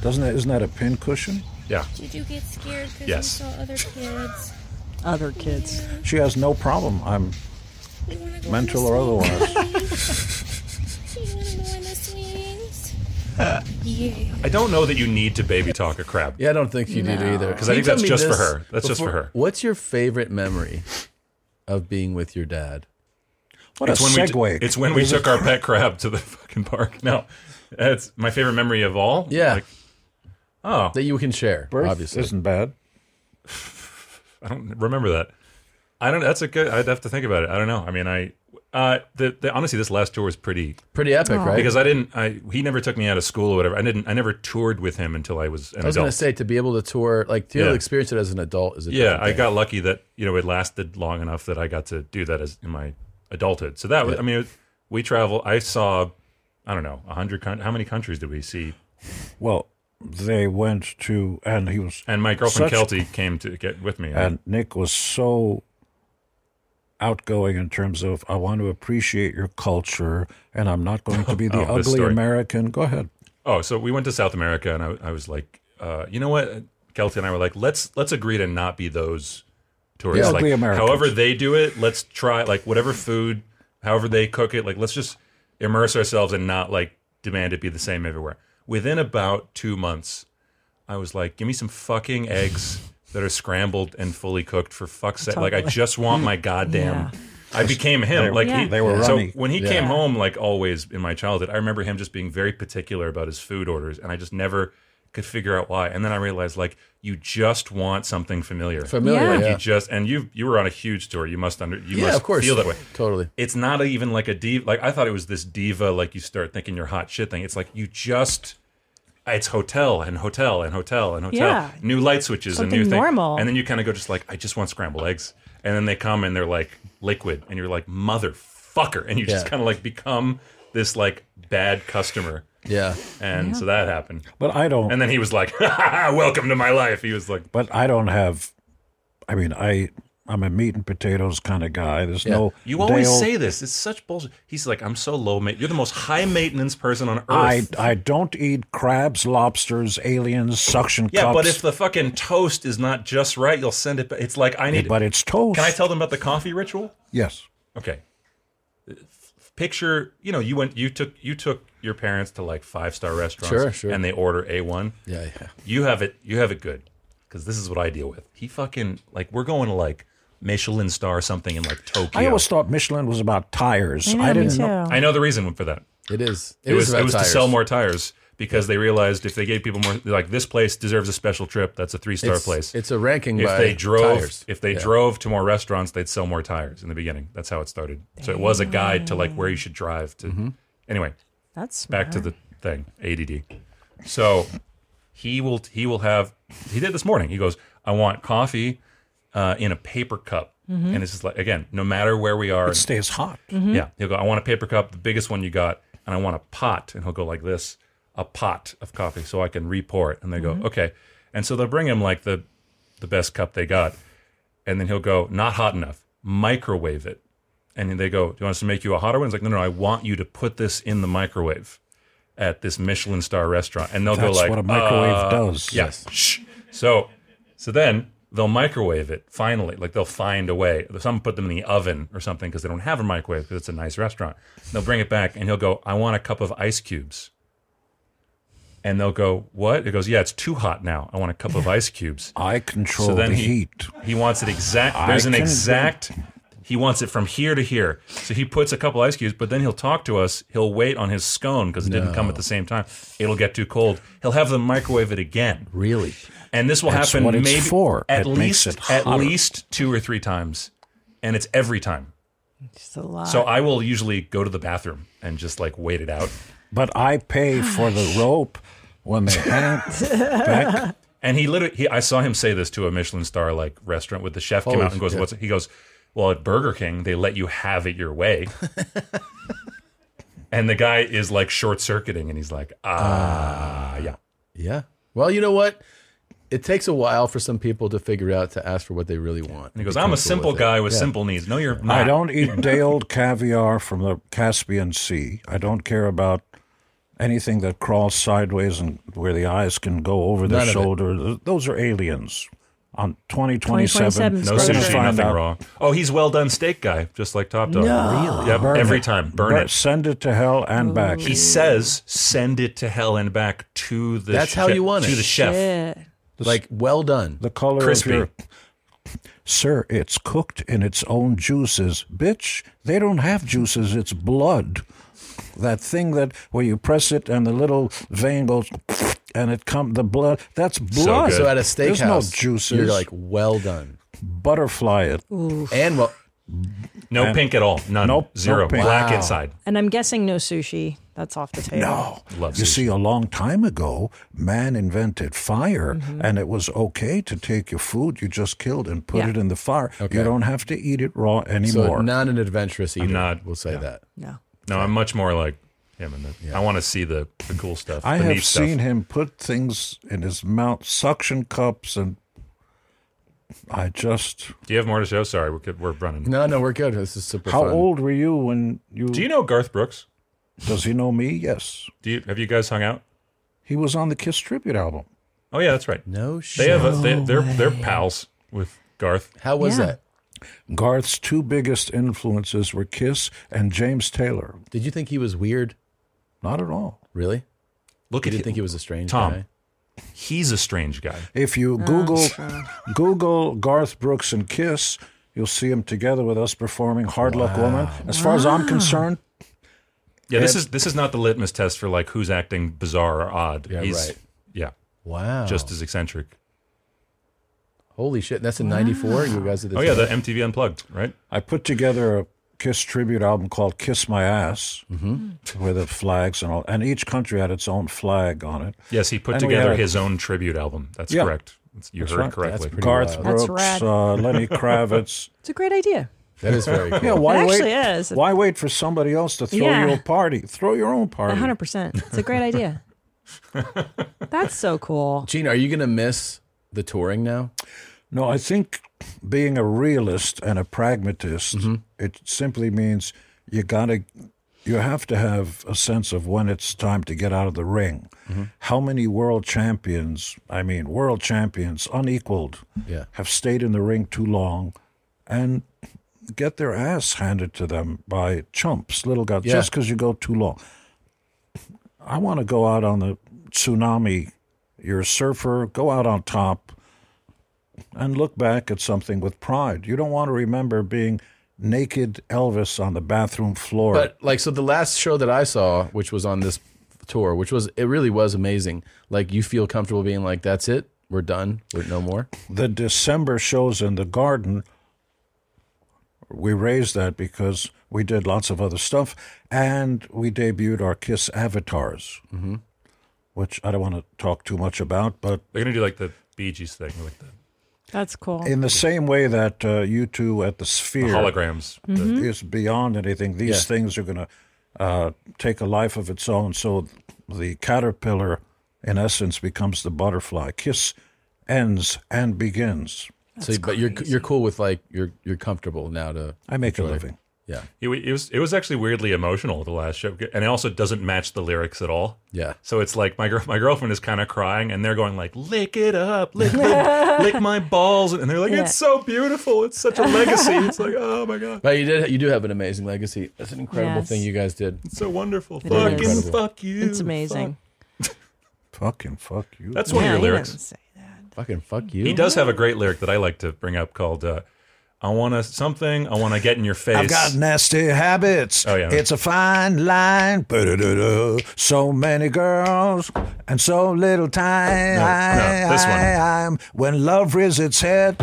A: Doesn't that? Isn't that a pin cushion?
C: Yeah.
G: Did you get scared because
A: Yes.
G: you saw other kids?
D: Other kids.
A: She has no problem. I'm mental or otherwise.
G: Do you want to go in the
A: [LAUGHS]
G: swings? yeah.
C: I don't know that you need to baby talk a crab.
B: Yeah, I don't think you did
C: No.
B: either.
C: 'Cause I think
B: You told
C: that's
B: me
C: just for
B: this
C: her. That's just for her.
B: What's your favorite memory of being with your dad?
C: it's when We, t- it's when we
B: [LAUGHS]
C: took our pet crab to the fucking park. No, that's my favorite memory of all.
B: Yeah.
C: oh,
B: that you can share.
C: Birth
B: obviously,
C: isn't
A: bad.
C: I don't remember that. I don't. That's a good. I'd have to think about it. I don't know. I mean, I. Uh, the, the, honestly, this last tour was pretty
B: Pretty epic,
D: Oh.
B: Aw. right?
C: Because I didn't. I he never took me out of school or whatever. I didn't. I never toured with him until I was an
B: I was going
C: adult.
B: to say to be able to tour, like to be able
C: Yeah.
B: to experience it as an adult is a
C: yeah,
B: different
C: I
B: thing.
C: got lucky that you know it lasted long enough that I got to do that as in my adulthood. So that was.
B: Yeah.
C: I mean, it- we travel. I saw. I don't know. hundred. Con- how many countries did we see?
A: Well, they went to, and he was,
C: And my girlfriend
A: such-
C: Kelty came to get with me.
A: and Nick was so outgoing in terms of, I want to appreciate your culture, and I'm not
C: [LAUGHS]
A: going to be the
C: Oh, this
A: ugly
C: story.
A: American. Go ahead.
C: Oh, so we went to South America, and I, I was like, uh, you know what? Kelty and I were like, let's let's agree to not be those tourists.
A: Yeah,
C: like,
A: we Americans.
C: however they do it, let's try like whatever food, however they cook it. Like, let's just immerse ourselves and not like demand it be the same everywhere. Within about two months, I was like, give me some fucking eggs that are scrambled and fully cooked for fuck's sake. Like, I
B: Totally.
C: just want my goddamn.
B: Yeah.
C: I became him.
B: They-
C: like
B: Yeah.
C: he,
B: they were
C: so
B: runny.
C: when he
B: Yeah.
C: came home, like always in my childhood, I remember him just being very particular about his food orders, and I just never could figure out why. And then I realized like you just want something familiar.
B: Familiar,
C: Like
B: yeah.
C: you just and you you were on a huge tour. You must under you
B: Yeah,
C: must
B: of course.
C: feel that way.
B: Totally.
C: It's not even like a diva like I thought it was this diva like you start thinking you're hot shit thing. It's like you just it's hotel and hotel and hotel and hotel.
Q: Yeah.
C: New light switches and new
Q: Something
C: thing.
Q: normal.
C: And then you kind of go just like I just want scrambled eggs. And then they come and they're like liquid and you're like motherfucker and you just
B: Yeah.
C: kind of like become this like bad customer.
B: Yeah.
C: And
A: Yeah.
C: so that happened.
A: But I don't.
C: And then he was like, [LAUGHS] "Welcome to my life." He was like,
A: But I don't have. I mean, I I'm a meat and potatoes kind of guy. There's no.
C: You always
A: day old-
C: say this. It's such bullshit. He's like, "I'm so low ma You're the most high maintenance person on earth."
A: I I don't eat crabs, lobsters, aliens, suction
C: yeah,
A: cups.
C: but if the fucking toast is not just right, you'll send it. back. It's like I need.
A: But it's toast.
C: Can I tell them about the coffee ritual?
A: yes.
C: Okay. Uh, Picture, you know, you went, you took, you took your parents to like five star restaurants,
B: Sure, sure.
C: and they order a one.
B: Yeah, yeah.
C: You have it. You have it good because this is what I deal with. He fucking like we're going to like Michelin star something in like Tokyo.
A: I always thought Michelin was about tires. I didn't know.
C: I know the reason for that.
B: It is.
C: It, was it was to sell more tires because they realized if they gave people more, they're like this place deserves a special trip. That's a three star
B: It's-
C: place.
B: it's a ranking
C: If
B: by
C: they drove,
B: tires.
C: if they
B: Yeah.
C: drove to more restaurants, they'd sell more tires in the beginning. That's how it started. So it was a guide to like where you should drive to.
B: Mm-hmm.
C: Anyway,
Q: That's
C: back to
Q: smart.
C: the thing. ADD. So he will he will have he did this morning. He goes, I want coffee uh, in a paper cup.
A: Mhm.
C: And it's just like again, no matter where we are,
A: It stays hot.
Q: Mhm.
C: Yeah, he'll go. I want a paper cup, the biggest one you got, and I want a pot. And he'll go like this, a pot of coffee, so I can re-pour it. And they
B: Mhm.
A: Mm-hmm.
C: go, okay. And so they'll bring him like the the best cup they got, and then he'll go, not hot enough. Microwave it. And they go, Do you want us to make you a hotter one? It's like, No, no, I want you to put this in the microwave at this Michelin star restaurant. And they'll
A: That's
C: go like,
A: what a microwave
C: uh,
A: does.
C: yeah, shh. So, so then they'll microwave it finally. Like they'll find a way. Some put them in the oven or something because they don't have a microwave because it's a nice restaurant. They'll bring it back and he'll go, I want a cup of ice cubes. And they'll go, What? It goes, Yeah, it's too hot now. I want a cup of ice cubes.
A: I control the
C: he,
A: heat.
C: He wants it exact.
A: I
C: There's an
A: can-
C: exact. He wants it from here to here. So he puts a couple ice cubes, but then he'll talk to us. He'll wait on his scone because it didn't come at the same time. It'll get too cold. He'll have them microwave it again.
B: Really?
C: And this will
A: That's
C: happen
A: what it's
C: maybe
A: for.
C: at
A: It
C: least
A: makes it
C: at
A: hotter.
C: least two or three times. And it's every time.
Q: It's a lot.
C: So I will usually go to the bathroom and just like wait it out.
A: But I pay for the rope when they hang back.
C: And he literally, he, I saw him say this to a Michelin star like restaurant with the chef came
A: Oh,
B: Holy
C: out and goes,
B: shit.
C: "What's?" He goes, "Well, at Burger King, they let you have it your
A: [LAUGHS]
C: way." and the guy is like short circuiting, and he's like, "Ah, yeah,
B: Yeah. Well, you know what? It takes a while for some people to figure out to ask for what they really want.
C: And he goes, "I'm a simple guy with simple needs." No, you're not.
A: I
C: [LAUGHS]
A: don't eat day old caviar from the Caspian Sea. I don't care about anything that crawls sideways and where the eyes can go over the
B: None of it.
A: shoulder. Th- Those are aliens. On 2027,
Q: 2027 's
C: No
A: we're gonna
C: sushi,
A: find
C: nothing
A: out.
C: raw. Oh, he's well done steak guy, just like Top Dog.
Q: No.
C: Really? Yep,
A: Burn
C: every
A: it.
C: time, burn
A: Bur-
C: it.
A: Send it to hell and back.
C: He says, "Send it to hell and back to the."
B: That's how
C: chef-
B: you want
C: to
B: it.
C: the chef.
Q: Shit.
B: Like, well done.
A: The color
C: Crispy.
A: of your. Sir, it's cooked in its own juices. Bitch, they don't have juices, it's blood. That thing that where you press it and the little vein goes and it come the blood that's blood.
C: good.
B: So at a steakhouse,
A: There's no juices.
B: you're like, well done.
A: butterfly it.
B: And well,
C: No
A: And-
C: pink at all. None.
A: Nope, no
C: Zero.
A: pink.
C: Black
B: Wow.
C: inside.
Q: And I'm guessing no sushi. That's off the table.
A: No.
C: Love
A: Oh, you
C: sushi.
A: see, a long time ago, man invented fire, and it was okay to take your food you just killed and put
Q: Yeah.
A: it in the fire.
B: Okay.
A: You don't have to eat it raw
B: so
A: anymore.
B: not an adventurous eater.
C: not-
B: We'll say that.
Q: No.
C: No, I'm much more like him. And the, I want to see the, the cool stuff.
A: I
C: the
A: have
C: neat
A: seen
C: Stuff.
A: him put things in his mouth, suction cups, and I just.
C: Do you have more to show? Sorry, we're, good- we're running.
B: No, no, we're good. This is super
A: How
B: fun.
A: old were you when you?
C: Do you know Garth Brooks?
A: Does he know me? Yes,
C: Do you have you guys hung out?
A: he was on the Kiss tribute album.
C: Oh yeah, that's right.
B: No
C: They
B: shit.
C: have a, they, they're they're pals with Garth.
B: How was
Q: Yeah.
B: that?
A: Garth's two biggest influences were Kiss and James Taylor.
B: Did you think he was weird?
A: Not at all.
B: Really?
C: Look at
B: You didn't
C: him.
B: think he was a strange
C: Tom.
B: guy?
C: He's a strange guy.
A: If you Google Google Garth Brooks and Kiss, you'll see him together with us performing "Hard Luck Woman." As far as I'm concerned,
C: Yeah, this
A: Ed-
C: is this is not the litmus test for like who's acting bizarre or odd.
B: Yeah,
C: He's,
B: right.
C: Yeah,
B: Wow.
A: Oh.
C: just as eccentric.
B: Holy shit. That's in 94. You guys did this.
C: Oh yeah, the MTV Unplugged, right?
A: I put together a Kiss tribute album called "Kiss My Ass"
D: Mm-hmm.
A: with the flags and all, and each country had its own flag on it.
C: Yes, he put
A: And we
C: together
A: had-
C: his own tribute album. That's
A: Yeah.
C: correct. That's- you
A: That's
C: heard
A: right.
C: correctly.
A: Garth
D: That's
A: Brooks,
D: rad.
A: uh,
D: [LAUGHS]
A: Lenny Kravitz.
D: It's a
C: [LAUGHS]
D: great idea.
B: That is very cool.
A: Yeah, why
D: It
A: wait?
D: actually is.
A: Why wait for somebody else to throw
D: Yeah.
A: you a party? Throw your own party.
D: hundred percent. It's a
C: [LAUGHS]
D: great idea. That's so cool.
B: Gene, are you going to miss the touring now?
A: No, I think being a realist and a pragmatist,
B: Mm-hmm.
A: it simply means you gotta, you have to have a sense of when it's time to get out of the ring.
B: Mm-hmm.
A: How many world champions, I mean, world champions, unequaled,
B: Yeah.
A: have stayed in the ring too long, and get their ass handed to them by chumps, little guys,
B: Yeah.
A: just because you go too long. I want to go out on the tsunami. You're a surfer, go out on top and look back at something with pride. You don't want to remember being naked Elvis on the bathroom floor.
B: But like, so the last show that I saw, which was on this tour, which was, it really was amazing. Like, you feel comfortable being like, that's it. We're done. We're no more.
A: the December shows in the garden, we raised that because we did lots of other stuff and we debuted our Kiss avatars, mm-hmm. which I don't want to talk too much about, but
C: They're gonna do like the Bee Gees thing, like the,
D: That's cool.
A: in the same way that uh, you two at the
C: the
A: Sphere.
C: holograms. The-
A: that is beyond anything. These
B: Yeah.
A: things are going to uh, take a life of its own. So the caterpillar, in essence, becomes the butterfly. Kiss ends and begins.
B: so, but you're, you're cool with like, you're, you're comfortable now to,
A: I make a
B: enjoy.
A: living.
B: Yeah.
C: It, wa- it was it was actually weirdly emotional the last show, and it also doesn't match the lyrics at all.
B: Yeah.
C: So it's like my girl, my girlfriend is kind of crying, and they're going like, "Lick it up, lick,
A: [LAUGHS]
C: the, lick my balls," and they're like,
D: Yeah.
C: "It's so beautiful, it's such a legacy." It's like, oh my god,
B: But you did, you do have an amazing legacy. That's an incredible
D: Yes.
B: thing you guys did.
C: it's so wonderful.
D: It
C: Fucking
D: is.
C: fuck you.
D: it's amazing.
A: Fucking fuck you.
C: That's one
D: Yeah,
C: of
D: he
C: your lyrics.
D: doesn't say that.
B: Fucking fuck you.
C: He does have a great lyric that I like to bring up called uh, "I want to something, I want to get in your face."
A: I've got nasty habits.
C: Oh, yeah.
A: It's a fine line. Ba-da-da-da. So many girls and so little time.
C: No, no, this one.
A: I'm- When love rears its head,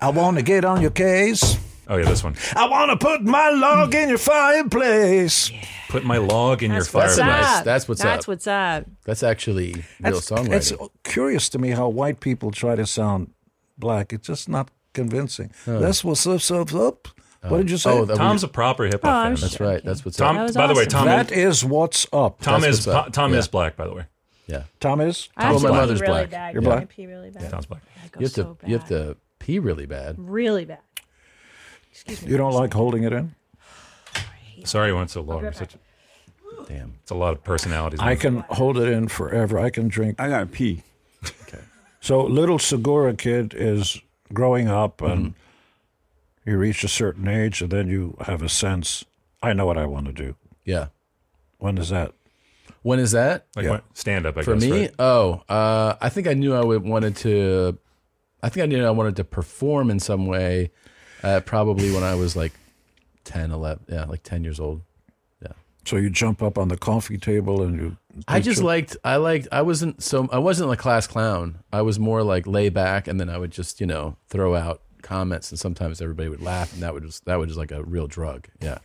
A: I want to get on your case.
C: oh yeah, this one.
A: I want to put my log in your fireplace.
C: Put my log in your
D: That's what's
C: fireplace.
B: That's-
D: up.
B: that's what's
D: That's
B: up.
D: what's up.
B: That's actually real songwriting.
A: It's curious to me how white people try to sound black. It's just not convincing. That's what's up, up, up. What did you say?
B: Oh, that-
C: Tom's a proper hip
D: Oh,
C: hop
D: I'm
C: fan.
B: That's right. That's what's
C: Tom, by
D: That was
C: the way, Tom,
D: awesome.
A: that
C: is,
A: is what's up.
C: Tom
B: That's
C: is
B: what's up.
C: Tom
B: Yeah.
C: is black. By the way,
B: Yeah.
A: Tom is?
B: Tom
C: Tom's
B: my
C: black.
B: mother's
C: Really
B: black.
A: You're black.
Q: pee really bad.
C: Tom's black.
B: You have to you have to pee really bad.
Q: Really bad.
A: You don't like holding it in?
C: Sorry, I went so long. Such,
B: Damn.
C: it's a lot of personalities.
A: I can hold it in forever. I can drink.
F: I gotta pee.
A: So little Segura kid is growing up, and you reach a certain age, and then you have a sense. I know what I want to do.
B: Yeah.
A: When is that?
B: When is that?
C: like
A: yeah.
C: what- stand up. I
B: For
C: guess,
B: me?
C: right?
B: Oh, uh, I think I knew I would- wanted to I think I knew I wanted to perform in some way uh, probably when I was like 10, 11, yeah, like 10 years old.
A: So you jump up on the coffee table and you.
B: I
A: take
B: just
A: your-
B: liked I liked I wasn't so I wasn't a class clown. I was more like lay back and then I would just, you know, throw out comments and sometimes everybody would laugh and that would just that was just like a real drug. Yeah.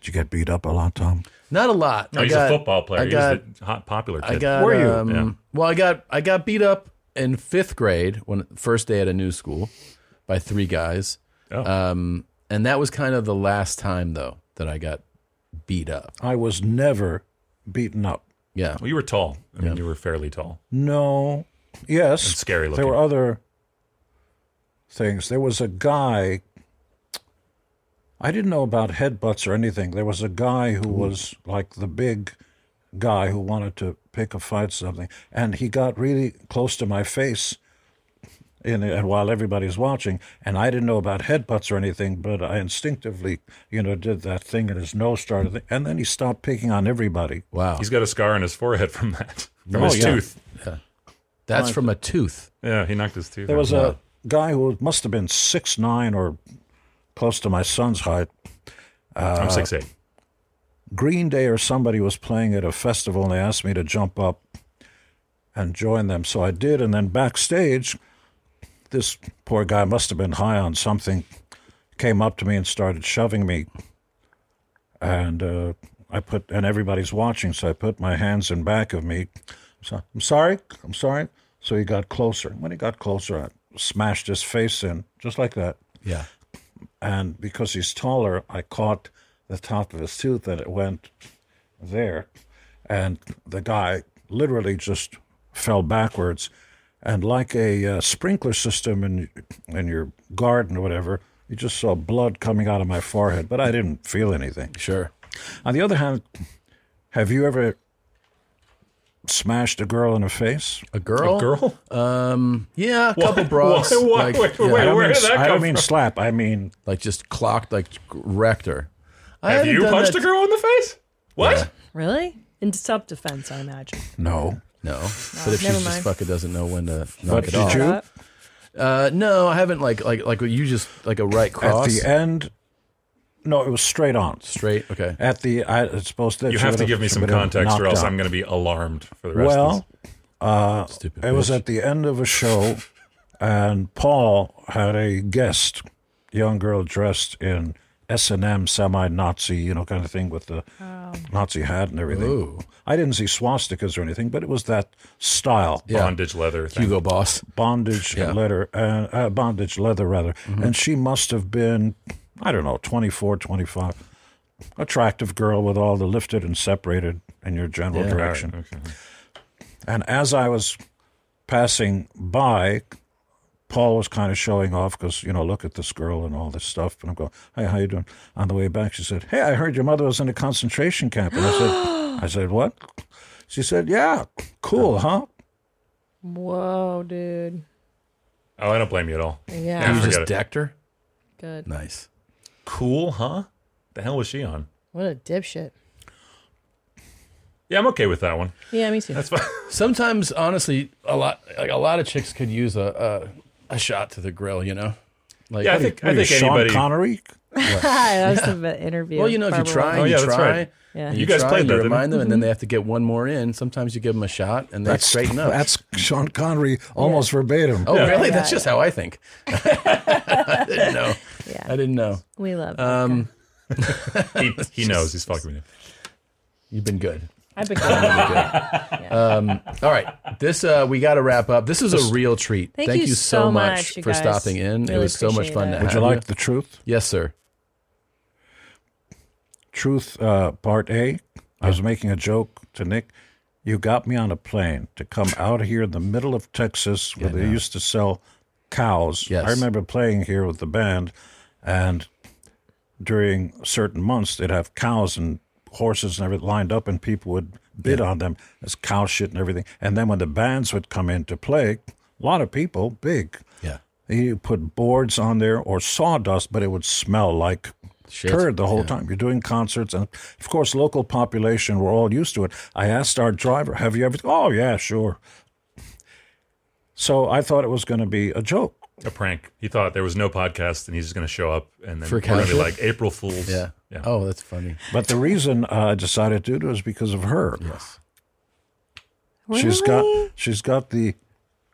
A: Did you get beat up a lot, Tom?
B: Not a lot.
C: No,
B: I
C: Oh, he's
B: got-
C: a football player.
B: I got
C: he's the hot popular kid.
B: I got.
A: Were you?
B: um,
C: Yeah.
B: Well, I got I got beat up in fifth grade when first day at a new school by three guys,
C: Oh.
B: um, and that was kind of the last time though that I got beat up.
A: I was never beaten up.
B: Yeah,
C: well, you were tall. I mean, you were fairly tall.
A: No. Yes.
C: And scary
A: There were
C: looking.
A: other things. There was a guy. I didn't know about headbutts or anything. There was a guy who was like the big guy who wanted to pick a fight something, and he got really close to my face. In and while everybody's watching, and I didn't know about headbutts or anything, but I instinctively, you know, did that thing, and his nose started, and then he stopped picking on everybody.
B: wow,
C: He's got a scar on his forehead from that, from
A: Oh,
C: his
A: yeah.
C: tooth.
B: that's from a tooth.
C: Yeah, he knocked his tooth.
A: There
C: out.
A: was a guy who must have been six nine or close to my son's height.
C: I'm six eight.
A: Green Day or somebody was playing at a festival, and they asked me to jump up. and join them. So I did. And then backstage, this poor guy must have been high on something, came up to me and started shoving me. And uh, I put, and everybody's watching, so I put my hands in back of me. So I'm sorry, I'm sorry. So he got closer. When he got closer, I smashed his face in, just like that.
B: Yeah.
A: And because he's taller, I caught the top of his tooth and it went there. And the guy literally just fell backwards. And like a uh, sprinkler system in, in your garden or whatever, you just saw blood coming out of my forehead, but I didn't feel anything.
B: Sure.
A: On the other hand, have you ever smashed a girl in the face?
B: A girl?
C: A girl?
B: Um, yeah, a couple bras.
C: why- why- wait, wait,
A: I don't
C: where
A: mean,
C: did that
A: I don't
C: come
A: mean
C: from?
A: slap. I mean,
B: Like just clocked, like wrecked her. I
C: Have
B: haven't
C: you
B: done
C: punched a
B: that-
C: girl in the face? What?
Q: Really? In self defense, I imagine.
A: no.
B: No, but if
Q: never
B: she's just
Q: mind.
B: fucking doesn't know when to knock
A: But
B: it
A: did
B: off.
A: you?
B: Uh, no, I haven't. Like like like what you just like a right
A: At
B: cross
A: the end, no, it was straight on.
B: straight. Okay,
A: At the, I, it's supposed to.
C: You
A: she
C: have to
A: would've-
C: give me
A: she
C: some
A: would've
C: context, or
A: knocked
C: else
A: out.
C: I'm going to be alarmed for the rest of
A: Well,
C: this.
A: uh,
B: Stupid
A: it was
B: bitch.
A: at the end of a show, and Paul had a guest, young girl dressed in S and M, semi-Nazi, you know, kind of thing with the Nazi hat and everything.
B: Ooh.
A: I didn't see swastikas or anything, but it was that style,
B: Yeah.
C: Bondage leather thing.
B: Hugo Boss.
A: bondage
B: Yeah.
A: leather, uh, uh, bondage leather rather.
C: Mm-hmm.
A: And she must have been, I don't know, 24, 25. Attractive girl with all the lifted and separated in your general
B: Yeah.
A: direction.
C: All right, okay.
A: And as I was passing by, Paul was kind of showing off because, you know, look at this girl and all this stuff. And I'm going, hey, how you doing? On the way back, she said, hey, I heard your mother was in a concentration camp. And I said, I said, what? She said, yeah,
C: Uh,
A: cool, huh?
Q: Whoa, dude.
C: Oh, I don't blame you at all.
Q: Yeah.
B: you
C: forget
B: just
C: it.
B: decked her.
Q: Good.
B: Nice.
C: Cool, huh? The hell was she on?
Q: What a dipshit.
C: Yeah, I'm okay with that one.
Q: Yeah, me too. [LAUGHS]
C: That's fine.
B: Sometimes, honestly, a lot like a lot of chicks could use a a, a shot to the grill. You know, like
C: Yeah, I
B: what do you-
C: think I
A: What are you,
C: think
A: Sean
C: anybody.
A: Connery?
Q: that was the bit- interview.
B: Well, you know, if you
Q: Barbara
B: try,
Q: Walters.
B: and
C: Oh,
B: you
C: yeah, that's
B: try.
C: right.
Q: Yeah.
B: and
C: You guys
B: try,
C: played
B: and
C: that,
B: you
C: didn't
B: remind them, and then they have to get one more in. Sometimes you give them a shot, and they
A: [LAUGHS]
B: straighten up.
A: That's Sean Connery almost verbatim.
B: oh,
C: Yeah.
B: really?
Q: Yeah.
B: That's just how I think. [LAUGHS] I didn't know.
Q: Yeah.
B: I didn't know.
Q: We love that.
B: Um,
C: He, he knows he's fucking with you.
B: you've been good.
Q: I've been good. [LAUGHS]
B: You've been good. Um, all right, this uh, we got to wrap up. This was a real treat.
Q: Thank you
B: so,
Q: so
B: much
Q: much, you
B: for
Q: guys.
B: stopping in. it
Q: Really
B: was so much
Q: appreciate
B: fun
Q: it.
B: to
A: Would
B: have
A: you like the truth?
B: Yes, sir.
A: Truth, uh, part A. I was making a joke to Nick. You got me on a plane to come out here in the middle of Texas where they used to sell cows.
B: Yes.
A: I remember playing here with the band, and during certain months, they'd have cows and horses and everything lined up, and people would bid on them as cow shit and everything. And then when the bands would come in to play, a lot of people, big,
B: Yeah.
A: You put boards on there or sawdust, but it would smell like
B: Shit.
A: turd the whole
B: Yeah.
A: time. You're doing concerts, and of course, local population were all used to it. I asked our driver, "Have you ever?" Oh yeah, sure. So I thought it was going to be a joke.
C: A prank. He thought there was no podcast, and he's just going to show up, and then
B: For
C: we're going to
B: cow
C: be like April Fools.
B: Yeah.
C: yeah.
B: Oh, that's funny.
A: But the reason uh, I decided to do it was because of her.
B: Yes.
A: She's got she's got the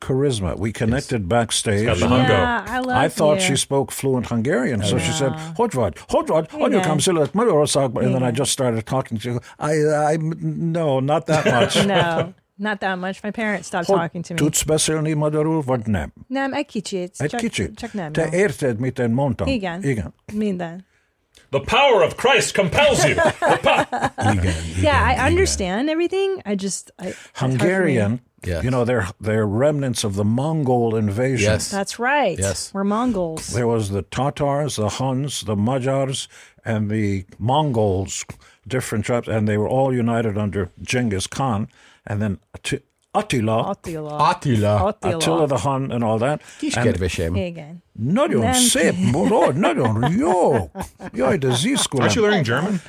A: charisma. We connected backstage.
C: Got the hungo.
Q: Yeah, I love
A: I thought
Q: you.
A: she spoke fluent Hungarian, so she said, "Hodvad, Hodvad, on you
Q: Yeah.
A: come let Magyarország," and then I just started talking to her. I, I, no,
Q: [LAUGHS]
A: not that much.
Q: No, not that much. My parents stopped
A: Hogy
Q: talking to me.
A: Tudsz beszélni magyarul, vagy nem?
Q: Nem, egy kicsit.
A: Egy
Q: csak,
A: kicsit.
Q: Csak nem.
A: Te
Q: jó.
A: érted, mit én mondtam?
Q: Igen.
A: Igen.
Q: Minden.
C: The power of Christ compels you.
Q: Yeah, I understand everything. I just I, it's hard for me.
A: Hungarian,
B: Yes.
A: you know, they're, they're remnants of the Mongol invasion.
B: Yes.
Q: That's right.
B: Yes.
Q: we're Mongols.
A: There was the Tatars, the Huns, the Magyars, and the Mongols, different tribes, and they were all united under Genghis Khan, and then Atti- Attila,
Q: Attila.
B: Attila.
A: Attila the Hun, and all that.
B: Kis
A: And
B: kedvesem.
Q: Igen.
A: nagyon
Q: Nem.
A: szép, Lord, nagyon jó. Jaj, de zizkulám.
C: Aren't you learning German?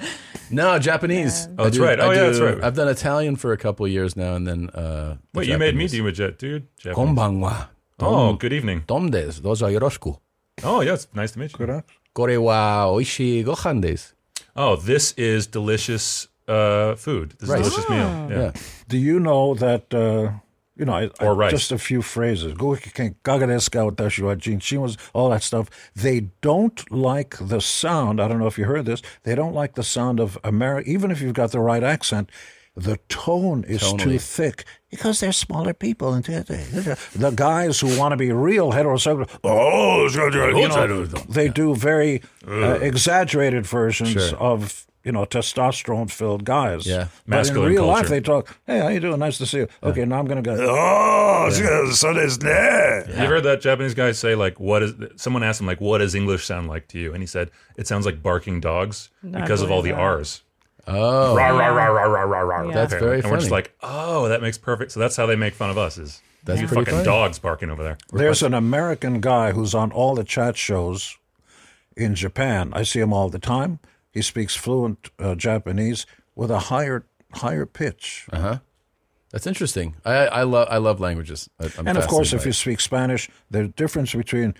B: No, Japanese.
C: Oh, that's right. Oh, yeah, that's right.
B: I've done Italian for a couple of years now, and then. Uh, the
C: Wait, you made me
B: Japanese.
C: do a jet, dude. Japanese.
B: Konbanwa.
C: Oh, good evening.
B: Tom des. Those are yoroshiku.
C: Oh, yeah, it's nice to meet you.
B: Kore wa oishi gohan des.
C: Oh, this is delicious uh, food. This is
B: Right.
C: delicious meal. Yeah.
B: Yeah.
A: Do you know that uh, You know, I,
C: Or
A: I,
C: rice.
A: just a few phrases. She was all that stuff. They don't like the sound. I don't know if you heard this. They don't like the sound of America. Even if you've got the right accent, the tone is too
B: Tonally.
A: thick because they're smaller people. And the guys who want to be real heterosexual, oh, you know, they do very uh,
C: Ugh.
A: exaggerated versions
C: Sure.
A: of you know testosterone-filled guys.
C: Yeah.
A: But
C: Masculine
A: in real life,
C: culture.
A: they talk, "Hey, how you doing? Nice to see you." Okay, now I'm gonna go. Oh, yeah. Sunday's there.
C: You ever heard that Japanese guy say like, "What is?" Someone asked him like, "What does English sound like to you?" And he said, "It sounds like barking dogs
Q: No, I
C: because of all the
Q: believe that.
C: R's."
B: Oh.
C: rah rah rah rah rah rah rah.
Q: Yeah.
B: That's very
C: And we're just
B: funny.
C: like, "Oh, that makes perfect." So that's how they make fun of us is
B: That's
C: you
B: pretty
C: fucking
B: funny.
C: dogs barking over there.
A: There's an American guy who's on all the chat shows in Japan. I see him all the time. He speaks fluent uh, Japanese with a higher higher pitch.
B: Uh huh. That's interesting. I I love I love languages. I, I'm
A: and of course,
B: fascinated
A: if
B: by
A: you
B: it.
A: speak Spanish, the difference between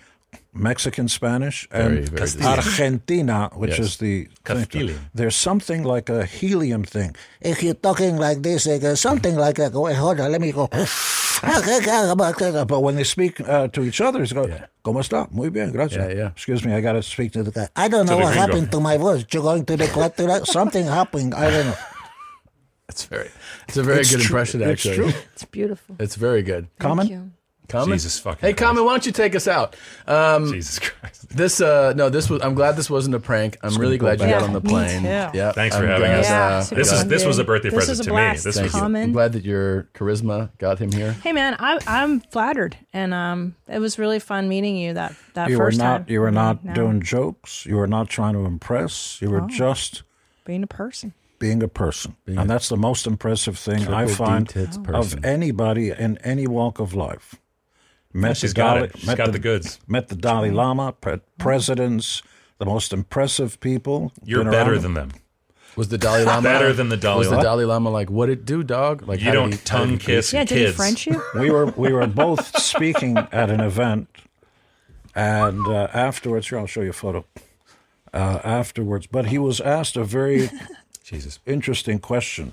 A: Mexican Spanish
B: Very,
A: and
B: very distinct.
A: Argentina, which
B: Yes.
A: is the thing to-
B: Castilian.
A: there's something like a helium thing. If you're talking like this, like, uh, something like that, wait, hold on, let me go. But when they speak uh, to each other, it's go, ¿Cómo está? Muy bien, gracias.
B: Yeah, yeah.
A: Excuse me, I got to speak to the guy. I don't
B: To
A: know
B: the
A: what
B: gringo.
A: happened to my voice. You're going to the club
B: [LAUGHS]
A: tonight? Something happened. I don't know.
B: it's very it's a very
A: It's
B: good
A: true.
B: impression
A: It's
B: actually.
A: true.
Q: It's beautiful.
B: It's very good.
A: Common?
B: Common?
C: Jesus fucking
B: Hey, Common, why don't you take us out? Um,
C: Jesus Christ.
B: This uh, no, this was. I'm glad this wasn't a prank. I'm really
C: gonna
B: glad
C: go
B: you
C: back.
B: got on the
C: Yeah, me
B: plane.
C: too.
B: Yeah,
C: Thanks for
B: I'm
C: having
B: glad,
C: us. Yeah,
B: uh,
C: super This is- fun. this was a birthday This present was a to me. blast. This
B: Thank
C: was-
B: you. I'm
Q: Common.
B: glad that your charisma got him here.
Q: Hey man, I, I'm flattered, and um, it was really fun meeting you that that
A: you
Q: first
A: were not
Q: time.
A: you were not
Q: No.
A: doing jokes you were not trying to impress you were
Q: Oh.
A: just
Q: being a person.
A: being a person and that's the most impressive thing i
B: Triple
A: find
B: D-tits
A: of
B: person.
A: anybody in any walk of life met
C: She's
A: the
C: got
A: Dalai-
C: it. She's
A: met
C: got the goods.
A: met the dalai lama pre- presidents the most impressive people
C: You're
A: been
C: better
A: around
C: than them.
B: Was the Dalai Lama
C: Better than the Dalai
B: was
C: Lama.
B: the Dalai Lama like what it do, dog? Like
C: You
B: how
C: don't
B: did he- how did he
C: tongue
B: greet
C: kiss
B: you?
Q: Yeah, did he
C: kids.
Q: French
A: [LAUGHS]
Q: you?
A: we were we were both speaking [LAUGHS] at an event, and uh, afterwards, here I'll show you a photo. Uh, afterwards, but he was asked
C: [LAUGHS]
A: a very
C: Jesus.
A: interesting question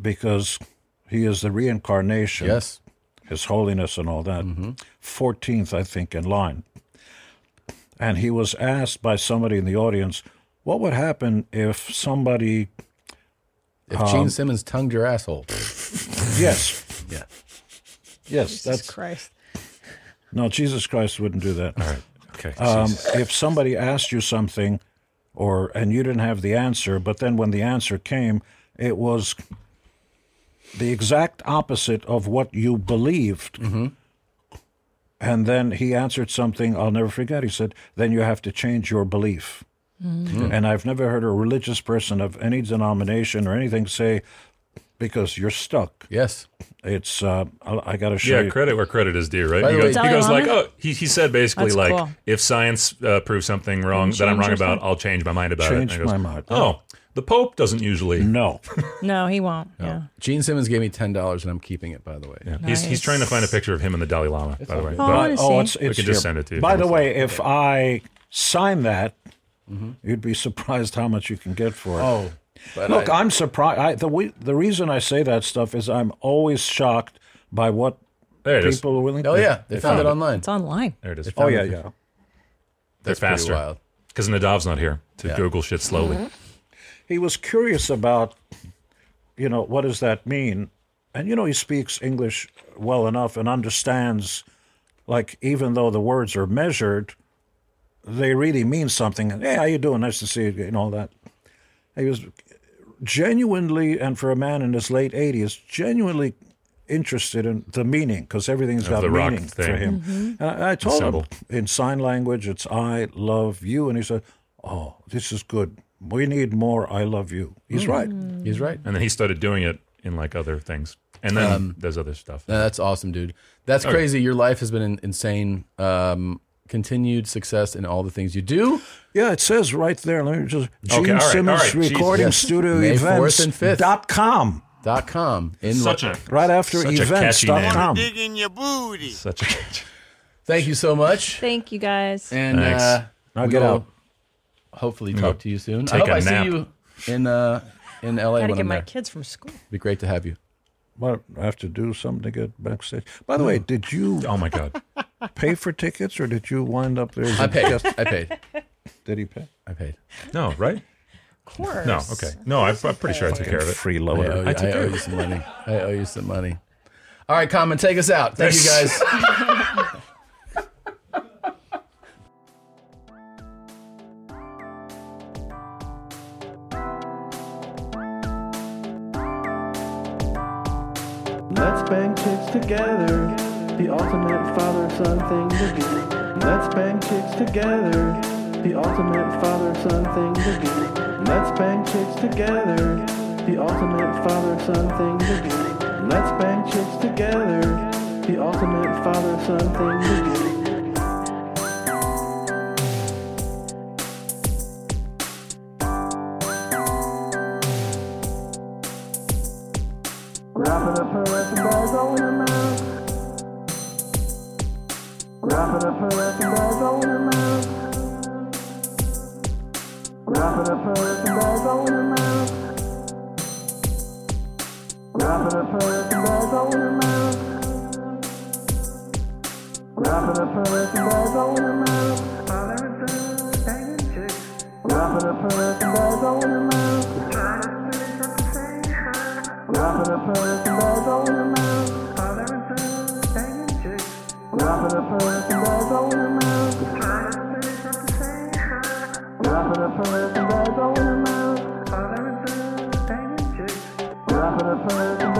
A: because he is the reincarnation,
B: Yes.
A: His Holiness and all that. 14th, I think, in line. And he was asked by somebody in the audience, what would happen if somebody,
B: If
C: Um,
B: Gene Simmons tongued your asshole,
A: yes,
B: yeah,
A: yes,
Q: Jesus
A: that's
Q: Christ.
A: no, Jesus Christ wouldn't do that.
C: All right. Okay.
A: um,
C: Jesus.
A: if somebody asked you something or and you didn't have the answer but then when the answer came it was the exact opposite of what you believed
C: Mm-hmm.
A: and then he answered something i'll never forget he said then you have to change your belief
C: Mm-hmm.
A: and i've never heard a religious person of any denomination or anything say because you're stuck
B: yes.
A: it's uh, i, I got to show
C: Yeah,
A: you
C: credit where credit is due, right?
B: By
C: He
B: the
C: goes,
Q: way-
C: he goes
Q: Dalai
C: like,
Q: Lama?
C: oh, he, he said basically
Q: That's
C: like,
Q: cool.
C: if science uh, proves something wrong that I'm
Q: change
C: wrong
Q: or
C: about,
Q: something?
C: I'll change my mind about
A: Change
C: it. And I
A: my
C: goes,
A: mind.
C: Oh, the Pope doesn't usually.
A: no
Q: No, he won't. Yeah.
B: Gene Simmons gave me ten dollars and I'm keeping it. By the way,
C: He's, he's trying to find a picture of him and the Dalai Lama, by the way.
Q: I wanna see.
A: oh, it's, it's
C: can
A: here.
C: just send it to you.
A: By
C: Don't
A: the
C: worry.
A: way, if I sign that, you'd be surprised how much you can get for it.
B: Mm-hmm. Oh, but
A: Look,
B: I,
A: I'm surprised. I, the we, the reason I say that stuff is I'm always shocked by what
C: There it is.
A: people are willing. to
B: oh yeah, they, found,
C: found
B: it
C: it.
B: online.
Q: It's online.
C: There it is.
A: Oh yeah, yeah.
C: They're
B: That's pretty
C: faster.
B: wild.
C: Because Nadav's not here to
B: Yeah.
C: Google shit slowly.
A: He was curious about, you know, what does that mean? And you know, he speaks English well enough and understands. Like even though the words are measured, they really mean something. Hey, how you doing? Nice to see you. And all that. He was genuinely, and for a man in his late 80s, genuinely interested in the meaning because everything's got
C: the rock
A: meaning for
C: thing.
A: him. And I, I told him
C: symbol.
A: in sign language, it's I love you. And he said, Oh, this is good. We need more I love you.
C: Mm.
A: He's right.
B: He's right.
C: And then he started doing it in like other things. And then
A: Um,
C: there's other stuff.
A: uh,
B: No, that's awesome, dude. That's crazy. Your life has been in- insane. Um, continued success in all the things you do.
A: Yeah, it says right there. Let me just Gene
C: Okay, all right, all
A: Simmons
C: right, Jesus.
A: Recording
B: Yes.
A: Studio
B: May 4th
A: Events
B: and 5th.
A: dot com.
B: Dot com. In
C: Such a
A: Right after
C: Such a
A: events
C: catchy name.
A: dot com.
R: in your booty.
C: such a [LAUGHS] catch.
B: Thank you so much.
Q: Thank you guys.
B: And
C: Thanks.
B: uh,
A: Now get
B: we'll
A: out.
B: Hopefully,
C: gonna
B: talk to you soon. I
C: take
B: hope
C: a
B: I
C: nap.
B: see you in uh, in LA
Q: Gotta
B: when
Q: get
B: I'm
Q: my
B: there.
Q: kids from school.
B: It'd be great to have you.
A: What I have to do something to get backstage. By the way, did you?
C: Oh my God!
A: Pay for tickets, or did you wind up there? as
B: I
A: a
B: paid.
A: guest?
B: I paid.
A: Did he pay?
B: I paid.
C: No, right?
G: Of course.
C: No, okay. No, I, I'm pretty sure I took
A: Fucking
C: care of it.
A: freeloader.
B: I owe, you,
C: I took
B: I owe
C: care of
B: you
C: it.
B: some money. I owe you some money. All right, Common, take us out. Thank you guys.
C: [LAUGHS]
W: Let's bang chicks together. The ultimate father-son thing to be. Let's bang chicks together. The ultimate father-son thing to be. Let's bang chicks together. The ultimate father-son thing to be. Let's bang chicks together. The ultimate father-son thing to be. Wrap it up her at the bars on her mouth. Wrap it up her at the bars on her mouth. Wrap it up her at the bars on her mouth. Wrap it up her at the bars on her mouth. Wrap it up her at the bars on her mouth. Wrap it up her at the bars on her mouth. Wrap it up her at the bars on her mouth. Wrap it up her at the bars on her mouth. Wrap it up her at the bars on her mouth. Wrap it up her at the